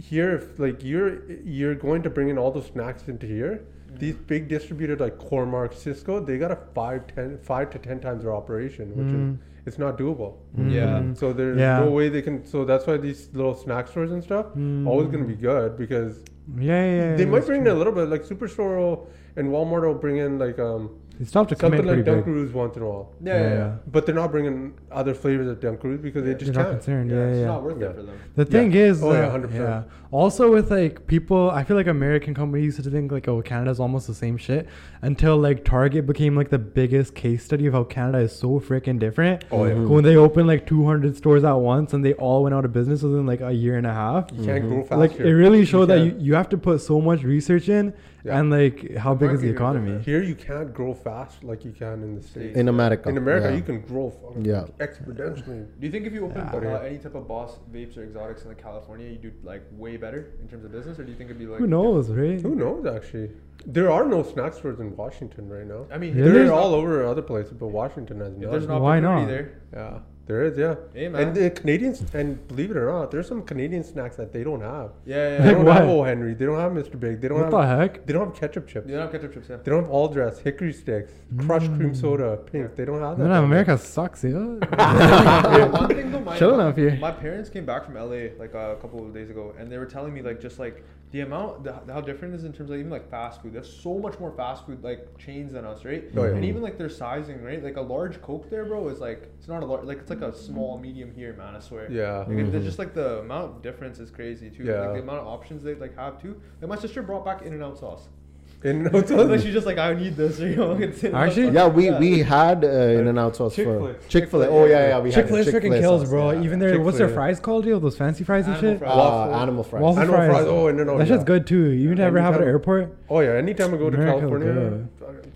[SPEAKER 2] here if like you're you're going to bring in all those snacks into here. These big distributors like Cormark, Cisco, they got a five, ten, five to ten times their operation, which
[SPEAKER 3] Mm.
[SPEAKER 2] is it's not doable.
[SPEAKER 1] Yeah.
[SPEAKER 2] So there's
[SPEAKER 3] Mm-hmm. Yeah.
[SPEAKER 2] no way they can. So that's why these little snack stores and stuff always going to be good because
[SPEAKER 3] Yeah, yeah, yeah.
[SPEAKER 2] they might
[SPEAKER 3] that's
[SPEAKER 2] bring in
[SPEAKER 3] true.
[SPEAKER 2] a little bit. Like Superstore will, and Walmart will bring in like um
[SPEAKER 3] They stopped to commit
[SPEAKER 2] something
[SPEAKER 3] pretty
[SPEAKER 2] like
[SPEAKER 3] big.
[SPEAKER 2] Dunkaroos once in a while,
[SPEAKER 1] Yeah, yeah, yeah.
[SPEAKER 2] but they're not bringing other flavors of Dunkaroos because
[SPEAKER 1] Yeah,
[SPEAKER 2] they just
[SPEAKER 3] They're not
[SPEAKER 2] can't.
[SPEAKER 3] concerned.
[SPEAKER 1] Yeah,
[SPEAKER 3] Yeah, yeah.
[SPEAKER 1] It's
[SPEAKER 3] yeah.
[SPEAKER 1] not worth
[SPEAKER 2] Yeah.
[SPEAKER 1] it for them.
[SPEAKER 3] The thing is,
[SPEAKER 2] Oh, yeah,
[SPEAKER 3] uh,
[SPEAKER 2] 100%.
[SPEAKER 3] Also, with like people, I feel like American companies used to think like, oh, Canada's almost the same shit until like Target became like the biggest case study of how Canada is so freaking different.
[SPEAKER 2] Oh, yeah.
[SPEAKER 3] When they opened like 200 stores at once and they all went out of business within like a year and a half.
[SPEAKER 4] Mm-hmm.
[SPEAKER 2] You can't grow faster.
[SPEAKER 3] Like it really showed that you,
[SPEAKER 2] can't.
[SPEAKER 3] you have to put so much research in
[SPEAKER 2] Yeah.
[SPEAKER 3] and like how big is the
[SPEAKER 1] Marketing
[SPEAKER 3] economy?
[SPEAKER 2] here you can't grow fast like you can (laughs) in the states.
[SPEAKER 4] (laughs) in America.
[SPEAKER 2] In America,
[SPEAKER 4] yeah.
[SPEAKER 2] you can grow fucking
[SPEAKER 4] Yeah.
[SPEAKER 2] exponentially.
[SPEAKER 1] Do you think if you open
[SPEAKER 2] Yeah.
[SPEAKER 1] uh, any type of Boss vapes or exotics in like California, you do like way better in terms of business, or do you think it'd be like?
[SPEAKER 3] Who knows, right?
[SPEAKER 2] Who knows? Actually, there are no snack stores in Washington right now.
[SPEAKER 1] I mean,
[SPEAKER 3] Really?
[SPEAKER 1] there's
[SPEAKER 2] They're
[SPEAKER 1] not-
[SPEAKER 2] all over other places, but Washington has
[SPEAKER 1] If there's
[SPEAKER 2] none.
[SPEAKER 1] an
[SPEAKER 3] Why
[SPEAKER 1] opportunity
[SPEAKER 3] not?
[SPEAKER 1] there,
[SPEAKER 2] Yeah, there is. Yeah,
[SPEAKER 1] hey man.
[SPEAKER 2] and the Canadians, and believe it or not, there's some Canadian snacks that they don't have.
[SPEAKER 1] yeah, yeah. yeah. (laughs)
[SPEAKER 2] They
[SPEAKER 3] Like
[SPEAKER 2] don't have
[SPEAKER 3] what?
[SPEAKER 2] O Henry. They don't have Mr. Big. They don't
[SPEAKER 3] What
[SPEAKER 2] have.
[SPEAKER 3] the heck?
[SPEAKER 2] They don't have ketchup chips.
[SPEAKER 1] they don't have ketchup chips. Yeah.
[SPEAKER 2] They don't have all dress, hickory sticks, crushed
[SPEAKER 3] Mm.
[SPEAKER 2] cream soda, pink. They don't have that.
[SPEAKER 3] Man,
[SPEAKER 2] down there.
[SPEAKER 3] America sucks, yo.
[SPEAKER 1] One thing though, my,
[SPEAKER 3] Chilling up here.
[SPEAKER 1] my parents came back from LA like a couple of days ago, and they were telling me like just like the amount, the, how different it is in terms of even like fast food. There's so much more fast food like chains than us, right?
[SPEAKER 2] Oh, yeah.
[SPEAKER 1] And even like their sizing, right? Like a large Coke there, bro, is like it's not a large, like it's like a small medium here, man. I swear.
[SPEAKER 2] Mm-hmm. Yeah. Mm-hmm.
[SPEAKER 1] Like, there's just like the amount of difference is crazy too.
[SPEAKER 2] Yeah.
[SPEAKER 1] Like the amount of options they like have too. Like my sister brought back In-N-Out
[SPEAKER 2] (laughs)
[SPEAKER 1] sauce.
[SPEAKER 2] In
[SPEAKER 1] like she's Mm-hmm. just like, I need this. (laughs) Or, you know, it's In-N-Out
[SPEAKER 3] Actually,
[SPEAKER 1] sauce.
[SPEAKER 4] yeah, we we had uh, in and out sauce
[SPEAKER 2] Chick-fil-A.
[SPEAKER 4] for Chick Fil A. Oh yeah, yeah, we
[SPEAKER 3] Chick Fil A
[SPEAKER 4] had Chick-fil-A
[SPEAKER 3] freaking kills,
[SPEAKER 4] sauce,
[SPEAKER 3] bro.
[SPEAKER 4] yeah.
[SPEAKER 3] Even their what's their
[SPEAKER 2] Chick-fil-A.
[SPEAKER 3] fries called? Yo, those fancy fries and
[SPEAKER 1] Animal
[SPEAKER 3] shit.
[SPEAKER 1] fries.
[SPEAKER 4] uh,
[SPEAKER 2] Waffle.
[SPEAKER 4] animal fries.
[SPEAKER 3] Waffle
[SPEAKER 2] I know
[SPEAKER 3] fries.
[SPEAKER 2] fries. Oh, and then
[SPEAKER 3] That shit's good too. You would
[SPEAKER 2] Yeah,
[SPEAKER 3] never have it at
[SPEAKER 2] anytime.
[SPEAKER 3] airport.
[SPEAKER 2] Oh yeah. Anytime I go to
[SPEAKER 3] America,
[SPEAKER 2] California,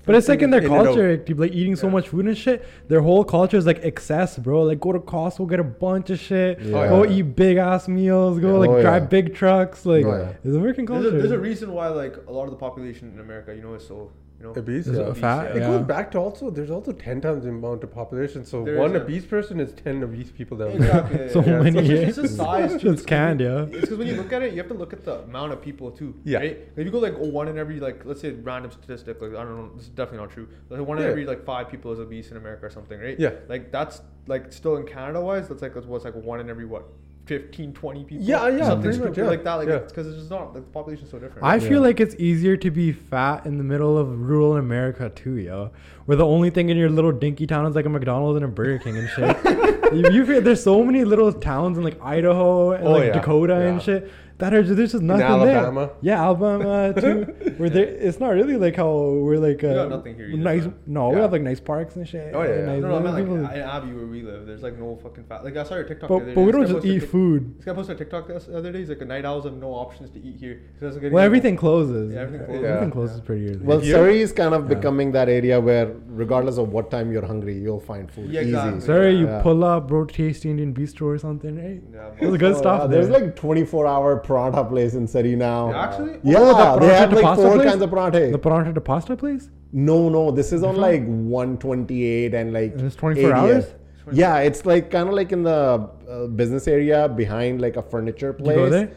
[SPEAKER 3] But it's like in their
[SPEAKER 2] In-N-Out.
[SPEAKER 3] culture, like, people, like eating so
[SPEAKER 2] Yeah.
[SPEAKER 3] much food and shit. Their whole culture is like excess, bro. Like go to Costco, get a bunch of shit.
[SPEAKER 4] Yeah.
[SPEAKER 3] Go eat big ass meals. Go
[SPEAKER 4] Yeah.
[SPEAKER 3] like
[SPEAKER 4] Oh,
[SPEAKER 3] drive
[SPEAKER 4] yeah.
[SPEAKER 3] big trucks. Like
[SPEAKER 4] Oh, yeah.
[SPEAKER 3] it's American
[SPEAKER 1] There's
[SPEAKER 3] culture.
[SPEAKER 1] a, there's a reason why like a lot of the population in America, you know, is so you know
[SPEAKER 2] Obese,
[SPEAKER 1] is
[SPEAKER 2] yeah.
[SPEAKER 3] Fat,
[SPEAKER 2] It
[SPEAKER 3] yeah.
[SPEAKER 2] goes back to also there's also ten times the amount of population. So
[SPEAKER 1] There
[SPEAKER 2] one
[SPEAKER 1] is a-
[SPEAKER 2] obese person is ten obese people down there.
[SPEAKER 1] (laughs) Exactly. yeah,
[SPEAKER 3] (laughs) So
[SPEAKER 1] yeah.
[SPEAKER 3] many
[SPEAKER 1] It's just-
[SPEAKER 3] years.
[SPEAKER 1] It's just
[SPEAKER 3] (laughs)
[SPEAKER 1] size. too.
[SPEAKER 3] It's canned, yeah.
[SPEAKER 1] It's because when you look at it, you have to look at the amount of people too.
[SPEAKER 2] Yeah.
[SPEAKER 1] Right? If you go like one in every like let's say random statistic, like I don't know, this is definitely not true. Like one in
[SPEAKER 2] Yeah.
[SPEAKER 1] every like five people is obese in America or something, right?
[SPEAKER 2] Yeah.
[SPEAKER 1] Like that's like still in Canada wise, that's like that's what's like one in every what. 15, 20 people.
[SPEAKER 2] Yeah, yeah,
[SPEAKER 1] something
[SPEAKER 2] pretty much,
[SPEAKER 1] stupid
[SPEAKER 2] yeah,
[SPEAKER 1] like that. Like,
[SPEAKER 2] yeah.
[SPEAKER 1] it's because it's just not the population's so different.
[SPEAKER 3] I feel
[SPEAKER 4] Yeah.
[SPEAKER 3] like it's easier to be fat in the middle of rural America too, yo. Where the only thing in your little dinky town is like a McDonald's and a Burger King and
[SPEAKER 2] (laughs)
[SPEAKER 3] shit. you, you feel, there's so many little towns in like Idaho and
[SPEAKER 2] Oh,
[SPEAKER 3] like
[SPEAKER 2] yeah.
[SPEAKER 3] Dakota and
[SPEAKER 2] Yeah.
[SPEAKER 3] shit that are ju- there's just nothing
[SPEAKER 2] Alabama.
[SPEAKER 3] there. Yeah, Alabama
[SPEAKER 2] (laughs)
[SPEAKER 3] too. Where there, it's not really like how we're like uh,
[SPEAKER 1] We got nothing here either,
[SPEAKER 3] nice.
[SPEAKER 1] man.
[SPEAKER 3] No, we
[SPEAKER 2] Yeah.
[SPEAKER 3] have like nice parks and shit.
[SPEAKER 2] Oh, yeah,
[SPEAKER 3] and
[SPEAKER 2] yeah.
[SPEAKER 3] nice
[SPEAKER 1] no, no, I
[SPEAKER 3] little
[SPEAKER 1] meant
[SPEAKER 3] people.
[SPEAKER 1] like in Abbey where we live, there's like no fucking fat. Like I saw your TikTok. the
[SPEAKER 3] but
[SPEAKER 1] other
[SPEAKER 3] but
[SPEAKER 1] day, this
[SPEAKER 3] we don't
[SPEAKER 1] guy
[SPEAKER 3] just
[SPEAKER 1] posted
[SPEAKER 3] eat
[SPEAKER 1] Tik-
[SPEAKER 3] food.
[SPEAKER 1] This guy posted a TikTok the other day. He's like, night owls have no options to eat here. He doesn't get
[SPEAKER 3] Well,
[SPEAKER 1] any-
[SPEAKER 3] everything closes.
[SPEAKER 1] Yeah, everything
[SPEAKER 2] closes.
[SPEAKER 3] Everything
[SPEAKER 2] Yeah.
[SPEAKER 3] closes pretty early.
[SPEAKER 4] Well,
[SPEAKER 2] Here?
[SPEAKER 4] Surrey is kind of
[SPEAKER 3] Yeah.
[SPEAKER 4] becoming that area where, regardless of what time you're hungry, you'll find food
[SPEAKER 1] Yeah,
[SPEAKER 4] easy.
[SPEAKER 1] exactly.
[SPEAKER 3] Sorry, you
[SPEAKER 4] Yeah.
[SPEAKER 3] pull up, bro, tasty Indian bistro or something, right?
[SPEAKER 1] Yeah,
[SPEAKER 3] It was
[SPEAKER 1] but-
[SPEAKER 3] good
[SPEAKER 4] Oh,
[SPEAKER 3] stuff.
[SPEAKER 4] yeah,
[SPEAKER 3] there.
[SPEAKER 4] There's like 24 hour paratha place in Surrey now.
[SPEAKER 1] Yeah, actually?
[SPEAKER 4] yeah,
[SPEAKER 3] Oh, the
[SPEAKER 4] they
[SPEAKER 3] paratha
[SPEAKER 4] have
[SPEAKER 3] to
[SPEAKER 4] like
[SPEAKER 3] pasta
[SPEAKER 4] four
[SPEAKER 3] place?
[SPEAKER 4] kinds of paratha.
[SPEAKER 3] the paratha to pasta place.
[SPEAKER 4] no, no, this is on like 128 and like
[SPEAKER 3] And it's 24 hours?
[SPEAKER 4] 80th. Yeah, it's like kind of like in the uh, business area behind like a furniture
[SPEAKER 3] go
[SPEAKER 4] place.
[SPEAKER 3] there?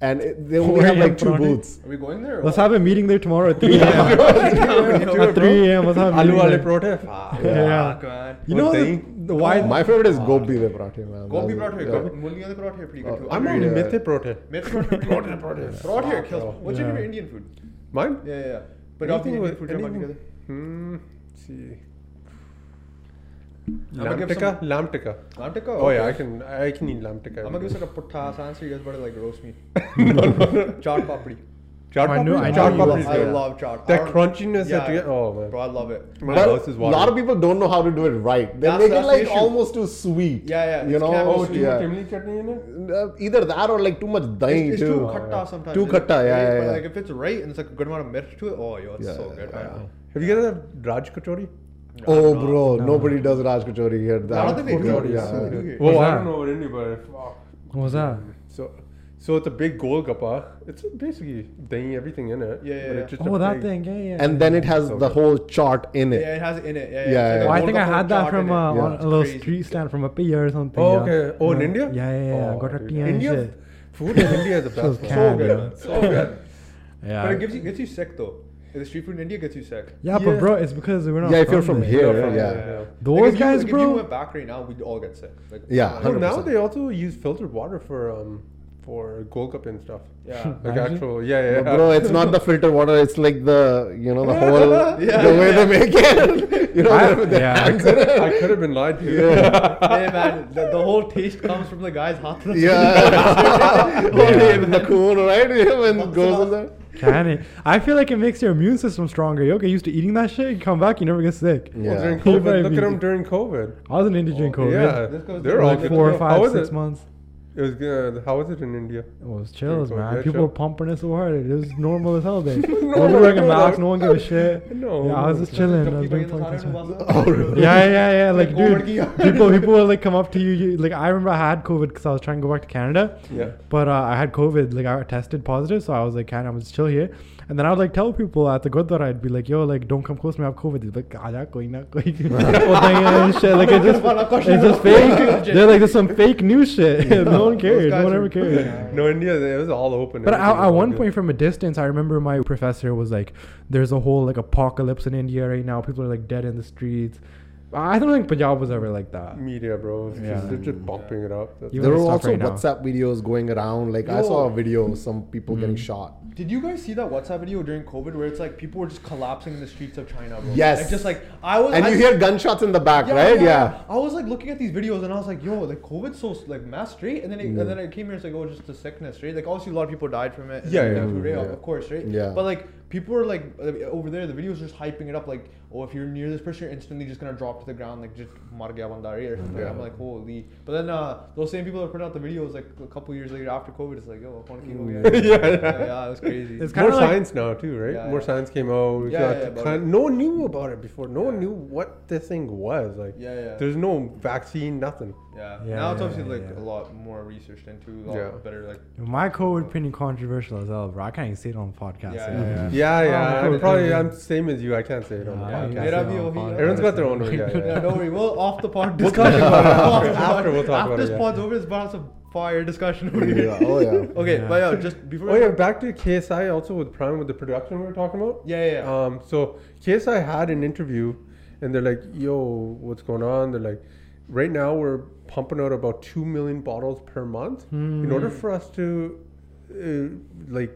[SPEAKER 4] And it, they only
[SPEAKER 3] 4
[SPEAKER 4] have
[SPEAKER 3] a.m.
[SPEAKER 4] like two
[SPEAKER 3] paratha?
[SPEAKER 4] booths.
[SPEAKER 1] Are we going there? or
[SPEAKER 3] Let's
[SPEAKER 1] what?
[SPEAKER 3] have a meeting there tomorrow at 3
[SPEAKER 1] (laughs)
[SPEAKER 3] a.m.
[SPEAKER 1] Yeah.
[SPEAKER 3] at 3 a.m. Let's have a
[SPEAKER 2] Aloo
[SPEAKER 3] meeting.
[SPEAKER 2] wale
[SPEAKER 3] there.
[SPEAKER 2] paratha. Ah.
[SPEAKER 3] Yeah.
[SPEAKER 1] Fuck, man.
[SPEAKER 3] You know
[SPEAKER 2] One
[SPEAKER 3] the,
[SPEAKER 2] thing.
[SPEAKER 3] the why?
[SPEAKER 4] Oh, My favorite is gobi the paratha, man.
[SPEAKER 1] Gobi
[SPEAKER 4] That's-
[SPEAKER 1] paratha.
[SPEAKER 4] yeah.
[SPEAKER 1] Gobi Muliyan paratha are pretty good too.
[SPEAKER 2] I'm on
[SPEAKER 1] Underrated.
[SPEAKER 2] mithe paratha.
[SPEAKER 1] Mithe paratha. Paratha paratha kills.
[SPEAKER 2] bro.
[SPEAKER 1] What's your
[SPEAKER 3] Yeah.
[SPEAKER 1] favorite Indian food?
[SPEAKER 2] Mine.
[SPEAKER 1] Yeah, yeah, yeah. But
[SPEAKER 2] Anything
[SPEAKER 1] anything
[SPEAKER 2] with-
[SPEAKER 1] food jump on
[SPEAKER 2] anything-
[SPEAKER 1] together.
[SPEAKER 2] Hmm. let's see.
[SPEAKER 1] I'm gonna
[SPEAKER 2] Lamb
[SPEAKER 1] give
[SPEAKER 2] tikka.
[SPEAKER 1] some-
[SPEAKER 2] Lamb tikka.
[SPEAKER 1] Lamb tikka.
[SPEAKER 2] Oh yeah, I can. I can eat lamb tikka.
[SPEAKER 1] I'm gonna give such a puttas answer. You guys better like roast me. Chaat papdi.
[SPEAKER 2] Chaat
[SPEAKER 3] Oh, I knew-
[SPEAKER 2] papri-
[SPEAKER 3] I
[SPEAKER 2] chaat
[SPEAKER 3] knew you
[SPEAKER 2] papri is
[SPEAKER 3] loved
[SPEAKER 1] I
[SPEAKER 2] good.
[SPEAKER 3] it.
[SPEAKER 1] love chaat. I
[SPEAKER 2] That
[SPEAKER 1] don't-
[SPEAKER 2] crunchiness
[SPEAKER 1] Yeah.
[SPEAKER 2] that you get. Oh man.
[SPEAKER 1] Bro, I love it.
[SPEAKER 2] My
[SPEAKER 4] But
[SPEAKER 2] mouth is
[SPEAKER 4] a
[SPEAKER 2] watering.
[SPEAKER 4] lot of people don't know how to do it right. They
[SPEAKER 1] That's-
[SPEAKER 4] make it
[SPEAKER 1] that's the
[SPEAKER 4] like
[SPEAKER 1] issue.
[SPEAKER 4] almost too sweet.
[SPEAKER 1] Yeah, yeah,
[SPEAKER 4] You
[SPEAKER 1] it's
[SPEAKER 4] know,
[SPEAKER 1] kind of
[SPEAKER 2] Oh,
[SPEAKER 1] too
[SPEAKER 2] too
[SPEAKER 4] yeah.
[SPEAKER 2] much chimney chutney in it.
[SPEAKER 4] Uh, either that or like too much dahi
[SPEAKER 1] It's, it's too
[SPEAKER 4] too.
[SPEAKER 1] khatta sometimes. isn't
[SPEAKER 4] Too
[SPEAKER 1] it?
[SPEAKER 4] khatta, yeah,
[SPEAKER 1] Right?
[SPEAKER 4] yeah,
[SPEAKER 1] But
[SPEAKER 4] yeah.
[SPEAKER 1] like if it's right and it's like a good amount of mirch to it, oh, yo, it's
[SPEAKER 4] Yeah,
[SPEAKER 1] so
[SPEAKER 4] yeah,
[SPEAKER 1] good,
[SPEAKER 4] yeah.
[SPEAKER 1] man.
[SPEAKER 2] Have you guys had Raj Kachori?
[SPEAKER 1] I've
[SPEAKER 4] oh, bro, nobody does Raj Kachori here.
[SPEAKER 1] I don't
[SPEAKER 4] That-
[SPEAKER 1] think they do.
[SPEAKER 2] Yeah.
[SPEAKER 1] So they do it.
[SPEAKER 2] Well,
[SPEAKER 3] Who's
[SPEAKER 2] I
[SPEAKER 3] that?
[SPEAKER 2] don't know about India, but if, oh,
[SPEAKER 3] What was that?
[SPEAKER 2] so so it's a big golgappa. It's basically dang everything in it.
[SPEAKER 1] Yeah, yeah,
[SPEAKER 2] but
[SPEAKER 1] yeah.
[SPEAKER 2] It's just a
[SPEAKER 3] Oh, that
[SPEAKER 2] big-
[SPEAKER 3] thing. Yeah, yeah.
[SPEAKER 4] And then it has the whole chart in
[SPEAKER 1] Yeah,
[SPEAKER 4] it.
[SPEAKER 1] it has it in it. Yeah,
[SPEAKER 4] Yeah,
[SPEAKER 1] It's
[SPEAKER 4] yeah.
[SPEAKER 1] like a
[SPEAKER 4] Oh,
[SPEAKER 3] Well, I think I
[SPEAKER 1] whole
[SPEAKER 3] had
[SPEAKER 1] chart
[SPEAKER 3] that from
[SPEAKER 1] in it.
[SPEAKER 3] uh,
[SPEAKER 4] Yeah.
[SPEAKER 3] on
[SPEAKER 1] It's
[SPEAKER 3] a little
[SPEAKER 1] crazy.
[SPEAKER 3] street stand from a piya or something.
[SPEAKER 2] Oh,
[SPEAKER 3] yeah.
[SPEAKER 2] okay. Oh, in
[SPEAKER 3] Yeah.
[SPEAKER 2] India?
[SPEAKER 3] Yeah, yeah, yeah.
[SPEAKER 2] Oh,
[SPEAKER 3] Got a
[SPEAKER 2] dude.
[SPEAKER 3] tea and
[SPEAKER 2] India,
[SPEAKER 3] shit.
[SPEAKER 2] food in India is the
[SPEAKER 3] Those
[SPEAKER 2] best.
[SPEAKER 1] So
[SPEAKER 3] canned,
[SPEAKER 1] good,
[SPEAKER 3] yeah.
[SPEAKER 1] man. So good.
[SPEAKER 3] Yeah.
[SPEAKER 1] But it gives you gets you sick though. The street food in India gets you sick.
[SPEAKER 3] yeah,
[SPEAKER 2] Yeah.
[SPEAKER 3] but bro, it's because we're not.
[SPEAKER 4] Yeah, if you're from
[SPEAKER 3] there.
[SPEAKER 4] here,
[SPEAKER 2] Yeah, from-
[SPEAKER 4] yeah.
[SPEAKER 2] yeah.
[SPEAKER 3] Those
[SPEAKER 1] Like, if you-
[SPEAKER 3] guys,
[SPEAKER 1] like, If
[SPEAKER 3] bro.
[SPEAKER 1] you went back right now, we'd all get sick. Like,
[SPEAKER 4] Yeah,
[SPEAKER 1] like,
[SPEAKER 2] So now
[SPEAKER 4] 100%.
[SPEAKER 2] they also use filtered water for um for golgappa and stuff.
[SPEAKER 1] yeah.
[SPEAKER 2] Like
[SPEAKER 3] Imagine.
[SPEAKER 2] actual, yeah, yeah.
[SPEAKER 4] But bro, it's not the filtered water. It's like the you know the (laughs) whole
[SPEAKER 1] Yeah,
[SPEAKER 4] the way
[SPEAKER 1] yeah.
[SPEAKER 4] they make it. (laughs) You know,
[SPEAKER 3] I-
[SPEAKER 4] with the
[SPEAKER 3] yeah.
[SPEAKER 2] (laughs) I
[SPEAKER 4] hands.
[SPEAKER 2] could I could have been lied to. (laughs)
[SPEAKER 1] hey man, the, the whole taste comes from the guy's
[SPEAKER 4] (laughs)
[SPEAKER 1] hot.
[SPEAKER 3] (laughs)
[SPEAKER 4] Yeah.
[SPEAKER 1] yeah.
[SPEAKER 4] Only in the coon, right? (laughs) When it goes in there.
[SPEAKER 3] Can it? I feel like it makes your immune system stronger. You get used to eating that shit. You come back, you never get sick.
[SPEAKER 2] Well,
[SPEAKER 4] Yeah.
[SPEAKER 2] during
[SPEAKER 3] He might
[SPEAKER 2] COVID, look
[SPEAKER 3] be-
[SPEAKER 2] at them during COVID.
[SPEAKER 3] I was an indigent
[SPEAKER 2] Oh,
[SPEAKER 3] COVID.
[SPEAKER 2] Yeah,
[SPEAKER 1] This goes
[SPEAKER 2] they're
[SPEAKER 1] to
[SPEAKER 2] all
[SPEAKER 3] like
[SPEAKER 2] good.
[SPEAKER 3] four
[SPEAKER 2] How
[SPEAKER 3] or five,
[SPEAKER 2] was
[SPEAKER 3] six
[SPEAKER 2] it?
[SPEAKER 3] months.
[SPEAKER 2] It was good. How was it in India?
[SPEAKER 3] It was chills,
[SPEAKER 2] COVID,
[SPEAKER 3] man.
[SPEAKER 2] yeah,
[SPEAKER 3] People
[SPEAKER 2] chill.
[SPEAKER 3] were pumping us so hard.
[SPEAKER 2] (laughs)
[SPEAKER 3] It was normal as hell there. no one
[SPEAKER 2] Normal,
[SPEAKER 3] was wearing a
[SPEAKER 2] no,
[SPEAKER 3] mask.
[SPEAKER 2] no.
[SPEAKER 3] No one gave a
[SPEAKER 2] (laughs)
[SPEAKER 3] shit.
[SPEAKER 2] No.
[SPEAKER 3] Yeah, I was just chilling. I was
[SPEAKER 1] Jabki
[SPEAKER 3] doing
[SPEAKER 1] bhai
[SPEAKER 3] fucking shit.
[SPEAKER 1] Lazaro
[SPEAKER 4] Oh,
[SPEAKER 1] Nuwasa.
[SPEAKER 4] really?
[SPEAKER 3] yeah, yeah,
[SPEAKER 2] (laughs)
[SPEAKER 3] yeah. Like,
[SPEAKER 1] Like, over here.
[SPEAKER 3] dude, people, people will like come up to you, you. Like, I remember I had COVID because I was trying to go back to Canada,
[SPEAKER 2] Yeah.
[SPEAKER 3] but uh, I had COVID. Like, I tested positive, so I was like, "Can I was chill here?" And then I would like tell people at the gurdwara, I'd be like, "Yo, like, don't come close to me. I have COVID." They'd be like, "Aja, koi na
[SPEAKER 1] (laughs)
[SPEAKER 3] koi." Well, then, and shit. Like, it's just, it's just fake. They're like, there's some fake news shit. (laughs) no one cares. No
[SPEAKER 1] guys
[SPEAKER 3] one
[SPEAKER 1] are-
[SPEAKER 3] ever cares.
[SPEAKER 2] (laughs) No, India, it was all open.
[SPEAKER 3] But
[SPEAKER 2] Everything
[SPEAKER 3] at, at
[SPEAKER 2] was
[SPEAKER 3] one
[SPEAKER 2] good.
[SPEAKER 3] point, from a distance, I remember my professor was like, "There's a whole like apocalypse in India right now. People are like dead in the streets." I don't think Punjab was ever like that.
[SPEAKER 2] media, bro, it's
[SPEAKER 3] Yeah.
[SPEAKER 2] just, they're just bumping it up. That's-
[SPEAKER 3] You-
[SPEAKER 4] There
[SPEAKER 3] Even
[SPEAKER 4] were
[SPEAKER 3] stuff
[SPEAKER 4] also
[SPEAKER 3] right now.
[SPEAKER 4] WhatsApp videos going around. Like I
[SPEAKER 1] Yo.
[SPEAKER 4] saw a video of some people getting
[SPEAKER 3] Mm.
[SPEAKER 4] shot.
[SPEAKER 1] Did you guys see that WhatsApp video during COVID where it's like people were just collapsing in the streets of China? Bro?
[SPEAKER 4] Yes.
[SPEAKER 1] Like, just like I was.
[SPEAKER 4] And
[SPEAKER 1] I,
[SPEAKER 4] you hear gunshots in the back, right? Yeah.
[SPEAKER 1] I was like looking at these videos and I was like, yo, like COVID's so like mass straight, and then it, and then I came here and it's like, oh, just the sickness, right? Like obviously a lot of people died from it. and
[SPEAKER 2] Yeah,
[SPEAKER 1] then
[SPEAKER 2] yeah,
[SPEAKER 1] the flu rate,
[SPEAKER 4] yeah.
[SPEAKER 1] of course, right?
[SPEAKER 4] Yeah.
[SPEAKER 1] But like people were like uh, over there, the videos just hyping it up, like, oh, if you're near this person, you're instantly just gonna drop to the ground, like just mar gaya banda re," or something.
[SPEAKER 2] Yeah.
[SPEAKER 1] I'm like, holy. But then uh, those same people that put out the videos like a couple years later after COVID, it's like, yo, I want to keep going.
[SPEAKER 2] Yeah, yeah.
[SPEAKER 1] yeah, it was crazy.
[SPEAKER 3] It's
[SPEAKER 2] More
[SPEAKER 3] kinda like-
[SPEAKER 2] science now too, right?
[SPEAKER 1] Yeah,
[SPEAKER 2] More
[SPEAKER 1] yeah.
[SPEAKER 2] science came out. We've
[SPEAKER 1] Yeah,
[SPEAKER 2] got
[SPEAKER 1] yeah,
[SPEAKER 2] the
[SPEAKER 1] about
[SPEAKER 2] kind-
[SPEAKER 1] it.
[SPEAKER 2] no one knew about it before. No one
[SPEAKER 1] Yeah.
[SPEAKER 2] knew what the thing was. Like,
[SPEAKER 1] Yeah, yeah.
[SPEAKER 2] there's no vaccine, nothing.
[SPEAKER 1] Yeah.
[SPEAKER 3] Yeah,
[SPEAKER 1] now it's
[SPEAKER 3] yeah,
[SPEAKER 1] obviously
[SPEAKER 3] yeah,
[SPEAKER 1] like
[SPEAKER 3] yeah.
[SPEAKER 1] a lot more researched into, a lot
[SPEAKER 2] Yeah.
[SPEAKER 1] better like.
[SPEAKER 3] My COVID opinion controversial as hell, bro. I can't even say it on the podcast.
[SPEAKER 1] Yeah,
[SPEAKER 3] you know?
[SPEAKER 1] yeah,
[SPEAKER 2] Yeah, yeah.
[SPEAKER 3] cool.
[SPEAKER 2] I'm probably I'm same as you. I can't say it on the
[SPEAKER 3] Oh, Yeah,
[SPEAKER 1] Yeah,
[SPEAKER 3] you
[SPEAKER 2] podcast.
[SPEAKER 3] can't
[SPEAKER 1] Mera
[SPEAKER 3] say it
[SPEAKER 1] bhi
[SPEAKER 3] on the
[SPEAKER 1] wahi hai.
[SPEAKER 3] podcast.
[SPEAKER 2] Everyone's got their own. Yeah, yeah.
[SPEAKER 1] Yeah, don't worry. We'll off the pod.
[SPEAKER 2] We'll talk
[SPEAKER 1] discussion.
[SPEAKER 2] about it
[SPEAKER 1] Off
[SPEAKER 2] after.
[SPEAKER 1] the pod.
[SPEAKER 2] After we'll talk
[SPEAKER 1] After
[SPEAKER 2] about it.
[SPEAKER 1] this
[SPEAKER 2] yeah.
[SPEAKER 1] pod over, it's about some fire discussion over here.
[SPEAKER 4] Yeah. Oh yeah. (laughs)
[SPEAKER 1] Okay,
[SPEAKER 3] Yeah.
[SPEAKER 1] but yeah, just before.
[SPEAKER 2] Oh
[SPEAKER 1] we-
[SPEAKER 2] yeah, back to KSI also with Prime with the production we were talking about.
[SPEAKER 1] yeah, yeah, yeah.
[SPEAKER 2] Um, so KSI had an interview, and they're like, "Yo, what's going on?" They're like, "Right now we're pumping out about two million bottles per month. In order for us to uh, like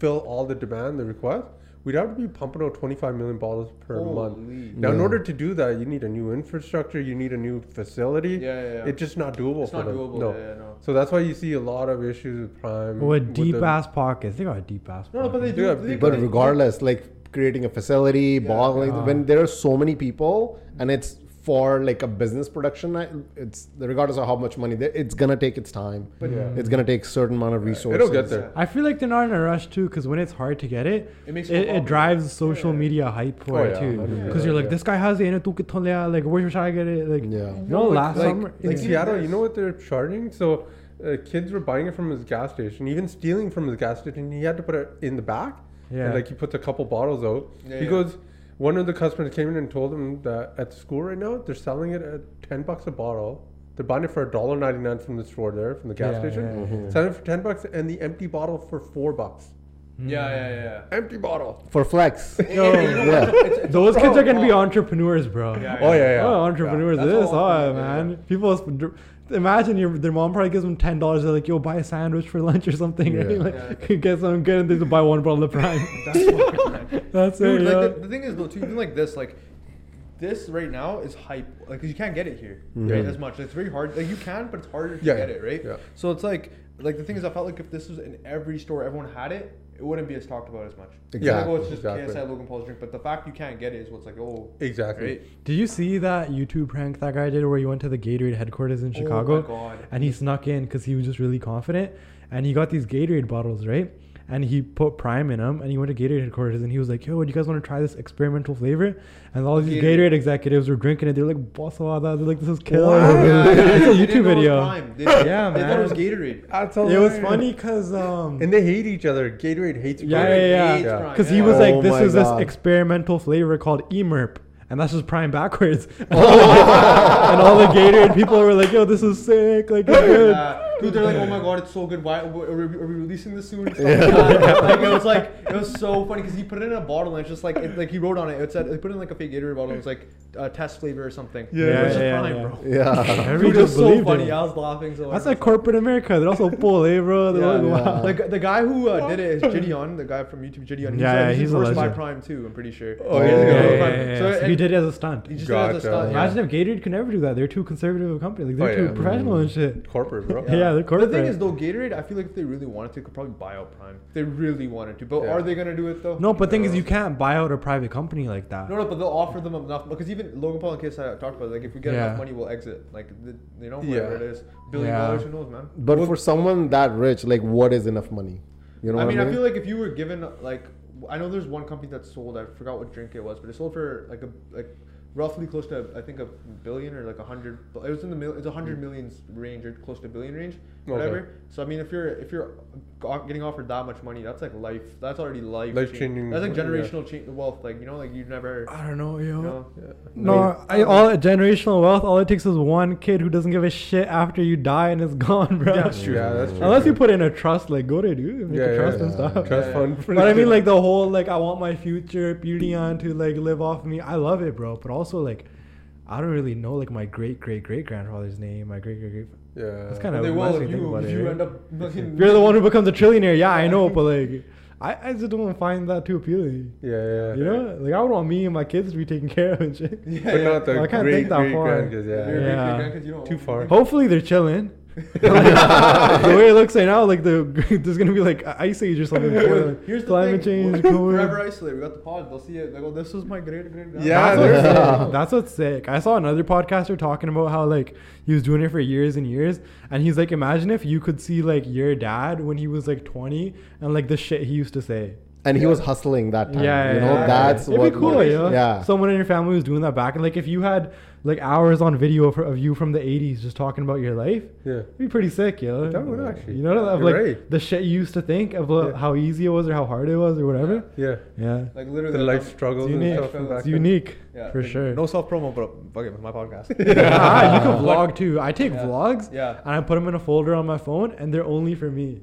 [SPEAKER 2] fill all the demand, the request, we'd have to be pumping out twenty-five million bottles per month.
[SPEAKER 1] Holy.
[SPEAKER 2] Now, in
[SPEAKER 4] Yeah.
[SPEAKER 2] order to do that, you need a new infrastructure, you need a new facility.
[SPEAKER 1] Yeah, yeah, yeah.
[SPEAKER 2] It's just not doable.
[SPEAKER 1] It's
[SPEAKER 2] for
[SPEAKER 1] not
[SPEAKER 2] them.
[SPEAKER 1] doable.
[SPEAKER 2] No.
[SPEAKER 1] Yeah, yeah, no.
[SPEAKER 2] So that's why you see a lot of issues with Prime.
[SPEAKER 3] (laughs) With deep
[SPEAKER 2] the-
[SPEAKER 3] ass pockets. They got deep ass pockets.
[SPEAKER 1] No, no, but they
[SPEAKER 2] Yeah,
[SPEAKER 1] do. They,
[SPEAKER 2] big-
[SPEAKER 4] But regardless, like creating a facility, bottling
[SPEAKER 3] yeah.
[SPEAKER 4] when there are so many people and it's for like a business production, I- it's regardless of how much money, there- it's gonna take its time.
[SPEAKER 1] But-
[SPEAKER 2] Yeah.
[SPEAKER 4] It's gonna take certain amount of resources.
[SPEAKER 2] It'll get there.
[SPEAKER 1] Yeah.
[SPEAKER 3] I feel like they're not in a rush too, because when it's hard to get it,
[SPEAKER 1] It
[SPEAKER 3] it
[SPEAKER 1] makes
[SPEAKER 3] makes
[SPEAKER 1] you
[SPEAKER 3] it,
[SPEAKER 1] popular.
[SPEAKER 3] drives social
[SPEAKER 1] Yeah.
[SPEAKER 3] media hype for
[SPEAKER 2] Oh,
[SPEAKER 3] it
[SPEAKER 2] yeah,
[SPEAKER 3] too.
[SPEAKER 2] 100%,
[SPEAKER 3] Because you're like,
[SPEAKER 2] yeah.
[SPEAKER 3] this guy has the inner tu kitthon liya? Like, where should I get it? Like,
[SPEAKER 4] Yeah.
[SPEAKER 3] you know,
[SPEAKER 2] No,
[SPEAKER 3] last
[SPEAKER 2] like,
[SPEAKER 3] summer,
[SPEAKER 2] like
[SPEAKER 3] yeah.
[SPEAKER 2] Seattle, you know what they're charging? So uh, kids were buying it from his gas station, even stealing from his gas station. He had to put it in the back.
[SPEAKER 3] Yeah.
[SPEAKER 2] And, like he puts a couple bottles out.
[SPEAKER 1] Yeah,
[SPEAKER 2] he
[SPEAKER 1] yeah.
[SPEAKER 2] goes, one of the customers came in and told him that at school right now they're selling it at ten bucks a bottle. They're buying it for a dollar ninety nine from the store there, from the gas
[SPEAKER 3] Yeah,
[SPEAKER 2] station.
[SPEAKER 3] yeah,
[SPEAKER 2] Selling it for ten bucks and the empty bottle for four bucks.
[SPEAKER 1] yeah, yeah, yeah.
[SPEAKER 2] Empty bottle.
[SPEAKER 4] for
[SPEAKER 3] (laughs)
[SPEAKER 4] flex.
[SPEAKER 1] yeah. Yo, you know what?
[SPEAKER 4] yeah.
[SPEAKER 1] It's- it's-
[SPEAKER 3] Those kids
[SPEAKER 1] bro,
[SPEAKER 3] are gonna be
[SPEAKER 1] bro.
[SPEAKER 3] entrepreneurs, bro.
[SPEAKER 1] Yeah,
[SPEAKER 2] Oh yeah, yeah.
[SPEAKER 3] Oh, entrepreneurs,
[SPEAKER 1] Yeah, that's all
[SPEAKER 3] this, oh
[SPEAKER 1] entrepreneurs, yeah.
[SPEAKER 3] man, people. sp- Imagine your their mom probably gives them ten dollars. They're like, "Yo, buy a sandwich for (laughs) lunch or something." Right?
[SPEAKER 4] Yeah.
[SPEAKER 3] Like, (laughs) get something good, and they just buy one bottle of Prime.
[SPEAKER 1] That's what-
[SPEAKER 3] That's
[SPEAKER 1] Dude,
[SPEAKER 3] it. yeah.
[SPEAKER 1] like the, the thing is though, too, even like this, like this right now is hype, like 'cause you can't get it here
[SPEAKER 3] Mm-hmm.
[SPEAKER 1] right,
[SPEAKER 2] Yeah.
[SPEAKER 1] as much. It's very hard. Like you can, but it's harder to
[SPEAKER 2] Yeah,
[SPEAKER 1] get
[SPEAKER 2] yeah,
[SPEAKER 1] it, right?
[SPEAKER 2] yeah.
[SPEAKER 1] So it's like, like the thing is, I felt like if this was in every store, everyone had it, it wouldn't be as talked about as much. It's like, oh, it's just
[SPEAKER 2] Exactly,
[SPEAKER 1] KSI
[SPEAKER 2] exactly.
[SPEAKER 1] Logan Paul's drink, but the fact you can't get it is what's like, oh,
[SPEAKER 2] Exactly.
[SPEAKER 1] right?
[SPEAKER 3] Did you see that YouTube prank that guy did where he went to the Gatorade headquarters in
[SPEAKER 1] Oh my
[SPEAKER 3] Chicago
[SPEAKER 1] God.
[SPEAKER 3] and he snuck in because he was just really confident and he got these Gatorade bottles, right? and he put prime in them and he went to Gatorade headquarters and he was like, yo, do you guys want to try this experimental flavor? And all these Gatorade,
[SPEAKER 1] Gatorade.
[SPEAKER 3] executives were drinking it. They're like, "Boswada," they're like, this is killer.
[SPEAKER 2] Wow.
[SPEAKER 1] Yeah,
[SPEAKER 3] (laughs) it's a
[SPEAKER 1] they didn't
[SPEAKER 3] YouTube
[SPEAKER 1] know it was
[SPEAKER 3] video.
[SPEAKER 1] Prime. They, yeah,
[SPEAKER 3] (laughs) Yeah,
[SPEAKER 1] they thought it was
[SPEAKER 3] man.
[SPEAKER 1] Gatorade.
[SPEAKER 2] That's
[SPEAKER 3] It was
[SPEAKER 2] hilarious.
[SPEAKER 3] funny because um,
[SPEAKER 2] And they hate each other. Gatorade hates
[SPEAKER 3] Yeah,
[SPEAKER 2] Gatorade.
[SPEAKER 3] yeah, yeah.
[SPEAKER 1] Hates
[SPEAKER 2] Yeah.
[SPEAKER 1] Prime,
[SPEAKER 3] Because he
[SPEAKER 1] yeah.
[SPEAKER 3] was like,
[SPEAKER 4] Oh
[SPEAKER 3] this
[SPEAKER 4] my
[SPEAKER 3] is this
[SPEAKER 4] God.
[SPEAKER 3] experimental flavor called emerp. And that's just prime backwards. (laughs) and all the Gatorade people were like, yo, this is sick. Like, it's good.
[SPEAKER 1] Yeah. Dude, they're like, oh my god, it's so good. Why are we, are we releasing this soon? It's like
[SPEAKER 3] (laughs)
[SPEAKER 1] that. like it was like it was so funny because he put it in a bottle and it's just like it, like he wrote on it. It said he put it in like a fake Gatorade bottle. It was like uh, test flavor or something.
[SPEAKER 2] Yeah,
[SPEAKER 1] it
[SPEAKER 2] yeah,
[SPEAKER 1] was just
[SPEAKER 3] yeah,
[SPEAKER 1] prime,
[SPEAKER 3] yeah.
[SPEAKER 1] bro. (laughs)
[SPEAKER 2] (laughs)
[SPEAKER 4] yeah.
[SPEAKER 3] Everybody
[SPEAKER 1] Dude, it was
[SPEAKER 3] just
[SPEAKER 1] so
[SPEAKER 3] believed
[SPEAKER 1] funny.
[SPEAKER 3] him.
[SPEAKER 1] I was laughing so.
[SPEAKER 3] That's
[SPEAKER 1] hard.
[SPEAKER 3] like corporate America. They're also full, eh, bro? They're
[SPEAKER 1] Yeah,
[SPEAKER 3] like, (laughs) wow.
[SPEAKER 1] yeah. The, g- the guy who uh, did
[SPEAKER 3] (laughs)
[SPEAKER 1] it is Gideon, the guy from YouTube, Gideon. He's,
[SPEAKER 3] Yeah,
[SPEAKER 1] uh,
[SPEAKER 3] yeah,
[SPEAKER 1] he's,
[SPEAKER 3] he's a
[SPEAKER 1] endorsed by
[SPEAKER 3] legend.
[SPEAKER 1] Prime too. I'm pretty sure.
[SPEAKER 2] Oh,
[SPEAKER 1] He
[SPEAKER 2] yeah,
[SPEAKER 1] is
[SPEAKER 2] yeah,
[SPEAKER 1] endorsed by
[SPEAKER 2] yeah,
[SPEAKER 1] Prime.
[SPEAKER 3] yeah,
[SPEAKER 1] So
[SPEAKER 3] yeah.
[SPEAKER 1] it-
[SPEAKER 3] So he did it as a stunt.
[SPEAKER 1] He just did it as a
[SPEAKER 2] Gotcha.
[SPEAKER 1] stunt, Oh, yeah.
[SPEAKER 3] Imagine if Gatorade could never do that. They're too conservative of a company. Like,
[SPEAKER 2] Oh,
[SPEAKER 3] they're too
[SPEAKER 2] yeah.
[SPEAKER 3] professional and shit.
[SPEAKER 2] Corporate, bro.
[SPEAKER 3] Yeah, they're corporate.
[SPEAKER 1] The thing is, though, Gatorade, I feel like if they really wanted to, they could probably buy out Prime. If they really wanted to, but
[SPEAKER 2] Yeah.
[SPEAKER 1] are they gonna do it though?
[SPEAKER 3] no, but thing is, you can't buy out a private company like that.
[SPEAKER 1] No, no, but they'll offer them enough because even Logan Paul and Case I talked about like if we get
[SPEAKER 3] Yeah.
[SPEAKER 1] enough money, we'll exit. Like the, you know, whatever
[SPEAKER 2] Yeah.
[SPEAKER 1] it is, billion
[SPEAKER 3] Yeah.
[SPEAKER 1] dollars, who knows, man.
[SPEAKER 4] But for someone that rich, like, what is enough money? You know
[SPEAKER 1] I
[SPEAKER 4] what
[SPEAKER 1] mean,
[SPEAKER 4] I
[SPEAKER 1] I
[SPEAKER 4] mean?
[SPEAKER 1] feel like if you were given like, I know there's one company that sold. I forgot what drink it was, but it sold for like a like roughly close to I think a billion or like a hundred. It was in the mil, it's a hundred millions range or close to a billion range, whatever.
[SPEAKER 2] Okay.
[SPEAKER 1] So I mean, if you're if you're go- getting offered that much money, that's like life. That's already life.
[SPEAKER 2] Life-changing,
[SPEAKER 1] That's like
[SPEAKER 2] yeah.
[SPEAKER 1] generational change, wealth. Like you know, like you've never.
[SPEAKER 3] I don't know, yo.
[SPEAKER 1] You know,
[SPEAKER 3] No, I, all generational wealth. All it takes is one kid who doesn't give a shit after you die and it's (laughs) gone, bro.
[SPEAKER 1] Yeah,
[SPEAKER 2] That's true. Yeah, that's true.
[SPEAKER 3] Unless you put in a trust, like go to dude, make
[SPEAKER 2] Yeah,
[SPEAKER 3] a
[SPEAKER 2] yeah,
[SPEAKER 3] trust and
[SPEAKER 4] yeah.
[SPEAKER 3] stuff.
[SPEAKER 2] trust
[SPEAKER 1] Yeah,
[SPEAKER 2] fund. for
[SPEAKER 3] But I mean,
[SPEAKER 2] the- (laughs)
[SPEAKER 3] like the whole like I want my future Purian to like live off me. I love it, bro. But also like, I don't really know like my great great great grandfather's name. My great great great.
[SPEAKER 2] yeah,
[SPEAKER 3] That's kind
[SPEAKER 1] But
[SPEAKER 3] of
[SPEAKER 1] they will
[SPEAKER 3] messy.
[SPEAKER 1] if
[SPEAKER 3] to think
[SPEAKER 1] you,
[SPEAKER 3] about
[SPEAKER 1] if
[SPEAKER 3] it.
[SPEAKER 1] you
[SPEAKER 3] right?
[SPEAKER 1] end (laughs) up fucking-
[SPEAKER 3] You're the one who becomes a trillionaire. Yeah, I know, but like, I, I just don't find that too appealing.
[SPEAKER 2] yeah, yeah,
[SPEAKER 3] You know, like I would want me and my kids to be taken (laughs) care of and shit.
[SPEAKER 1] Yeah,
[SPEAKER 2] but
[SPEAKER 1] yeah.
[SPEAKER 2] not the
[SPEAKER 3] Well, I can't
[SPEAKER 2] great,
[SPEAKER 3] think that
[SPEAKER 2] great
[SPEAKER 3] far.
[SPEAKER 2] grandkids.
[SPEAKER 1] You're
[SPEAKER 2] Yeah,
[SPEAKER 1] a
[SPEAKER 2] yeah.
[SPEAKER 1] great
[SPEAKER 3] Yeah.
[SPEAKER 1] grandkid, you don't
[SPEAKER 2] Too
[SPEAKER 1] want-
[SPEAKER 2] far.
[SPEAKER 3] Hopefully they're chilling. (laughs) the way it looks right now, like the (laughs) there's gonna be like a ice age or something.
[SPEAKER 1] Well, (laughs)
[SPEAKER 3] Like,
[SPEAKER 1] Here's the
[SPEAKER 3] climate
[SPEAKER 1] thing.
[SPEAKER 3] change.
[SPEAKER 1] we're
[SPEAKER 3] COVID.
[SPEAKER 1] Forever isolated. We got the pod. They'll see it. They go, "This is my great great grandma."
[SPEAKER 2] Yeah,
[SPEAKER 3] that's,
[SPEAKER 2] (laughs)
[SPEAKER 3] what's
[SPEAKER 2] there's-
[SPEAKER 3] sick. that's what's sick. I saw another podcaster talking about how like he was doing it for years and years, and he's like, imagine if you could see like your dad when he was like 20 and like the shit he used to say.
[SPEAKER 4] and he was hustling that time. you know,
[SPEAKER 1] yeah.
[SPEAKER 4] that's
[SPEAKER 3] It'd
[SPEAKER 4] what.
[SPEAKER 3] be cool, yeah.
[SPEAKER 4] yeah.
[SPEAKER 3] Someone in your family was doing that back, and like if you had like hours on video for, of you from the 80s just talking about your life,
[SPEAKER 2] yeah.
[SPEAKER 3] It'd be pretty sick, yo.
[SPEAKER 2] That would actually-
[SPEAKER 3] You know, of
[SPEAKER 2] you're
[SPEAKER 3] like
[SPEAKER 2] right.
[SPEAKER 3] the shit you used to think of uh,
[SPEAKER 2] Yeah.
[SPEAKER 3] how easy it was or how hard it was or whatever.
[SPEAKER 2] Yeah,
[SPEAKER 3] Yeah,
[SPEAKER 1] Like literally.
[SPEAKER 2] the
[SPEAKER 1] I'm-
[SPEAKER 2] life struggles
[SPEAKER 3] It's
[SPEAKER 2] and
[SPEAKER 3] unique.
[SPEAKER 2] stuff. from back
[SPEAKER 3] it's
[SPEAKER 2] then.
[SPEAKER 3] unique
[SPEAKER 1] Yeah.
[SPEAKER 3] for sure. (laughs)
[SPEAKER 1] No self promo, but fuck it, it's my podcast.
[SPEAKER 3] Ah, you
[SPEAKER 2] (laughs)
[SPEAKER 3] can vlog too. I take
[SPEAKER 1] Yeah.
[SPEAKER 3] vlogs
[SPEAKER 1] Yeah.
[SPEAKER 3] and I put them in a folder on my phone, and they're only for me.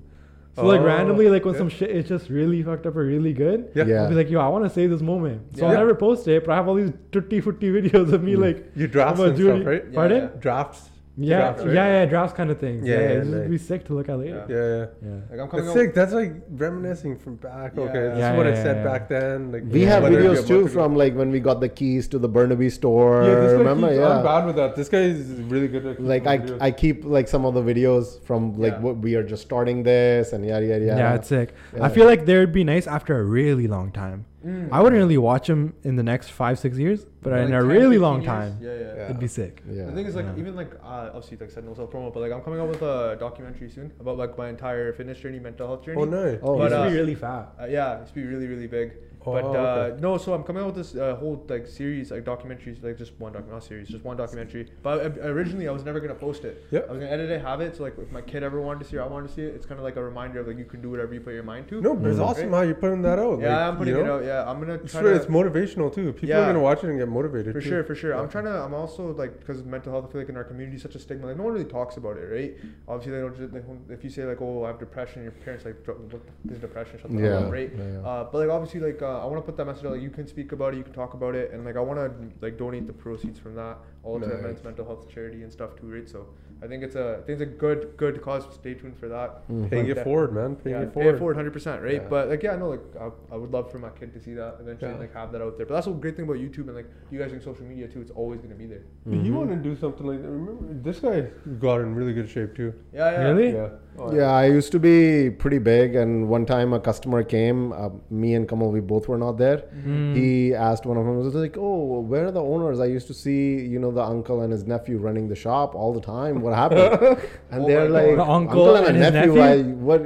[SPEAKER 3] So like
[SPEAKER 2] Oh,
[SPEAKER 3] randomly, like when
[SPEAKER 2] yeah.
[SPEAKER 3] some shit is just really fucked up or really good,
[SPEAKER 2] (laughs) Yeah.
[SPEAKER 4] Yeah.
[SPEAKER 3] I'll be like, yo, I want to save this moment. So I'll
[SPEAKER 1] Yeah.
[SPEAKER 3] never post it, but I have all these tutti frutti videos of me like
[SPEAKER 2] You Mm. draft
[SPEAKER 3] about
[SPEAKER 2] and
[SPEAKER 3] doing-
[SPEAKER 2] stuff, right?
[SPEAKER 1] Yeah,
[SPEAKER 3] Pardon?
[SPEAKER 1] yeah.
[SPEAKER 2] Drafts.
[SPEAKER 3] Yeah,
[SPEAKER 2] Drafts, right?
[SPEAKER 3] yeah, yeah, drafts kind of things.
[SPEAKER 2] Yeah,
[SPEAKER 3] Yeah,
[SPEAKER 2] yeah,
[SPEAKER 3] it'd just
[SPEAKER 2] like-
[SPEAKER 3] be sick to look at later.
[SPEAKER 2] Yeah, yeah.
[SPEAKER 3] yeah.
[SPEAKER 1] Like I'm coming
[SPEAKER 2] That's
[SPEAKER 1] up.
[SPEAKER 2] sick. That's like reminiscing from back. Okay,
[SPEAKER 1] Yeah.
[SPEAKER 2] this
[SPEAKER 3] Yeah,
[SPEAKER 2] is what I
[SPEAKER 3] yeah,
[SPEAKER 2] said
[SPEAKER 3] yeah.
[SPEAKER 2] back then. Like
[SPEAKER 4] We have
[SPEAKER 2] whether it be a
[SPEAKER 4] videos
[SPEAKER 2] month
[SPEAKER 4] too
[SPEAKER 2] ago.
[SPEAKER 4] from like when we got the keys to the Burnaby store.
[SPEAKER 2] Yeah, this guy
[SPEAKER 4] remember?
[SPEAKER 2] keeps- I'm
[SPEAKER 4] Yeah.
[SPEAKER 2] bad with that. This guy is really good at
[SPEAKER 4] Like I,
[SPEAKER 2] keeping videos.
[SPEAKER 4] I keep like some of the videos from like
[SPEAKER 1] Yeah.
[SPEAKER 4] what we are just starting this and yada yada
[SPEAKER 3] Yeah,
[SPEAKER 4] yada.
[SPEAKER 3] it's sick. I
[SPEAKER 4] Yeah.
[SPEAKER 3] feel like they would be nice after a really long time.
[SPEAKER 1] Mm.
[SPEAKER 3] I wouldn't really watch them in the next five, six years, but
[SPEAKER 1] Like
[SPEAKER 3] in a
[SPEAKER 1] 10,
[SPEAKER 3] really
[SPEAKER 1] 15
[SPEAKER 3] long
[SPEAKER 1] years.
[SPEAKER 3] time,
[SPEAKER 1] Yeah, yeah.
[SPEAKER 2] Yeah.
[SPEAKER 3] it'd be sick.
[SPEAKER 4] yeah.
[SPEAKER 1] The thing is, like,
[SPEAKER 3] Yeah.
[SPEAKER 1] even like, uh, obviously, like, I said no self promo, but like, I'm coming out with a documentary soon about like my entire fitness journey, mental health journey.
[SPEAKER 2] oh no.
[SPEAKER 4] Oh,
[SPEAKER 1] But,
[SPEAKER 3] Used to
[SPEAKER 1] uh,
[SPEAKER 3] be really fat.
[SPEAKER 1] Uh, yeah, it used to be really, really big.
[SPEAKER 2] Oh,
[SPEAKER 1] but uh,
[SPEAKER 2] okay.
[SPEAKER 1] no, so I'm coming out with this uh, whole like series, like documentaries, like just one doc, not series, just one documentary. But I, originally, I was never gonna post it.
[SPEAKER 2] Yeah.
[SPEAKER 1] I was gonna edit it, have it. So like, if my kid ever wanted to see, it, I wanted to see it. It's kind of like a reminder of like you can do whatever you put your mind to.
[SPEAKER 2] No, but it's awesome how you're putting that out.
[SPEAKER 1] Mm-hmm. Yeah,
[SPEAKER 2] like,
[SPEAKER 1] I'm putting
[SPEAKER 2] you
[SPEAKER 1] it
[SPEAKER 2] know?
[SPEAKER 1] out. Yeah, I'm gonna
[SPEAKER 2] It's,
[SPEAKER 1] try
[SPEAKER 2] sure,
[SPEAKER 1] to.
[SPEAKER 2] it's motivational too. People
[SPEAKER 1] Yeah.
[SPEAKER 2] are gonna watch it and get motivated.
[SPEAKER 1] For
[SPEAKER 2] too.
[SPEAKER 1] sure, for sure. I'm
[SPEAKER 2] Yeah.
[SPEAKER 1] trying to. I'm also like because mental health. I feel like in our community, is such a stigma. Like no one really talks about it, right? Obviously, they don't. Just, like, when- if you say like, "Oh, I have depression," your parents like, "Dr- "What the f- is depression?" Shut the hell
[SPEAKER 4] Yeah,
[SPEAKER 1] up, right?
[SPEAKER 4] yeah, yeah.
[SPEAKER 1] Uh, but like obviously, like uh, I want to put that message out. Like you can speak about it, you can talk about it, and like I want to like donate the proceeds from that all to
[SPEAKER 4] Nice.
[SPEAKER 1] men's mental health charity and stuff too, right? So I think it's a I think it's a good good cause. Stay tuned for that.
[SPEAKER 2] Paying
[SPEAKER 1] But,
[SPEAKER 2] it
[SPEAKER 1] uh,
[SPEAKER 2] forward, man. Paying
[SPEAKER 1] yeah,
[SPEAKER 2] it
[SPEAKER 1] pay it
[SPEAKER 2] forward.
[SPEAKER 1] forward, hundred percent, right?
[SPEAKER 2] Yeah.
[SPEAKER 1] But like, yeah, no, like, I, I would love for my kid to see that eventually, and,
[SPEAKER 2] Yeah.
[SPEAKER 1] like, have that out there. But that's the great thing about YouTube and like you guys doing social media too. It's always gonna be there.
[SPEAKER 4] Mm-hmm.
[SPEAKER 2] But You want to do something like that. Remember, this guy got in really good shape too.
[SPEAKER 1] Yeah, yeah.
[SPEAKER 3] Really?
[SPEAKER 2] Yeah. Oh,
[SPEAKER 4] Yeah, I used to be pretty big, and one time a customer came. Uh, me and Kamal, we both both were not there.
[SPEAKER 3] Mm-hmm.
[SPEAKER 4] He asked one of them, was like, "Oh, where are the owners? I used to see, you know, the uncle and his nephew running the shop all the time.
[SPEAKER 3] (laughs)
[SPEAKER 4] What happened?" And
[SPEAKER 1] Oh
[SPEAKER 4] they're
[SPEAKER 1] my
[SPEAKER 4] like,
[SPEAKER 1] God.
[SPEAKER 3] The uncle and his
[SPEAKER 4] I,
[SPEAKER 3] nephew?
[SPEAKER 4] what?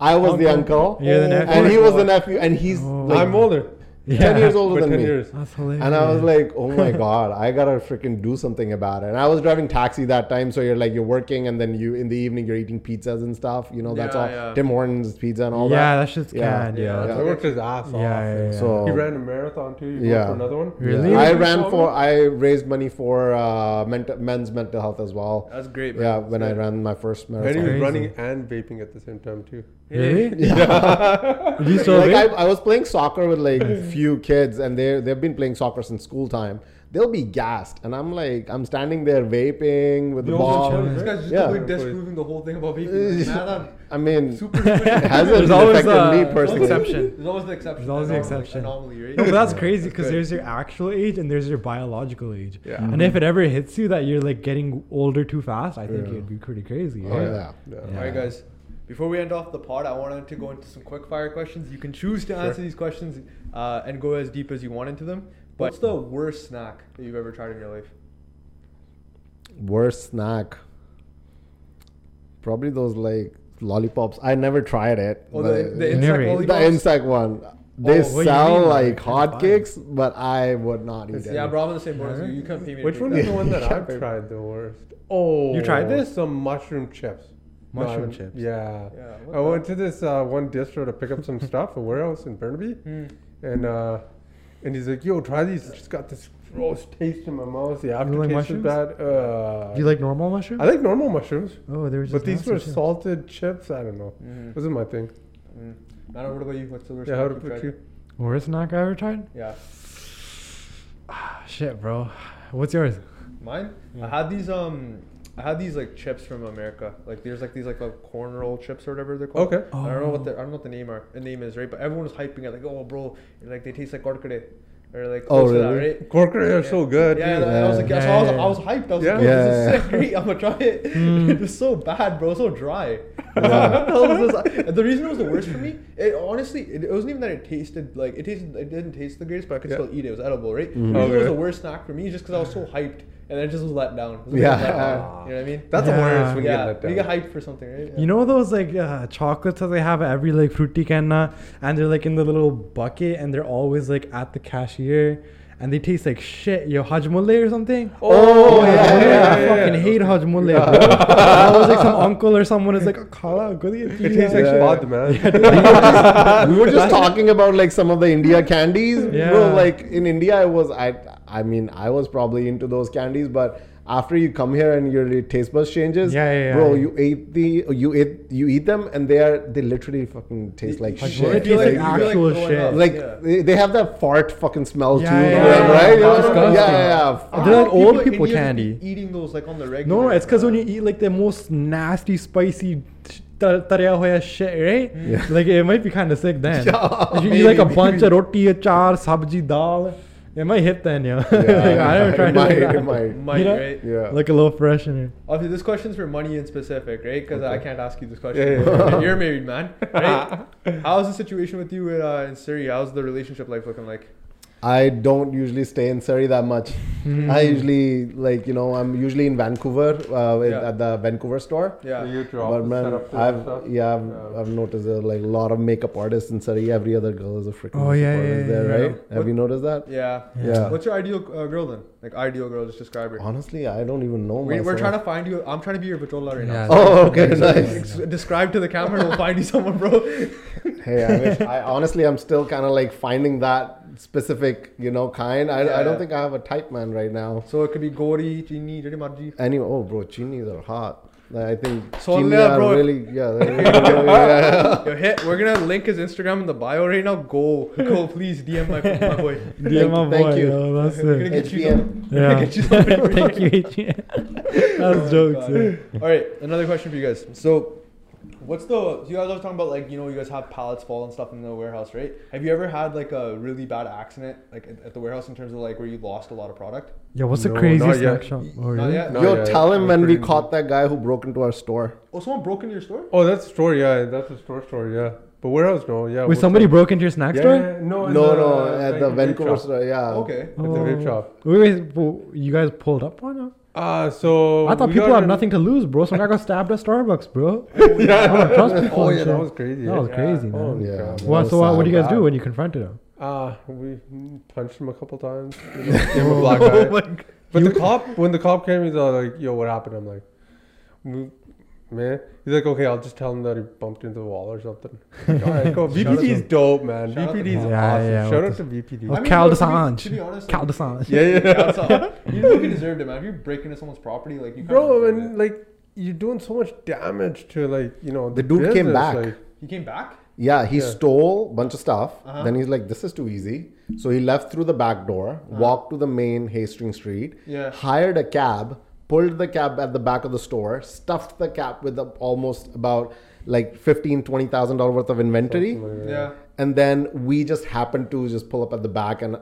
[SPEAKER 4] I was the
[SPEAKER 3] Uncle.
[SPEAKER 4] uncle,
[SPEAKER 3] You're the nephew?
[SPEAKER 4] and he was the nephew, and he's
[SPEAKER 3] Oh.
[SPEAKER 4] like
[SPEAKER 2] I'm older.
[SPEAKER 4] ten years
[SPEAKER 2] but
[SPEAKER 4] older
[SPEAKER 2] 10
[SPEAKER 4] than me.
[SPEAKER 2] years.
[SPEAKER 3] That's hilarious.
[SPEAKER 4] And I was like, oh
[SPEAKER 1] (laughs)
[SPEAKER 4] my God, I gotta freaking do something about it. And I was driving taxi that time. So you're like, you're working and then you, in the evening, you're eating pizzas and stuff. You know, that's
[SPEAKER 1] Yeah,
[SPEAKER 4] all
[SPEAKER 1] yeah.
[SPEAKER 4] Tim Hortons pizza and all
[SPEAKER 3] yeah,
[SPEAKER 4] that.
[SPEAKER 3] that shit's
[SPEAKER 4] Yeah.
[SPEAKER 3] canned,
[SPEAKER 1] Yeah.
[SPEAKER 3] yeah.
[SPEAKER 2] I worked his ass
[SPEAKER 3] Yeah,
[SPEAKER 2] off.
[SPEAKER 3] yeah, yeah.
[SPEAKER 4] So
[SPEAKER 2] He ran a marathon too. You
[SPEAKER 4] Um, Yeah.
[SPEAKER 2] yeah. for another one?
[SPEAKER 3] Really?
[SPEAKER 4] I
[SPEAKER 2] You
[SPEAKER 4] ran
[SPEAKER 2] saw
[SPEAKER 4] for,
[SPEAKER 2] him?
[SPEAKER 4] I raised money for uh, ment- men's mental health as well.
[SPEAKER 1] That's great, man.
[SPEAKER 4] Yeah, when I ran my first
[SPEAKER 2] And he
[SPEAKER 4] marathon.
[SPEAKER 2] was
[SPEAKER 3] Crazy.
[SPEAKER 2] running and vaping at the same time too.
[SPEAKER 3] Really?
[SPEAKER 4] (laughs)
[SPEAKER 1] (laughs)
[SPEAKER 4] Yeah.
[SPEAKER 3] You still
[SPEAKER 4] like I,
[SPEAKER 3] vape?
[SPEAKER 4] I was playing soccer with like few kids and they they've been playing soccer since school time. They'll be gassed and I'm like I'm standing there vaping with the
[SPEAKER 2] You're also
[SPEAKER 4] ball.
[SPEAKER 2] chilling.
[SPEAKER 1] This guy's just
[SPEAKER 4] Yeah.
[SPEAKER 1] totally disproving the whole thing about
[SPEAKER 4] (laughs)
[SPEAKER 1] vaping. Man, I'm
[SPEAKER 4] I mean,
[SPEAKER 1] super. There's
[SPEAKER 4] it hasn't
[SPEAKER 3] There's always
[SPEAKER 4] affected
[SPEAKER 3] a-
[SPEAKER 4] me personally. (laughs)
[SPEAKER 1] (laughs)
[SPEAKER 3] exception.
[SPEAKER 1] There's always an exception.
[SPEAKER 3] There's always an
[SPEAKER 1] Anom-
[SPEAKER 3] exception.
[SPEAKER 1] Anomaly, right?
[SPEAKER 3] No, but that's crazy because
[SPEAKER 2] good.
[SPEAKER 3] there's your actual age and there's your biological age.
[SPEAKER 2] Yeah.
[SPEAKER 3] And if it ever hits you that you're like getting older too fast, I think it'd be pretty crazy.
[SPEAKER 4] Oh,
[SPEAKER 3] right?
[SPEAKER 4] yeah.
[SPEAKER 2] Yeah.
[SPEAKER 1] All right, guys. Before we end off the pod, I wanted to go into some quick fire questions. You can choose to answer these questions uh, and go as deep as you want into them. But what's the worst snack that you've ever tried in your life?
[SPEAKER 4] Worst snack. Probably those like lollipops. I never tried it.
[SPEAKER 1] Oh,
[SPEAKER 4] but-
[SPEAKER 1] the, the insect
[SPEAKER 3] Never ate. The
[SPEAKER 1] lollipops?
[SPEAKER 4] the insect one. They
[SPEAKER 3] Oh, what do you
[SPEAKER 4] sell
[SPEAKER 3] mean?
[SPEAKER 4] like
[SPEAKER 3] They're fine.
[SPEAKER 4] hotcakes, but I would not eat it.
[SPEAKER 1] Yeah,
[SPEAKER 4] (laughs)
[SPEAKER 1] bro, I'm on the same board as you. You can't pay me. to
[SPEAKER 2] Which
[SPEAKER 1] eat
[SPEAKER 2] one
[SPEAKER 1] that.
[SPEAKER 2] is the one (laughs)
[SPEAKER 3] (laughs)
[SPEAKER 2] that
[SPEAKER 4] Yeah,
[SPEAKER 2] I've
[SPEAKER 4] babe.
[SPEAKER 2] tried the worst? Oh,
[SPEAKER 3] You tried this?
[SPEAKER 2] Some mushroom chips. No, I
[SPEAKER 3] Mushroom
[SPEAKER 2] haven't-
[SPEAKER 3] chips.
[SPEAKER 2] Yeah.
[SPEAKER 1] Yeah, what
[SPEAKER 2] I
[SPEAKER 1] the-
[SPEAKER 2] went to this uh, one distro to pick up some stuff or warehouse in Burnaby,
[SPEAKER 1] Mm,
[SPEAKER 2] and uh, and he's like, "Yo, try these. It's got this gross taste in my mouth. The
[SPEAKER 3] You like
[SPEAKER 2] aftertaste is
[SPEAKER 3] mushrooms?
[SPEAKER 2] bad." Uh,
[SPEAKER 3] Do you like normal mushrooms?
[SPEAKER 2] I like normal mushrooms,
[SPEAKER 3] oh, there was.
[SPEAKER 2] but these were salted chips. I don't know. This is my thing.
[SPEAKER 1] Mm. Matter mm-hmm, what about you? What's the worst?
[SPEAKER 2] Yeah,
[SPEAKER 1] snack
[SPEAKER 2] how to
[SPEAKER 1] you've
[SPEAKER 2] put
[SPEAKER 1] tried?
[SPEAKER 2] you?
[SPEAKER 3] Worst snack I ever tried?
[SPEAKER 1] Yeah,
[SPEAKER 3] Ah, shit, bro. What's yours?
[SPEAKER 1] mine. I had these um, I had these like chips from America. Like there's like these like, like corn roll chips or whatever they're called.
[SPEAKER 2] Okay.
[SPEAKER 1] I don't know what
[SPEAKER 3] Oh.
[SPEAKER 1] the I don't know what the name are the name is right, but everyone was hyping it like oh bro, and, like they taste like korkade, or like
[SPEAKER 4] Oh,
[SPEAKER 1] close to that,
[SPEAKER 4] really?
[SPEAKER 1] right?
[SPEAKER 2] Corker are so good.
[SPEAKER 1] Yeah,
[SPEAKER 2] dude.
[SPEAKER 1] and I was like, so I was, I was hyped. I was like, yeah. this
[SPEAKER 4] Yeah.
[SPEAKER 1] is sick, great. I'm gonna try it.
[SPEAKER 3] (laughs)
[SPEAKER 1] (laughs)
[SPEAKER 3] Hmm.
[SPEAKER 1] it was so bad, bro. So dry. (laughs)
[SPEAKER 4] Yeah.
[SPEAKER 1] I was just- and the reason it was the worst for me, it honestly, it, it wasn't even that it tasted like it tasted. It didn't taste the greatest, but I could
[SPEAKER 2] Yeah.
[SPEAKER 1] still eat it. It was edible, right?
[SPEAKER 3] Mm-hmm.
[SPEAKER 1] The reason it was
[SPEAKER 2] Okay.
[SPEAKER 1] the worst snack for me is just because I was so hyped, and then it just was let down. It was a bit
[SPEAKER 4] Yeah.
[SPEAKER 1] let
[SPEAKER 3] (laughs)
[SPEAKER 1] down. you know what I mean?
[SPEAKER 2] That's
[SPEAKER 3] Yeah.
[SPEAKER 2] the worst when
[SPEAKER 1] yeah,
[SPEAKER 2] you get
[SPEAKER 1] when
[SPEAKER 2] let
[SPEAKER 1] you
[SPEAKER 2] down.
[SPEAKER 1] get hyped for something, right? Yeah.
[SPEAKER 3] You know those like uh, chocolates that they have at every like fruity canna, and they're like in the little bucket, and they're always like at the cashier, and they taste like shit. Yo, hajmole or something.
[SPEAKER 2] Oh, yeah,
[SPEAKER 3] yeah,
[SPEAKER 2] yeah, yeah,
[SPEAKER 3] I
[SPEAKER 2] yeah,
[SPEAKER 3] fucking
[SPEAKER 2] yeah.
[SPEAKER 3] hate Haj Mulle. I
[SPEAKER 2] (laughs)
[SPEAKER 3] was like some uncle or someone is like, Kala,
[SPEAKER 2] It tastes like
[SPEAKER 4] Yeah.
[SPEAKER 2] shit, man. (laughs)
[SPEAKER 3] (laughs)
[SPEAKER 4] we were just talking about like some of the India candies. Bro,
[SPEAKER 3] Yeah.
[SPEAKER 4] like in India, I was I I mean I was probably into those candies, but after you come here and your taste buds changes,
[SPEAKER 3] Yeah, yeah, yeah.
[SPEAKER 4] bro, you ate the you ate you eat them and they are they literally fucking taste like
[SPEAKER 1] You
[SPEAKER 4] shit.
[SPEAKER 1] feel
[SPEAKER 3] Like
[SPEAKER 1] you feel
[SPEAKER 3] actual
[SPEAKER 1] throwing
[SPEAKER 3] shit.
[SPEAKER 1] up,
[SPEAKER 4] Like
[SPEAKER 1] yeah.
[SPEAKER 4] they, they have that fart fucking smell
[SPEAKER 3] Yeah,
[SPEAKER 4] too,
[SPEAKER 3] yeah,
[SPEAKER 4] man,
[SPEAKER 3] yeah.
[SPEAKER 4] right? You know what I mean?
[SPEAKER 3] Disgusting.
[SPEAKER 4] Yeah, yeah, yeah.
[SPEAKER 1] Why
[SPEAKER 3] They're
[SPEAKER 1] are
[SPEAKER 3] like old
[SPEAKER 1] in
[SPEAKER 3] people
[SPEAKER 1] India
[SPEAKER 3] candy.
[SPEAKER 1] be Eating those like on the regular.
[SPEAKER 3] No, no, it's because when
[SPEAKER 1] man?
[SPEAKER 3] you eat like the most nasty, spicy, tar- tarya hoya shit, right?
[SPEAKER 4] Yeah.
[SPEAKER 3] Like it might be kind of
[SPEAKER 2] (laughs)
[SPEAKER 3] sick then.
[SPEAKER 4] Yeah,
[SPEAKER 3] if you eat like a
[SPEAKER 4] Oh, maybe,
[SPEAKER 3] bunch of roti,
[SPEAKER 4] maybe.
[SPEAKER 3] achar, sabji, dal, it might hit then, yo. like, (laughs) I
[SPEAKER 4] (laughs) yeah,
[SPEAKER 3] never
[SPEAKER 4] it
[SPEAKER 3] tried
[SPEAKER 4] might,
[SPEAKER 3] to
[SPEAKER 4] it might.
[SPEAKER 1] Might,
[SPEAKER 3] You know?
[SPEAKER 1] right?
[SPEAKER 4] Yeah.
[SPEAKER 3] Look a little fresh in here.
[SPEAKER 1] Obviously, this question's for money in specific, right? Because I can't ask you this question.
[SPEAKER 2] Yeah,
[SPEAKER 1] (laughs)
[SPEAKER 2] yeah,
[SPEAKER 1] You're a married man, right? How's the situation with you in, uh, in Surrey? How's the relationship life looking like?
[SPEAKER 4] I don't usually stay in Surrey that much.
[SPEAKER 3] Hmm.
[SPEAKER 4] I usually like you know I'm usually in Vancouver uh, with-
[SPEAKER 1] Yeah.
[SPEAKER 4] at the Vancouver store.
[SPEAKER 1] Yeah.
[SPEAKER 2] You drop
[SPEAKER 4] But
[SPEAKER 2] the
[SPEAKER 4] man,
[SPEAKER 2] setup there and
[SPEAKER 4] I've
[SPEAKER 2] stuff.
[SPEAKER 4] yeah, I've,
[SPEAKER 2] Yeah.
[SPEAKER 4] I've noticed that like a lot of makeup artists in Surrey. Every other girl is a freaking
[SPEAKER 3] Oh, yeah,
[SPEAKER 4] makeup
[SPEAKER 3] yeah,
[SPEAKER 4] artist
[SPEAKER 3] yeah,
[SPEAKER 4] there,
[SPEAKER 1] yeah.
[SPEAKER 4] right? Have you noticed that?
[SPEAKER 1] Yeah.
[SPEAKER 4] Yeah. Oh,
[SPEAKER 1] What's your ideal uh, girl then? Like ideal girl, just describe her.
[SPEAKER 4] Honestly, I don't even know.
[SPEAKER 1] We, we're
[SPEAKER 4] myself.
[SPEAKER 1] trying to find you. I'm trying to be your Vitola right
[SPEAKER 3] Yeah.
[SPEAKER 1] now.
[SPEAKER 4] Oh,
[SPEAKER 1] (laughs)
[SPEAKER 4] okay,
[SPEAKER 1] Ex-
[SPEAKER 4] nice.
[SPEAKER 1] Describe to the camera, and we'll find you someone, bro. (laughs)
[SPEAKER 4] hey, I, wish, I honestly, I'm still kind of like finding that specific, you know, kind. I, I
[SPEAKER 1] Yeah.
[SPEAKER 4] don't think I have a type man right now.
[SPEAKER 1] So it could be Gori, Chini, Jadi
[SPEAKER 4] (laughs)
[SPEAKER 1] Marji.
[SPEAKER 4] Anyway, oh, bro, chinis are hot. Like, I think
[SPEAKER 1] So,
[SPEAKER 4] chinis
[SPEAKER 1] yeah,
[SPEAKER 4] are
[SPEAKER 1] bro.
[SPEAKER 4] really, yeah, they're really- yeah.
[SPEAKER 1] Yo, hit. We're gonna link his Instagram in the bio right now. Go, go, please DM my, my boy.
[SPEAKER 3] Yeah, my
[SPEAKER 4] thank
[SPEAKER 3] boy,
[SPEAKER 4] you.
[SPEAKER 3] yo, that's
[SPEAKER 1] We're gonna
[SPEAKER 3] it.
[SPEAKER 1] get you.
[SPEAKER 4] HBM.
[SPEAKER 1] some- we're
[SPEAKER 3] Yeah.
[SPEAKER 1] gonna (laughs) get you somebody.
[SPEAKER 3] Thank you, HM. That's jokes.
[SPEAKER 1] All right, another question for you guys. So, What's the? You guys always talking about like you know you guys have pallets fall and stuff in the warehouse, right? Have you ever had like a really bad accident like at, at the warehouse in terms of like where you lost a lot of product?
[SPEAKER 3] Yeah, what's
[SPEAKER 2] No,
[SPEAKER 3] the
[SPEAKER 2] not
[SPEAKER 3] craziest
[SPEAKER 2] yet.
[SPEAKER 3] snack shop?
[SPEAKER 1] Y-
[SPEAKER 3] Oh,
[SPEAKER 1] not
[SPEAKER 3] really?
[SPEAKER 1] yet.
[SPEAKER 2] No,
[SPEAKER 4] Yo,
[SPEAKER 2] yeah,
[SPEAKER 4] tell him
[SPEAKER 2] we're
[SPEAKER 4] when we
[SPEAKER 2] pretty-
[SPEAKER 4] caught that guy who broke into our store.
[SPEAKER 1] Oh, someone broke into your store?
[SPEAKER 2] Oh, that's a store. Yeah, that's a store story. Yeah, but warehouse no. Yeah,
[SPEAKER 3] Wait,
[SPEAKER 2] what's
[SPEAKER 3] somebody
[SPEAKER 2] up?
[SPEAKER 3] broke into your snack
[SPEAKER 2] yeah,
[SPEAKER 3] store?
[SPEAKER 2] yeah, no, in
[SPEAKER 4] no,
[SPEAKER 2] the,
[SPEAKER 4] no,
[SPEAKER 2] uh,
[SPEAKER 4] at the
[SPEAKER 2] vape
[SPEAKER 4] Vancouver
[SPEAKER 2] shop.
[SPEAKER 4] store. Yeah.
[SPEAKER 1] Okay.
[SPEAKER 2] At the vape
[SPEAKER 3] Oh.
[SPEAKER 2] shop.
[SPEAKER 3] Wait, wait, well, you guys pulled up on him?
[SPEAKER 2] Ah, so
[SPEAKER 3] I thought
[SPEAKER 2] we
[SPEAKER 3] people
[SPEAKER 2] got
[SPEAKER 3] had
[SPEAKER 2] in-
[SPEAKER 3] nothing to lose, bro. Some guy got stabbed at Starbucks, bro. I
[SPEAKER 2] yeah.
[SPEAKER 3] don't trust people.
[SPEAKER 2] Oh
[SPEAKER 3] and
[SPEAKER 2] yeah,
[SPEAKER 3] shit.
[SPEAKER 2] that was crazy.
[SPEAKER 3] That
[SPEAKER 2] eh?
[SPEAKER 3] was
[SPEAKER 1] Yeah.
[SPEAKER 3] crazy, man.
[SPEAKER 2] Oh,
[SPEAKER 4] Yeah.
[SPEAKER 2] God.
[SPEAKER 4] Well,
[SPEAKER 3] Well, so uh, what do you guys
[SPEAKER 4] sad.
[SPEAKER 3] do when you confronted him?
[SPEAKER 2] Ah, we punched him a couple times. You know, gave him a black eye.
[SPEAKER 3] god.
[SPEAKER 2] But the cop, when the cop came, he's all like, "Yo, what happened?" I'm like, "Mm, "Man," he's like, "Okay, I'll just tell him that he bumped into the wall or something." Like, all right, cool.
[SPEAKER 1] Shout out
[SPEAKER 2] VPD is
[SPEAKER 1] to-
[SPEAKER 2] dope, man.
[SPEAKER 1] shout out to
[SPEAKER 2] VPD is
[SPEAKER 3] Cal.
[SPEAKER 2] awesome.
[SPEAKER 3] Yeah, yeah,
[SPEAKER 2] Shout
[SPEAKER 3] what
[SPEAKER 2] out
[SPEAKER 3] the-
[SPEAKER 2] to VPD.
[SPEAKER 3] Oh,
[SPEAKER 1] I mean,
[SPEAKER 3] Cal
[SPEAKER 1] no, to be-
[SPEAKER 3] Desange.
[SPEAKER 1] To be honest,
[SPEAKER 3] Cal
[SPEAKER 1] like,
[SPEAKER 3] Desange.
[SPEAKER 2] Yeah,
[SPEAKER 3] (laughs)
[SPEAKER 2] yeah.
[SPEAKER 1] Cal Desange. you fucking deserved it, man. If you break into someone's property, like you. kinda
[SPEAKER 2] Bro,
[SPEAKER 1] deserved
[SPEAKER 2] and
[SPEAKER 1] it.
[SPEAKER 2] like you're doing so much damage to like you know
[SPEAKER 4] The dude came
[SPEAKER 2] business,
[SPEAKER 4] back.
[SPEAKER 2] Like,
[SPEAKER 1] he came back.
[SPEAKER 4] Yeah, he
[SPEAKER 2] Yeah.
[SPEAKER 4] stole bunch of stuff.
[SPEAKER 1] Uh-huh.
[SPEAKER 4] Then he's like, "This is too easy." So he left through the back door, walked to the main Hastings Street,
[SPEAKER 1] Yeah.
[SPEAKER 4] hired a cab, pulled the cab at the back of the store, stuffed the cab with the- almost about like fifteen, twenty thousand dollars worth of inventory,
[SPEAKER 2] Something like that.
[SPEAKER 1] Yeah.
[SPEAKER 4] and then we just happened to just pull up at the back and.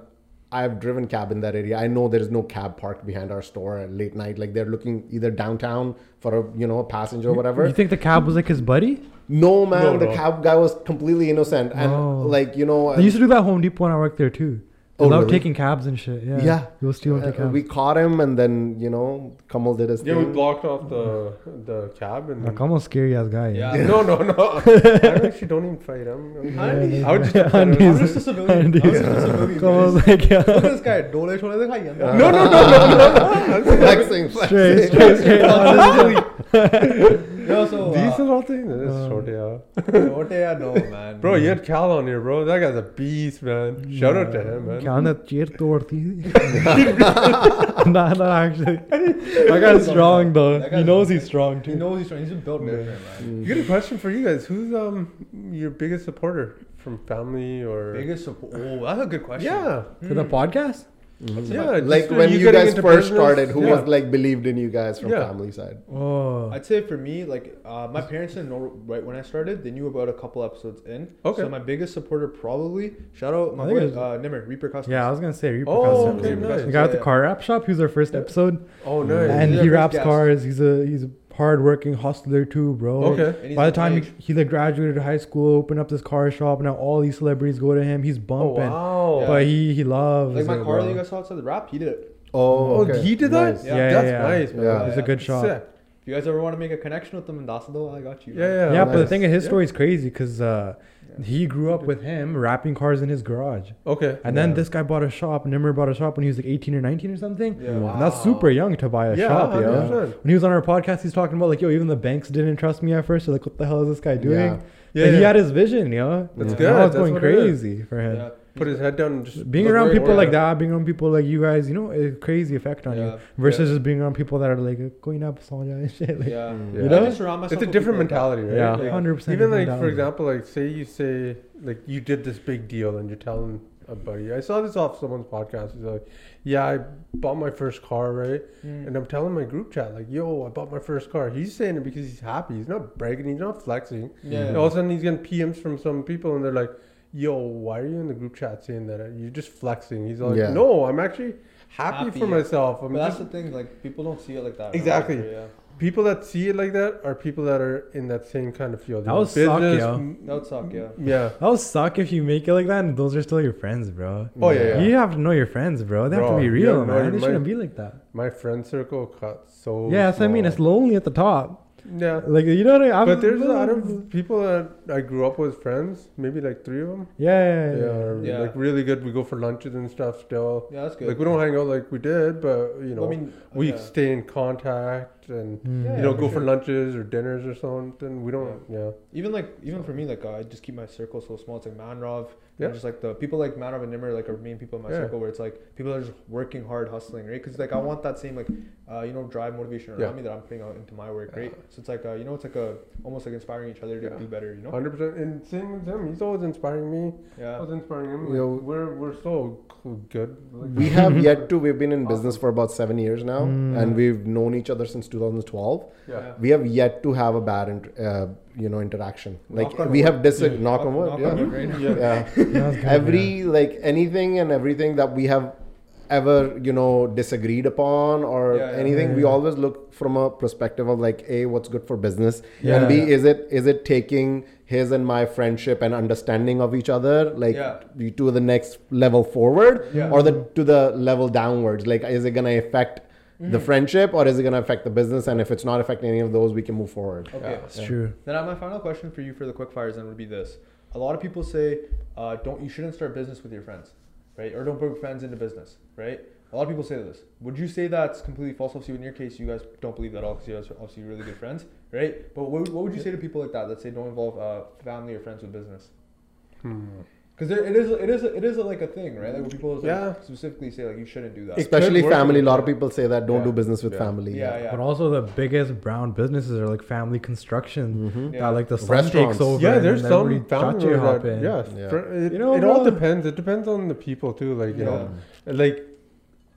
[SPEAKER 4] I've driven cab in that area. I know there is no cab parked behind our store at late night. Like they're looking either downtown for a you know a passenger or whatever.
[SPEAKER 3] You think the cab was like his buddy?
[SPEAKER 4] No man,
[SPEAKER 2] No,
[SPEAKER 4] the
[SPEAKER 2] no.
[SPEAKER 4] cab guy was completely innocent, and
[SPEAKER 3] Oh.
[SPEAKER 4] like you know,
[SPEAKER 3] They used to do that at Home Depot when I worked there too. They
[SPEAKER 4] Oh,
[SPEAKER 3] love
[SPEAKER 4] really?
[SPEAKER 3] taking cabs and shit. Yeah.
[SPEAKER 4] Yeah.
[SPEAKER 3] You'll steal and take
[SPEAKER 4] uh,
[SPEAKER 3] cabs.
[SPEAKER 4] we caught him, and then you know, Kamal did his
[SPEAKER 2] Yeah, we
[SPEAKER 4] thing. (laughs)
[SPEAKER 2] blocked off the the cab and.
[SPEAKER 3] like, almost scary ass guy.
[SPEAKER 1] Yeah.
[SPEAKER 2] no, no, (laughs) no. I actually don't even fight. I'm, I'm-
[SPEAKER 1] I mean,
[SPEAKER 2] (laughs) I would
[SPEAKER 3] (laughs)
[SPEAKER 2] just.
[SPEAKER 3] Yeah,
[SPEAKER 1] I'm
[SPEAKER 3] Andy's-
[SPEAKER 1] just a civilian. I'm
[SPEAKER 3] Andy's-
[SPEAKER 1] just a
[SPEAKER 3] (laughs)
[SPEAKER 1] civilian.
[SPEAKER 3] Kamal's
[SPEAKER 1] guys.
[SPEAKER 3] like, yeah.
[SPEAKER 4] (laughs)
[SPEAKER 1] Look at this guy. Dole chole dekha hi andar.
[SPEAKER 2] No, no, no, no, no. (laughs) no.
[SPEAKER 4] Flexing,
[SPEAKER 3] Straight,
[SPEAKER 4] flexing.
[SPEAKER 3] straight, straight.
[SPEAKER 1] No, so
[SPEAKER 2] These
[SPEAKER 1] uh,
[SPEAKER 2] are all things. That's
[SPEAKER 3] Uh,
[SPEAKER 2] short, yeah.
[SPEAKER 1] Dole, yeah, no man.
[SPEAKER 2] Bro, you had Cal on here, bro. That guy's a beast, man. Shout out to him, man.
[SPEAKER 3] Can that cheer
[SPEAKER 4] (laughs)
[SPEAKER 3] torti? (laughs) Nah, not actually. That guy's strong though.
[SPEAKER 1] That
[SPEAKER 3] he
[SPEAKER 1] guy's-
[SPEAKER 3] knows he's strong
[SPEAKER 1] He
[SPEAKER 3] too.
[SPEAKER 1] knows he's trying. He's a built different, man.
[SPEAKER 2] You got a question for you guys. Who's um your biggest supporter from family or?
[SPEAKER 1] Biggest support. Oh, that's a good question.
[SPEAKER 2] Yeah,
[SPEAKER 3] For the podcast?
[SPEAKER 2] yeah.
[SPEAKER 4] Like
[SPEAKER 2] just, uh,
[SPEAKER 4] when you,
[SPEAKER 2] getting
[SPEAKER 4] guys
[SPEAKER 2] into
[SPEAKER 4] first
[SPEAKER 2] business.
[SPEAKER 4] started, who
[SPEAKER 2] Yeah.
[SPEAKER 4] was like believed in you guys from
[SPEAKER 2] Yeah.
[SPEAKER 4] family side?
[SPEAKER 3] Oh.
[SPEAKER 1] I'd say for me, like uh, my parents didn't know right when I started. They knew about a couple episodes in.
[SPEAKER 2] Okay.
[SPEAKER 1] So my biggest supporter probably shout out my
[SPEAKER 3] I think
[SPEAKER 1] boy
[SPEAKER 3] it was-
[SPEAKER 1] uh, Nimmer Reaper Customs.
[SPEAKER 3] yeah, I was gonna say
[SPEAKER 2] Oh,
[SPEAKER 3] Repercussions.
[SPEAKER 2] okay,
[SPEAKER 1] Repercussions.
[SPEAKER 2] nice.
[SPEAKER 3] The guy at the
[SPEAKER 1] Yeah.
[SPEAKER 3] car wrap shop, he was our first episode,
[SPEAKER 2] Oh, nice.
[SPEAKER 3] and
[SPEAKER 1] He's our
[SPEAKER 3] he
[SPEAKER 1] first
[SPEAKER 3] wraps
[SPEAKER 1] guest.
[SPEAKER 3] cars. He's a he's a hardworking hustler too, bro.
[SPEAKER 2] Okay.
[SPEAKER 1] And he's
[SPEAKER 3] By the
[SPEAKER 1] my
[SPEAKER 3] time
[SPEAKER 1] age.
[SPEAKER 3] he, he like graduated high school, opened up this car shop, now all these celebrities go to him. He's
[SPEAKER 2] oh
[SPEAKER 3] bumping,
[SPEAKER 2] wow.
[SPEAKER 1] Yeah.
[SPEAKER 3] but he he loves
[SPEAKER 1] like my car
[SPEAKER 3] it, bro.
[SPEAKER 1] that you guys saw outside the wrap, he did it.
[SPEAKER 4] Oh,
[SPEAKER 2] Oh, he did that.
[SPEAKER 4] Nice.
[SPEAKER 1] Yeah.
[SPEAKER 2] that's
[SPEAKER 3] yeah.
[SPEAKER 2] nice, man.
[SPEAKER 4] Yeah.
[SPEAKER 3] It's a good shot.
[SPEAKER 2] Sick.
[SPEAKER 1] If you guys ever want to make a connection with them in Dasado, I got you.
[SPEAKER 2] Yeah,
[SPEAKER 1] man.
[SPEAKER 2] yeah.
[SPEAKER 3] yeah, but the
[SPEAKER 4] nice.
[SPEAKER 3] thing is, his
[SPEAKER 2] Yeah.
[SPEAKER 3] story is crazy because uh,
[SPEAKER 1] Yeah.
[SPEAKER 3] he grew up with him wrapping cars in his garage,
[SPEAKER 2] Okay.
[SPEAKER 3] and
[SPEAKER 4] Yeah.
[SPEAKER 3] then this guy bought a shop. Nimmer bought a shop when he was like 18 or 19 or something.
[SPEAKER 1] Yeah.
[SPEAKER 3] And that's super young to buy a
[SPEAKER 2] Yeah,
[SPEAKER 3] shop, yo.
[SPEAKER 2] 100%.
[SPEAKER 3] When he was on our podcast, he's talking about like, yo, even the banks didn't trust me at 1st They're like, what the hell is this guy doing?
[SPEAKER 4] Yeah.
[SPEAKER 2] Yeah,
[SPEAKER 3] But he
[SPEAKER 2] yeah.
[SPEAKER 3] had his vision, yo.
[SPEAKER 2] That's
[SPEAKER 3] Now
[SPEAKER 2] good.
[SPEAKER 3] it's
[SPEAKER 2] That's
[SPEAKER 3] going
[SPEAKER 2] what it is.
[SPEAKER 3] crazy for him.
[SPEAKER 1] Yeah.
[SPEAKER 2] Put his head down and just
[SPEAKER 3] Being
[SPEAKER 2] look
[SPEAKER 3] around
[SPEAKER 2] where-
[SPEAKER 3] people
[SPEAKER 2] where-
[SPEAKER 3] like that, being around people like you guys, you know, a crazy effect on
[SPEAKER 1] Yeah.
[SPEAKER 3] you. Versus just being around people that are like, "Koi na pasaun jaye," and (laughs) shit. Like,
[SPEAKER 1] Yeah.
[SPEAKER 4] Mm.
[SPEAKER 2] You
[SPEAKER 1] I
[SPEAKER 2] know?
[SPEAKER 1] just surround myself
[SPEAKER 2] It's a
[SPEAKER 1] with
[SPEAKER 2] different
[SPEAKER 1] people like
[SPEAKER 2] mentality, right?
[SPEAKER 3] (laughs) Yeah,
[SPEAKER 2] Like,
[SPEAKER 3] 100%
[SPEAKER 2] Even like
[SPEAKER 3] different
[SPEAKER 2] for
[SPEAKER 3] mentality.
[SPEAKER 2] example, like say you say like you did this big deal and you're telling a buddy. I saw this off someone's podcast. He's like, "Yeah, I bought my first car, right?"
[SPEAKER 1] that. Mm.
[SPEAKER 2] And I'm telling my group chat like, "Yo, I bought my first car." He's saying it because he's happy. He's not bragging. He's not flexing.
[SPEAKER 1] Yeah.
[SPEAKER 2] And all of a sudden, he's getting PMs from some people, and they're like, "Yo, why are you in the group chat saying that? You're just flexing." He's like,
[SPEAKER 4] Yeah.
[SPEAKER 2] "No, I'm actually happy,
[SPEAKER 1] Happy.
[SPEAKER 2] for myself. I'm
[SPEAKER 1] But that's
[SPEAKER 2] just
[SPEAKER 1] the thing, like people don't see it like that. right?
[SPEAKER 2] Exactly.
[SPEAKER 1] Yeah.
[SPEAKER 2] people that see it like that are people that are in that same kind of field.
[SPEAKER 3] That
[SPEAKER 2] You know,
[SPEAKER 3] would suck,
[SPEAKER 2] business,
[SPEAKER 3] yo.
[SPEAKER 2] m-
[SPEAKER 1] Mm, That would suck, yeah.
[SPEAKER 2] Yeah.
[SPEAKER 3] that would suck if you make it like that, and those are still your friends, bro.
[SPEAKER 2] Oh yeah. yeah.
[SPEAKER 3] You have to know your friends, bro. They have
[SPEAKER 2] Bro,
[SPEAKER 3] to be
[SPEAKER 2] you
[SPEAKER 3] real,
[SPEAKER 2] have no
[SPEAKER 3] man. They
[SPEAKER 2] mind.
[SPEAKER 3] shouldn't be like that.
[SPEAKER 2] My friend circle cut so.
[SPEAKER 3] yeah, that's what I mean. It's
[SPEAKER 2] small.
[SPEAKER 3] lonely at the top.
[SPEAKER 2] yeah.
[SPEAKER 3] Like, you know what I mean?
[SPEAKER 2] But there's a lot of people that I grew up with, friends, maybe like three of them.
[SPEAKER 3] Yeah,
[SPEAKER 2] Yeah,
[SPEAKER 3] yeah, yeah.
[SPEAKER 2] are
[SPEAKER 1] Yeah.
[SPEAKER 2] like really good. We go for lunches and stuff still.
[SPEAKER 1] Yeah, that's good.
[SPEAKER 2] Like we don't hang out like we did, but you know,
[SPEAKER 1] I mean,
[SPEAKER 2] we
[SPEAKER 1] yeah.
[SPEAKER 2] stay in contact and
[SPEAKER 3] Mm.
[SPEAKER 1] Yeah,
[SPEAKER 2] you know
[SPEAKER 1] for
[SPEAKER 2] go for
[SPEAKER 1] sure.
[SPEAKER 2] lunches or dinners or something. We don't. Yeah.
[SPEAKER 1] even like even for me, like uh, I just keep my circle so small. It's like Manrov,
[SPEAKER 2] Yeah.
[SPEAKER 1] yeah. just like the people like Manrov and Nimmer, like are main people in my
[SPEAKER 2] Yeah.
[SPEAKER 1] circle where it's like people are just working hard, hustling, right? Because like I want that same like uh, you know drive, motivation around
[SPEAKER 2] Yeah.
[SPEAKER 1] me that I'm putting out into my work, right?
[SPEAKER 2] Yeah.
[SPEAKER 1] So it's like uh, you know it's like a almost like inspiring each other to
[SPEAKER 2] Yeah.
[SPEAKER 1] do better, you know?
[SPEAKER 2] Hundred percent, and same with him. He's always inspiring me. I
[SPEAKER 1] Yeah,
[SPEAKER 2] was inspiring him.
[SPEAKER 4] Yeah.
[SPEAKER 2] Like, we're we're so cl- good. Like,
[SPEAKER 4] We
[SPEAKER 3] (laughs)
[SPEAKER 4] have yet to. We've been in business for about seven years now,
[SPEAKER 3] Mm.
[SPEAKER 4] and we've known each other since 2012.
[SPEAKER 2] yeah.
[SPEAKER 4] We have yet to have a bad int- uh, you know interaction. Like
[SPEAKER 1] Knock on
[SPEAKER 4] we
[SPEAKER 1] wood.
[SPEAKER 4] have dis knock on
[SPEAKER 1] Knock
[SPEAKER 4] wood, yeah.
[SPEAKER 1] right?
[SPEAKER 2] (laughs)
[SPEAKER 4] yeah.
[SPEAKER 3] That's good,
[SPEAKER 4] every like anything and everything that we have ever you know disagreed upon or
[SPEAKER 1] Yeah, yeah.
[SPEAKER 4] anything we
[SPEAKER 3] Yeah.
[SPEAKER 4] always look from a perspective of like a what's good for business and
[SPEAKER 3] Yeah.
[SPEAKER 4] b is it is it taking his and my friendship and understanding of each other like
[SPEAKER 1] Yeah. Mm-hmm.
[SPEAKER 4] you to the next level forward
[SPEAKER 1] Yeah.
[SPEAKER 4] or the to the level downwards like is it going to affect the
[SPEAKER 1] Mm-hmm.
[SPEAKER 4] friendship or is it going to affect the business and if it's not affecting any of those we can move forward
[SPEAKER 1] Okay.
[SPEAKER 3] It's true.
[SPEAKER 1] Then uh, my final question for you for the quickfires then would be this: A lot of people say, uh, "Don't you shouldn't start business with your friends, right? Or don't bring friends into business, right?" A lot of people say this. Would you say that's completely false? Obviously, in your case, you guys don't believe that at all because you guys are obviously really good friends, right? But what, what would you say to people like that that say don't involve uh, family or friends with business?
[SPEAKER 2] Hmm.
[SPEAKER 1] Because it is it is it is like a thing, right? Like where people like,
[SPEAKER 2] Yeah.
[SPEAKER 1] specifically say like you shouldn't do that.
[SPEAKER 2] It could
[SPEAKER 4] especially
[SPEAKER 2] work.
[SPEAKER 4] family a lot of people say that don't
[SPEAKER 1] Yeah.
[SPEAKER 4] do business with
[SPEAKER 2] Yeah.
[SPEAKER 4] family
[SPEAKER 1] yeah, yeah.
[SPEAKER 3] But also the biggest brown businesses are like family construction.
[SPEAKER 4] Mhm.
[SPEAKER 1] Yeah.
[SPEAKER 3] That like the sun
[SPEAKER 4] Restaurants.
[SPEAKER 3] takes over.
[SPEAKER 2] Yeah,
[SPEAKER 3] and
[SPEAKER 2] there's
[SPEAKER 3] then
[SPEAKER 2] some
[SPEAKER 3] everybody
[SPEAKER 2] founders
[SPEAKER 3] chachi
[SPEAKER 2] that-
[SPEAKER 3] hop in.
[SPEAKER 2] Yeah,
[SPEAKER 4] Yeah.
[SPEAKER 2] fr- it,
[SPEAKER 3] You know,
[SPEAKER 2] it all
[SPEAKER 3] bro.
[SPEAKER 2] depends. It depends on the people too. Like you know, like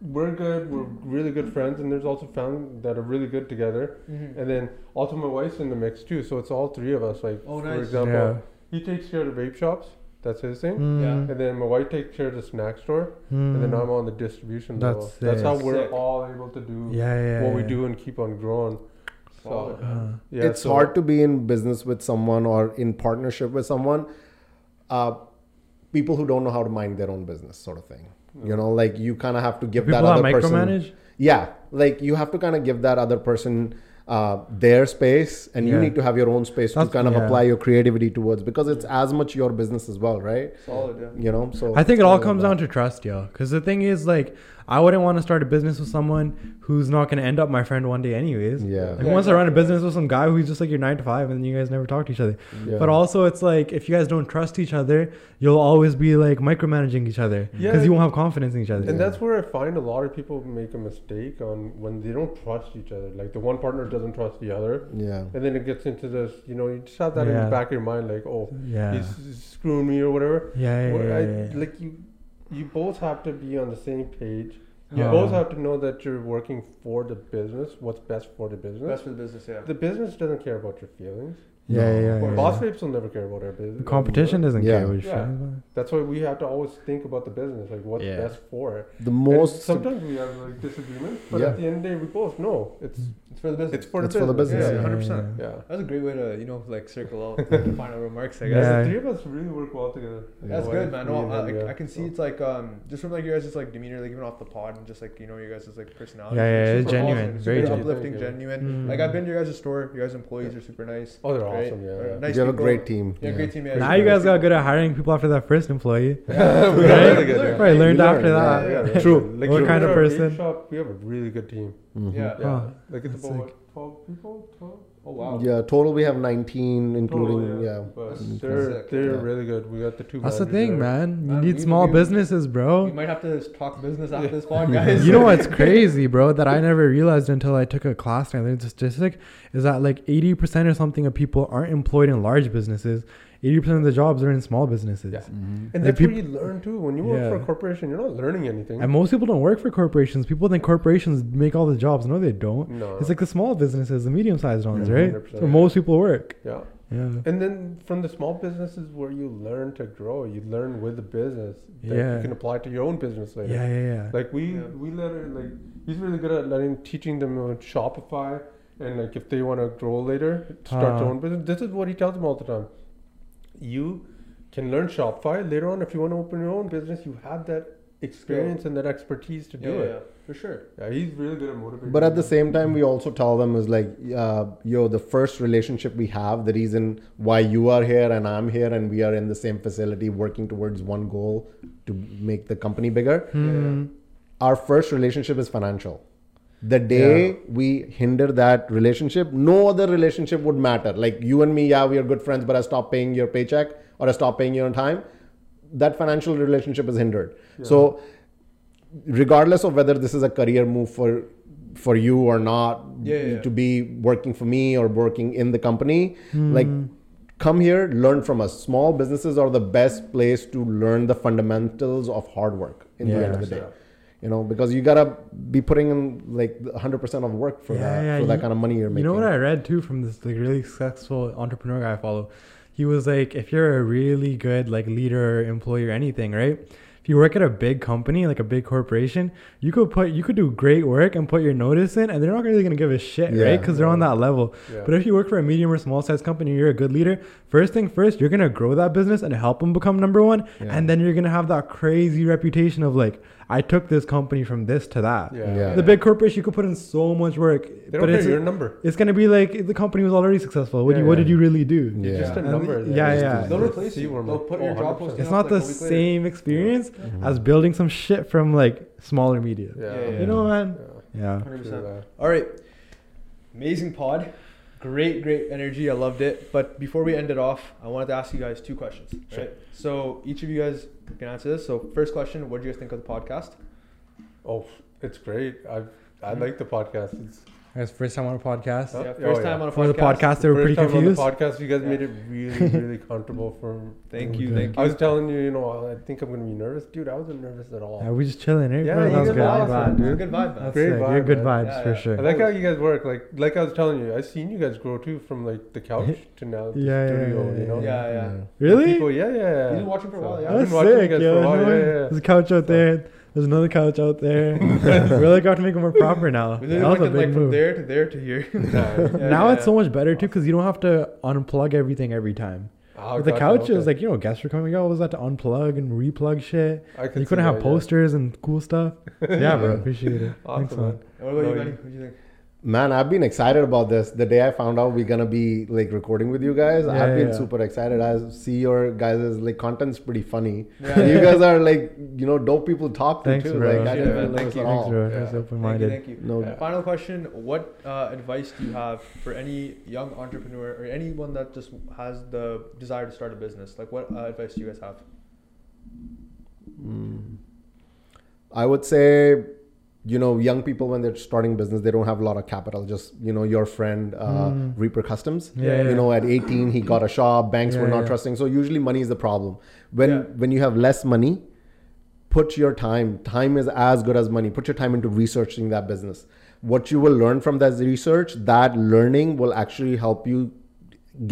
[SPEAKER 2] we're good. We're really good friends, and there's also family that are really good together.
[SPEAKER 1] Mhm.
[SPEAKER 2] And then also my wife's in the mix too, so it's all three of us. Like
[SPEAKER 1] Oh,
[SPEAKER 2] for
[SPEAKER 1] nice.
[SPEAKER 2] example, he takes care of the vape shops. That's his thing.
[SPEAKER 3] Mm,
[SPEAKER 2] And then my wife takes care of the snack store, and then
[SPEAKER 3] mm.
[SPEAKER 2] I'm on the distribution
[SPEAKER 3] That's
[SPEAKER 2] level. That's
[SPEAKER 3] sick.
[SPEAKER 2] how we're
[SPEAKER 1] Sick.
[SPEAKER 2] all able to do
[SPEAKER 3] Hmm. yeah, yeah,
[SPEAKER 2] what we
[SPEAKER 3] yeah.
[SPEAKER 2] do and keep on growing.
[SPEAKER 1] Solid.
[SPEAKER 2] So
[SPEAKER 3] Uh,
[SPEAKER 2] yeah,
[SPEAKER 4] it's
[SPEAKER 2] so-
[SPEAKER 4] hard to be in business with someone or in partnership with someone uh, people who don't know how to mind their own business sort of thing you know like you kind of have to give
[SPEAKER 3] people
[SPEAKER 4] that
[SPEAKER 3] that
[SPEAKER 4] other person
[SPEAKER 3] micromanage.
[SPEAKER 4] yeah like you have to kind of give that other person uh, their space and you
[SPEAKER 3] Yeah.
[SPEAKER 4] need to have your own space
[SPEAKER 3] That's-
[SPEAKER 4] to kind of
[SPEAKER 3] yeah.
[SPEAKER 4] apply your creativity towards because it's as much your business as well right
[SPEAKER 1] Solid. Yeah.
[SPEAKER 4] you know so
[SPEAKER 3] I think it all comes down to trust, yo. Because the thing is, like, I wouldn't want to start a business with someone who's not going to end up my friend one day, anyways.
[SPEAKER 4] Yeah.
[SPEAKER 3] Like,
[SPEAKER 1] Yeah,
[SPEAKER 3] once I run a
[SPEAKER 1] exactly.
[SPEAKER 3] business with some guy who's just like your nine to five, and you guys never talk to each other.
[SPEAKER 4] Yeah.
[SPEAKER 3] But also, it's like if you guys don't trust each other, you'll always be like micromanaging each other because
[SPEAKER 2] Yeah.
[SPEAKER 3] you won't have confidence in each other.
[SPEAKER 2] And that's where I find a lot of people make a mistake on when they don't trust each other. Like the one partner doesn't trust the other,
[SPEAKER 4] yeah
[SPEAKER 2] and then it gets into this. You know, you just have that in
[SPEAKER 3] Yeah.
[SPEAKER 2] the back of your mind, like, oh,
[SPEAKER 3] yeah.
[SPEAKER 2] he's he's screwing me or whatever.
[SPEAKER 3] yeah, yeah,
[SPEAKER 2] Where
[SPEAKER 3] yeah,
[SPEAKER 2] I,
[SPEAKER 3] yeah, yeah.
[SPEAKER 2] Like you, you both have to be on the same page. You
[SPEAKER 3] Yeah.
[SPEAKER 2] both have to know that you're working for the business. What's best for the business.
[SPEAKER 1] Best for the business. Yeah.
[SPEAKER 2] The business doesn't care about your feelings.
[SPEAKER 3] yeah, yeah,
[SPEAKER 4] No.
[SPEAKER 3] yeah,
[SPEAKER 2] Or
[SPEAKER 3] yeah.
[SPEAKER 2] Boss vapes will never care about our business.
[SPEAKER 3] The competition doesn't
[SPEAKER 4] Yeah.
[SPEAKER 3] care what you're
[SPEAKER 2] Yeah.
[SPEAKER 3] saying.
[SPEAKER 2] That's why we have to always think about the business, like what's
[SPEAKER 3] Yeah.
[SPEAKER 2] best for it.
[SPEAKER 4] the
[SPEAKER 2] And
[SPEAKER 4] most
[SPEAKER 2] sometimes we have like disagreements, but
[SPEAKER 4] Yeah.
[SPEAKER 2] at the end of the day, we both know it's
[SPEAKER 1] It's for the business.
[SPEAKER 2] it's for,
[SPEAKER 4] It's
[SPEAKER 2] the,
[SPEAKER 4] for the
[SPEAKER 2] business.
[SPEAKER 1] business, yeah.
[SPEAKER 2] Yeah, yeah.
[SPEAKER 1] 100%.
[SPEAKER 2] yeah.
[SPEAKER 1] That's a great way to, you know, like circle
[SPEAKER 2] (laughs)
[SPEAKER 1] out the final remarks, I
[SPEAKER 3] Yeah.
[SPEAKER 1] guess.
[SPEAKER 2] The three of us really work well together.
[SPEAKER 1] That's
[SPEAKER 2] Yeah.
[SPEAKER 1] good, man.
[SPEAKER 2] Me
[SPEAKER 1] No,
[SPEAKER 2] and
[SPEAKER 1] I,
[SPEAKER 2] him,
[SPEAKER 1] like,
[SPEAKER 2] yeah.
[SPEAKER 1] I can see it's like um just from like you guys just like demeanor, like even off the pod and just like you know your guys' like personality.
[SPEAKER 3] Yeah, yeah,
[SPEAKER 1] Super
[SPEAKER 3] it's genuine.
[SPEAKER 1] awesome.
[SPEAKER 3] Very
[SPEAKER 1] super
[SPEAKER 2] genuine.
[SPEAKER 1] uplifting,
[SPEAKER 2] Thank you.
[SPEAKER 1] genuine.
[SPEAKER 3] Mm.
[SPEAKER 1] Like I've been to your guys' store. Your guys' employees are super nice.
[SPEAKER 2] Oh, they're
[SPEAKER 1] right?
[SPEAKER 2] awesome. Yeah,
[SPEAKER 1] They're
[SPEAKER 2] yeah.
[SPEAKER 1] Nice
[SPEAKER 4] you have a
[SPEAKER 1] people.
[SPEAKER 4] great team
[SPEAKER 1] Yeah, great team. Yeah.
[SPEAKER 3] Now you guys got good at hiring people after that first employee.
[SPEAKER 2] We
[SPEAKER 3] Right?
[SPEAKER 2] really good, (laughs) yeah.
[SPEAKER 3] Right, learned
[SPEAKER 4] You learn,
[SPEAKER 3] after
[SPEAKER 1] yeah,
[SPEAKER 3] that.
[SPEAKER 1] yeah.
[SPEAKER 2] True. Like
[SPEAKER 3] What
[SPEAKER 2] you
[SPEAKER 3] kind
[SPEAKER 2] look at our
[SPEAKER 3] of
[SPEAKER 2] vape
[SPEAKER 3] person?
[SPEAKER 2] Shop, we have a really good team.
[SPEAKER 4] Mhm.
[SPEAKER 1] Yeah.
[SPEAKER 2] Yeah.
[SPEAKER 3] Oh,
[SPEAKER 2] like it's
[SPEAKER 3] that's
[SPEAKER 2] about
[SPEAKER 3] sick.
[SPEAKER 2] what, twelve people. Twelve.
[SPEAKER 1] Oh wow.
[SPEAKER 4] yeah total we have 19 including
[SPEAKER 2] Total,
[SPEAKER 4] yeah.
[SPEAKER 2] But
[SPEAKER 1] That's
[SPEAKER 2] they're
[SPEAKER 1] sick.
[SPEAKER 2] they're
[SPEAKER 4] Yeah.
[SPEAKER 2] really good. We got the two.
[SPEAKER 3] That's the
[SPEAKER 2] managers
[SPEAKER 3] thing,
[SPEAKER 2] there.
[SPEAKER 3] man. You
[SPEAKER 1] Man,
[SPEAKER 3] need
[SPEAKER 1] we-
[SPEAKER 3] small
[SPEAKER 1] we-
[SPEAKER 3] businesses,
[SPEAKER 1] We
[SPEAKER 2] (laughs)
[SPEAKER 3] bro.
[SPEAKER 1] might have to talk business after
[SPEAKER 2] Yeah.
[SPEAKER 1] this pod, guys.
[SPEAKER 3] (laughs) You know what's crazy, bro, that I never realized until I took a class and I learned the statistic is that like 80% or something of people aren't employed in large businesses. 80% of the jobs are in small businesses.
[SPEAKER 2] Yeah.
[SPEAKER 4] Mhm.
[SPEAKER 2] And
[SPEAKER 3] The
[SPEAKER 2] that's what
[SPEAKER 3] peop-
[SPEAKER 2] you learn too. When you work
[SPEAKER 3] Yeah.
[SPEAKER 2] for a corporation, you're not learning anything.
[SPEAKER 3] And most people don't work for corporations. People think corporations make all the jobs. No, they don't.
[SPEAKER 2] no.
[SPEAKER 3] It's like the small businesses, the medium sized ones,
[SPEAKER 4] Mm-hmm.
[SPEAKER 2] Yeah,
[SPEAKER 3] right?
[SPEAKER 2] 100%.
[SPEAKER 3] So most people work.
[SPEAKER 2] yeah.
[SPEAKER 3] Yeah.
[SPEAKER 2] And then from the small businesses where you learn to grow, you learn with the business that you
[SPEAKER 3] Yeah.
[SPEAKER 2] can apply to your own business later.
[SPEAKER 3] Yeah, yeah, yeah.
[SPEAKER 2] Like we
[SPEAKER 1] Yeah.
[SPEAKER 2] we let her like he's really good at letting teaching them on Shopify and like if they want to grow later, start their
[SPEAKER 3] Ah.
[SPEAKER 2] own business. This is what he tells them all the time. You can learn Shopify later on if you want to open your own business. You have that experience and that expertise to do
[SPEAKER 1] (laughs) Yeah, yeah,
[SPEAKER 2] it.
[SPEAKER 1] for sure.
[SPEAKER 2] Yeah, he's really good at motivating.
[SPEAKER 4] But at the
[SPEAKER 2] them.
[SPEAKER 4] same time, we also tell them is like, uh, yo, the first relationship we have, the reason why you are here and I'm here and we are in the same facility working towards one goal to make the company bigger.
[SPEAKER 3] Hmm.
[SPEAKER 4] Our first relationship is financial. The day we hinder that relationship, no other relationship would matter. Like you and me, yeah, we are good friends, but I stop paying your paycheck or I stop paying you on time. That financial relationship is hindered. So regardless of whether this is a career move for for you or not
[SPEAKER 1] Yeah, yeah, yeah.
[SPEAKER 4] to be working for me or working in the company Hmm. like come here learn from us small businesses are the best place to learn the fundamentals of hard work in the end of the day
[SPEAKER 2] Yeah.
[SPEAKER 4] You know, because you gotta be putting in like 100 percent of work for
[SPEAKER 3] Yeah,
[SPEAKER 4] that
[SPEAKER 3] yeah,
[SPEAKER 4] for that
[SPEAKER 3] you-
[SPEAKER 4] kind of money you're
[SPEAKER 3] You
[SPEAKER 4] making.
[SPEAKER 3] know what I read too from this like really successful entrepreneur guy I follow. He was like, if you're a really good like leader, employee, or anything, right? If you work at a big company, like a big corporation, you could put you could do great work and put your notice in, and they're not really gonna give a shit,
[SPEAKER 4] Yeah.
[SPEAKER 3] right? Because they're on that level.
[SPEAKER 2] Yeah.
[SPEAKER 3] But if you work for a medium or small size company, you're a good leader. First thing first, you're gonna grow that business and help them become number one,
[SPEAKER 4] Yeah.
[SPEAKER 3] and then you're gonna have that crazy reputation of like, I took this company from this to that.
[SPEAKER 2] yeah.
[SPEAKER 4] Yeah.
[SPEAKER 3] The big corporation, you could put in so much work,
[SPEAKER 2] They don't
[SPEAKER 3] but
[SPEAKER 2] care
[SPEAKER 3] it's
[SPEAKER 2] your number.
[SPEAKER 3] it's gonna be like the company was already successful. What, do you,
[SPEAKER 2] Yeah,
[SPEAKER 3] what
[SPEAKER 2] yeah.
[SPEAKER 3] did you really do?
[SPEAKER 4] Yeah.
[SPEAKER 2] Just a
[SPEAKER 3] And
[SPEAKER 2] number.
[SPEAKER 3] the-
[SPEAKER 2] there.
[SPEAKER 3] yeah,
[SPEAKER 2] Just
[SPEAKER 3] yeah.
[SPEAKER 2] to
[SPEAKER 1] They'll
[SPEAKER 2] see
[SPEAKER 1] replace you.
[SPEAKER 2] where my-
[SPEAKER 1] They'll put your
[SPEAKER 2] oh,
[SPEAKER 1] job
[SPEAKER 2] 100%.
[SPEAKER 1] posting
[SPEAKER 3] It's
[SPEAKER 1] up,
[SPEAKER 3] not
[SPEAKER 1] like,
[SPEAKER 3] the
[SPEAKER 1] a week later.
[SPEAKER 3] same experience
[SPEAKER 4] Mm-hmm.
[SPEAKER 3] as building some shit from like smaller media.
[SPEAKER 2] Yeah.
[SPEAKER 1] Yeah, yeah.
[SPEAKER 3] You know, man. Yeah.
[SPEAKER 2] Yeah.
[SPEAKER 1] 100%.
[SPEAKER 2] True that.
[SPEAKER 1] All right. Amazing pod. Great, great energy. I loved it. But before we end it off, I wanted to ask you guys two questions.
[SPEAKER 2] Sure.
[SPEAKER 1] Right? So each of you guys can answer this. So first question, what do you guys think of the podcast?
[SPEAKER 2] Oh, it's great. I I like the podcast. It's
[SPEAKER 3] That's first time on a podcast.
[SPEAKER 2] Oh,
[SPEAKER 1] Yeah, first time
[SPEAKER 2] yeah.
[SPEAKER 1] on a
[SPEAKER 3] For the
[SPEAKER 1] podcast.
[SPEAKER 3] podcast, they were
[SPEAKER 2] first
[SPEAKER 3] pretty
[SPEAKER 2] time
[SPEAKER 3] confused.
[SPEAKER 2] on the podcast. You guys
[SPEAKER 1] Yeah.
[SPEAKER 2] made it really
[SPEAKER 3] (laughs)
[SPEAKER 2] really comfortable for.
[SPEAKER 1] Thank
[SPEAKER 3] Oh,
[SPEAKER 1] you,
[SPEAKER 3] good.
[SPEAKER 1] thank
[SPEAKER 2] I
[SPEAKER 1] you.
[SPEAKER 2] was telling you, you know, I think I'm gonna be nervous, dude. I wasn't nervous at all.
[SPEAKER 3] Yeah, we just chilling, right?
[SPEAKER 2] Yeah,
[SPEAKER 3] bro?
[SPEAKER 2] you
[SPEAKER 3] that was
[SPEAKER 2] guys
[SPEAKER 3] good.
[SPEAKER 2] are awesome,
[SPEAKER 3] vibe.
[SPEAKER 2] dude.
[SPEAKER 1] Good vibe, man.
[SPEAKER 3] That's
[SPEAKER 2] Great
[SPEAKER 3] sick. You're
[SPEAKER 2] vibe,
[SPEAKER 3] good
[SPEAKER 2] man.
[SPEAKER 3] vibes
[SPEAKER 1] Yeah,
[SPEAKER 3] for
[SPEAKER 1] yeah.
[SPEAKER 3] sure.
[SPEAKER 2] I like how you guys work. Like like I was telling you, I seen you guys grow too from like the
[SPEAKER 3] (laughs)
[SPEAKER 2] couch to now the
[SPEAKER 3] Yeah, yeah,
[SPEAKER 2] studio.
[SPEAKER 3] yeah,
[SPEAKER 2] you know,
[SPEAKER 1] Yeah, yeah.
[SPEAKER 3] really?
[SPEAKER 2] People, yeah, yeah.
[SPEAKER 1] You've
[SPEAKER 2] yeah.
[SPEAKER 1] been watching for a while, yeah.
[SPEAKER 2] I've been
[SPEAKER 3] That's
[SPEAKER 2] watching you
[SPEAKER 3] sick,
[SPEAKER 2] guys
[SPEAKER 3] yo.
[SPEAKER 2] for a while.
[SPEAKER 3] No
[SPEAKER 2] Yeah,
[SPEAKER 3] one-
[SPEAKER 2] yeah, yeah.
[SPEAKER 3] There's a couch out there. There's another couch out there.
[SPEAKER 2] (laughs)
[SPEAKER 3] (laughs) we really got to make it more proper now.
[SPEAKER 1] We
[SPEAKER 3] That
[SPEAKER 1] literally
[SPEAKER 3] was a
[SPEAKER 1] went
[SPEAKER 3] big
[SPEAKER 1] like from
[SPEAKER 3] move.
[SPEAKER 1] there to there to here. (laughs)
[SPEAKER 2] Nah. (laughs)
[SPEAKER 1] Yeah,
[SPEAKER 3] now
[SPEAKER 1] yeah,
[SPEAKER 3] it's so much better too because you don't have to unplug everything every time.
[SPEAKER 2] Oh,
[SPEAKER 3] With the
[SPEAKER 2] gotcha,
[SPEAKER 3] couch, it was
[SPEAKER 2] okay.
[SPEAKER 3] like you know guests were coming. You always had to unplug and replug shit.
[SPEAKER 2] I
[SPEAKER 3] you
[SPEAKER 2] see
[SPEAKER 3] couldn't have
[SPEAKER 2] that, yeah.
[SPEAKER 3] posters and cool
[SPEAKER 2] (laughs)
[SPEAKER 3] stuff. Yeah, bro,
[SPEAKER 4] Yeah.
[SPEAKER 3] appreciate it.
[SPEAKER 2] Awesome,
[SPEAKER 3] Thanks, man.
[SPEAKER 1] What about you,
[SPEAKER 2] No,
[SPEAKER 1] Benny?
[SPEAKER 2] you-
[SPEAKER 1] What do you think?
[SPEAKER 4] Man, I've been excited about this. The day I found out we're gonna be like recording with you guys,
[SPEAKER 3] Yeah,
[SPEAKER 4] I've
[SPEAKER 3] yeah,
[SPEAKER 4] been
[SPEAKER 3] yeah.
[SPEAKER 4] super excited. I see your guys' like content's pretty funny.
[SPEAKER 1] Yeah,
[SPEAKER 4] you
[SPEAKER 1] yeah.
[SPEAKER 4] guys are like you know dope people to talk to
[SPEAKER 3] Thanks,
[SPEAKER 4] too.
[SPEAKER 3] bro.
[SPEAKER 4] Like I
[SPEAKER 1] Yeah,
[SPEAKER 4] didn't
[SPEAKER 1] man,
[SPEAKER 4] know
[SPEAKER 1] thank
[SPEAKER 4] this
[SPEAKER 1] you.
[SPEAKER 4] at
[SPEAKER 3] Thanks,
[SPEAKER 4] all.
[SPEAKER 3] bro.
[SPEAKER 2] Yeah.
[SPEAKER 3] That's
[SPEAKER 2] Thank
[SPEAKER 1] Thank
[SPEAKER 3] open
[SPEAKER 1] you,
[SPEAKER 3] minded.
[SPEAKER 1] thank you. Uh,
[SPEAKER 4] No,
[SPEAKER 2] Yeah.
[SPEAKER 1] Final question: What uh, advice do you have for any young entrepreneur or anyone that just has the desire to start a business? Like, what uh, advice do you guys have?
[SPEAKER 4] Mm. I would say, you know, young people when they're starting business, they don't have a lot of capital. Just you know, your friend uh,
[SPEAKER 3] Mm.
[SPEAKER 4] Reaper Customs.
[SPEAKER 3] Yeah,
[SPEAKER 4] You
[SPEAKER 3] yeah.
[SPEAKER 4] know, at 18, he got a shop. Banks were
[SPEAKER 3] Yeah,
[SPEAKER 4] not
[SPEAKER 3] yeah.
[SPEAKER 4] trusting. So usually, money is the problem. When
[SPEAKER 1] Yeah.
[SPEAKER 4] when you have less money, put your time. Time is as good as money. Put your time into researching that business. What you will learn from that research, that learning will actually help you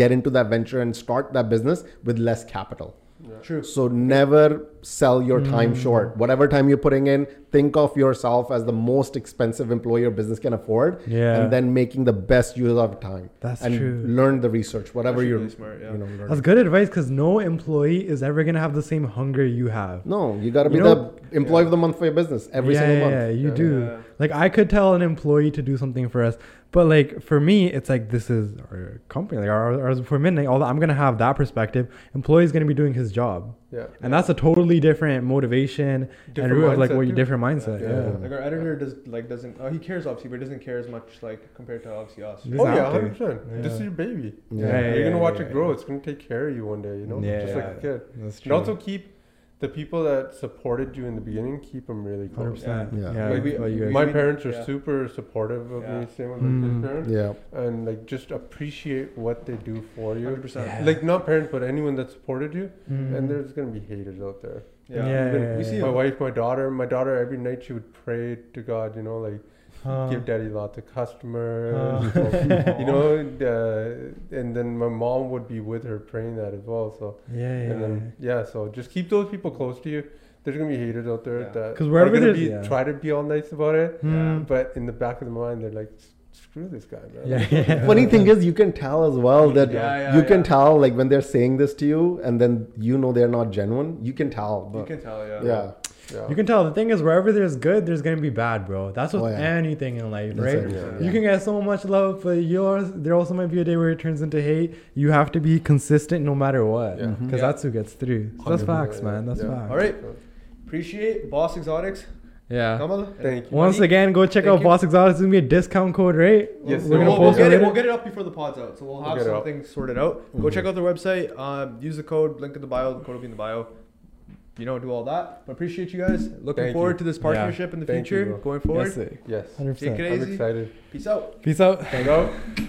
[SPEAKER 4] get into that venture and start that business with less capital.
[SPEAKER 1] True.
[SPEAKER 4] So never sell your time
[SPEAKER 3] Mm.
[SPEAKER 4] short. Whatever time you're putting in, think of yourself as the most expensive employee your business can afford,
[SPEAKER 3] Yeah.
[SPEAKER 4] and then making the best use of time.
[SPEAKER 3] That's
[SPEAKER 4] and
[SPEAKER 3] true.
[SPEAKER 4] Learn the research, whatever
[SPEAKER 1] Actually
[SPEAKER 4] you're,
[SPEAKER 1] really smart, yeah.
[SPEAKER 4] you know. Learning.
[SPEAKER 3] That's good advice because no employee is ever gonna have the same hunger you have.
[SPEAKER 4] No, you got to be
[SPEAKER 3] You
[SPEAKER 4] the employee of the month for your business every
[SPEAKER 3] yeah,
[SPEAKER 4] single
[SPEAKER 3] yeah,
[SPEAKER 4] month.
[SPEAKER 3] Yeah, you
[SPEAKER 2] Yeah.
[SPEAKER 3] do.
[SPEAKER 1] Yeah.
[SPEAKER 3] Like I could tell an employee to do something for us, but like for me, it's like this is our company, like ours, ours before midnight. Although I'm gonna have that perspective, employee's gonna be doing his job,
[SPEAKER 2] Yeah.
[SPEAKER 3] and that's a totally different motivation and
[SPEAKER 2] Different
[SPEAKER 3] root of like
[SPEAKER 2] mindset,
[SPEAKER 3] what you
[SPEAKER 2] too.
[SPEAKER 3] different mindset.
[SPEAKER 1] Yeah.
[SPEAKER 3] Yeah.
[SPEAKER 1] Like our editor does like doesn't. Uh, he cares obviously, but he doesn't care as much like compared to obviously us.
[SPEAKER 3] Yeah.
[SPEAKER 2] Oh yeah,
[SPEAKER 3] Exactly.
[SPEAKER 2] hundred percent. This
[SPEAKER 3] Yeah.
[SPEAKER 2] is your baby.
[SPEAKER 4] Yeah.
[SPEAKER 3] Yeah, yeah,
[SPEAKER 2] You're gonna
[SPEAKER 1] yeah,
[SPEAKER 2] watch
[SPEAKER 1] yeah,
[SPEAKER 2] it grow.
[SPEAKER 1] yeah.
[SPEAKER 2] It's gonna take care of you one day. You know,
[SPEAKER 3] Yeah,
[SPEAKER 2] just like a
[SPEAKER 1] yeah.
[SPEAKER 2] kid.
[SPEAKER 3] That's true.
[SPEAKER 2] And also keep the people that supported you in the beginning. Keep them really close.
[SPEAKER 3] 100%.
[SPEAKER 4] Yeah.
[SPEAKER 3] Yeah.
[SPEAKER 4] Yeah.
[SPEAKER 1] Like, we-
[SPEAKER 3] that's what you guys-
[SPEAKER 2] My
[SPEAKER 1] we-
[SPEAKER 2] parents are
[SPEAKER 1] yeah.
[SPEAKER 2] super supportive of
[SPEAKER 1] Yeah.
[SPEAKER 2] me, same with
[SPEAKER 3] Mm.
[SPEAKER 2] my parents,
[SPEAKER 4] Yeah,
[SPEAKER 2] and like just appreciate what they do for you.
[SPEAKER 1] Hundred percent.
[SPEAKER 3] Yeah.
[SPEAKER 2] Like not parents, but anyone that supported you.
[SPEAKER 3] Mm.
[SPEAKER 2] And there's gonna be haters out there.
[SPEAKER 1] Yeah.
[SPEAKER 3] Yeah,
[SPEAKER 2] Even
[SPEAKER 3] yeah,
[SPEAKER 1] we see
[SPEAKER 3] yeah.
[SPEAKER 2] my
[SPEAKER 1] it.
[SPEAKER 2] wife, my daughter, my daughter. Every night she would pray to God. You know, like
[SPEAKER 3] Mm-hmm. Huh.
[SPEAKER 2] give daddy lots of customers.
[SPEAKER 3] Huh.
[SPEAKER 2] (laughs) you
[SPEAKER 3] (laughs)
[SPEAKER 2] know, and, uh, and then my mom would be with her praying that as well. So,
[SPEAKER 3] yeah, yeah,
[SPEAKER 2] and then, yeah, so just keep those people close to you. There's gonna be haters out there
[SPEAKER 1] Yeah.
[SPEAKER 2] that
[SPEAKER 3] 'Cause
[SPEAKER 2] are
[SPEAKER 3] wherever
[SPEAKER 2] gonna
[SPEAKER 3] there's-
[SPEAKER 2] be,
[SPEAKER 3] yeah.
[SPEAKER 2] try to be all nice about it,
[SPEAKER 3] Hmm.
[SPEAKER 2] but in the back of the mind, they're like, "S- screw this guy, man. (laughs)
[SPEAKER 3] yeah, yeah.
[SPEAKER 4] Funny thing is, you can tell as well that
[SPEAKER 1] Yeah, yeah,
[SPEAKER 4] you can
[SPEAKER 1] yeah.
[SPEAKER 4] tell like when they're saying this to you, and then you know they're not genuine. You can tell.
[SPEAKER 1] You
[SPEAKER 4] But,
[SPEAKER 1] can tell, yeah.
[SPEAKER 4] Oh, yeah.
[SPEAKER 2] Yeah.
[SPEAKER 3] You can tell the thing is wherever there's good, there's gonna be bad, bro. That's with
[SPEAKER 4] Oh, yeah.
[SPEAKER 3] anything in life,
[SPEAKER 4] That's
[SPEAKER 3] right?
[SPEAKER 4] it,
[SPEAKER 1] Yeah.
[SPEAKER 3] You can get so much love, but yours there also might be a day where it turns into hate. You have to be consistent no matter what,
[SPEAKER 2] Yeah.
[SPEAKER 3] because
[SPEAKER 2] Mhm.
[SPEAKER 1] Yeah.
[SPEAKER 3] that's who gets through. So that's
[SPEAKER 2] 100%,
[SPEAKER 3] facts, man.
[SPEAKER 2] yeah.
[SPEAKER 3] That's
[SPEAKER 2] Yeah.
[SPEAKER 3] facts.
[SPEAKER 1] All right. Appreciate Boss Exotics.
[SPEAKER 3] Yeah.
[SPEAKER 1] Kamal,
[SPEAKER 2] Thank you.
[SPEAKER 3] Once
[SPEAKER 1] Money.
[SPEAKER 3] again, go check
[SPEAKER 1] Thank
[SPEAKER 3] out
[SPEAKER 1] you.
[SPEAKER 3] Boss Exotics. It's gonna be a discount code, right?
[SPEAKER 2] Yes,
[SPEAKER 3] we're
[SPEAKER 2] sir.
[SPEAKER 3] gonna
[SPEAKER 1] we'll, we'll
[SPEAKER 3] post
[SPEAKER 1] get
[SPEAKER 3] it.
[SPEAKER 1] it,
[SPEAKER 3] later.
[SPEAKER 1] we'll get it up before the pod's out, so we'll have
[SPEAKER 2] get it up. Mm-hmm.
[SPEAKER 1] something sorted out. Go check out their website. Um, use the code, link in the bio. The code will be in the bio. You know, do all that. But appreciate you guys. Looking
[SPEAKER 2] Thank
[SPEAKER 1] forward
[SPEAKER 2] you.
[SPEAKER 1] to this partnership in the
[SPEAKER 2] Thank
[SPEAKER 1] future
[SPEAKER 2] you, bro.
[SPEAKER 1] going
[SPEAKER 3] Yes,
[SPEAKER 1] forward.
[SPEAKER 3] sir.
[SPEAKER 2] Yes.
[SPEAKER 1] Take
[SPEAKER 3] 100%.
[SPEAKER 1] it
[SPEAKER 2] I'm
[SPEAKER 1] easy.
[SPEAKER 2] excited.
[SPEAKER 1] Peace out.
[SPEAKER 3] Peace out.
[SPEAKER 2] Thank you.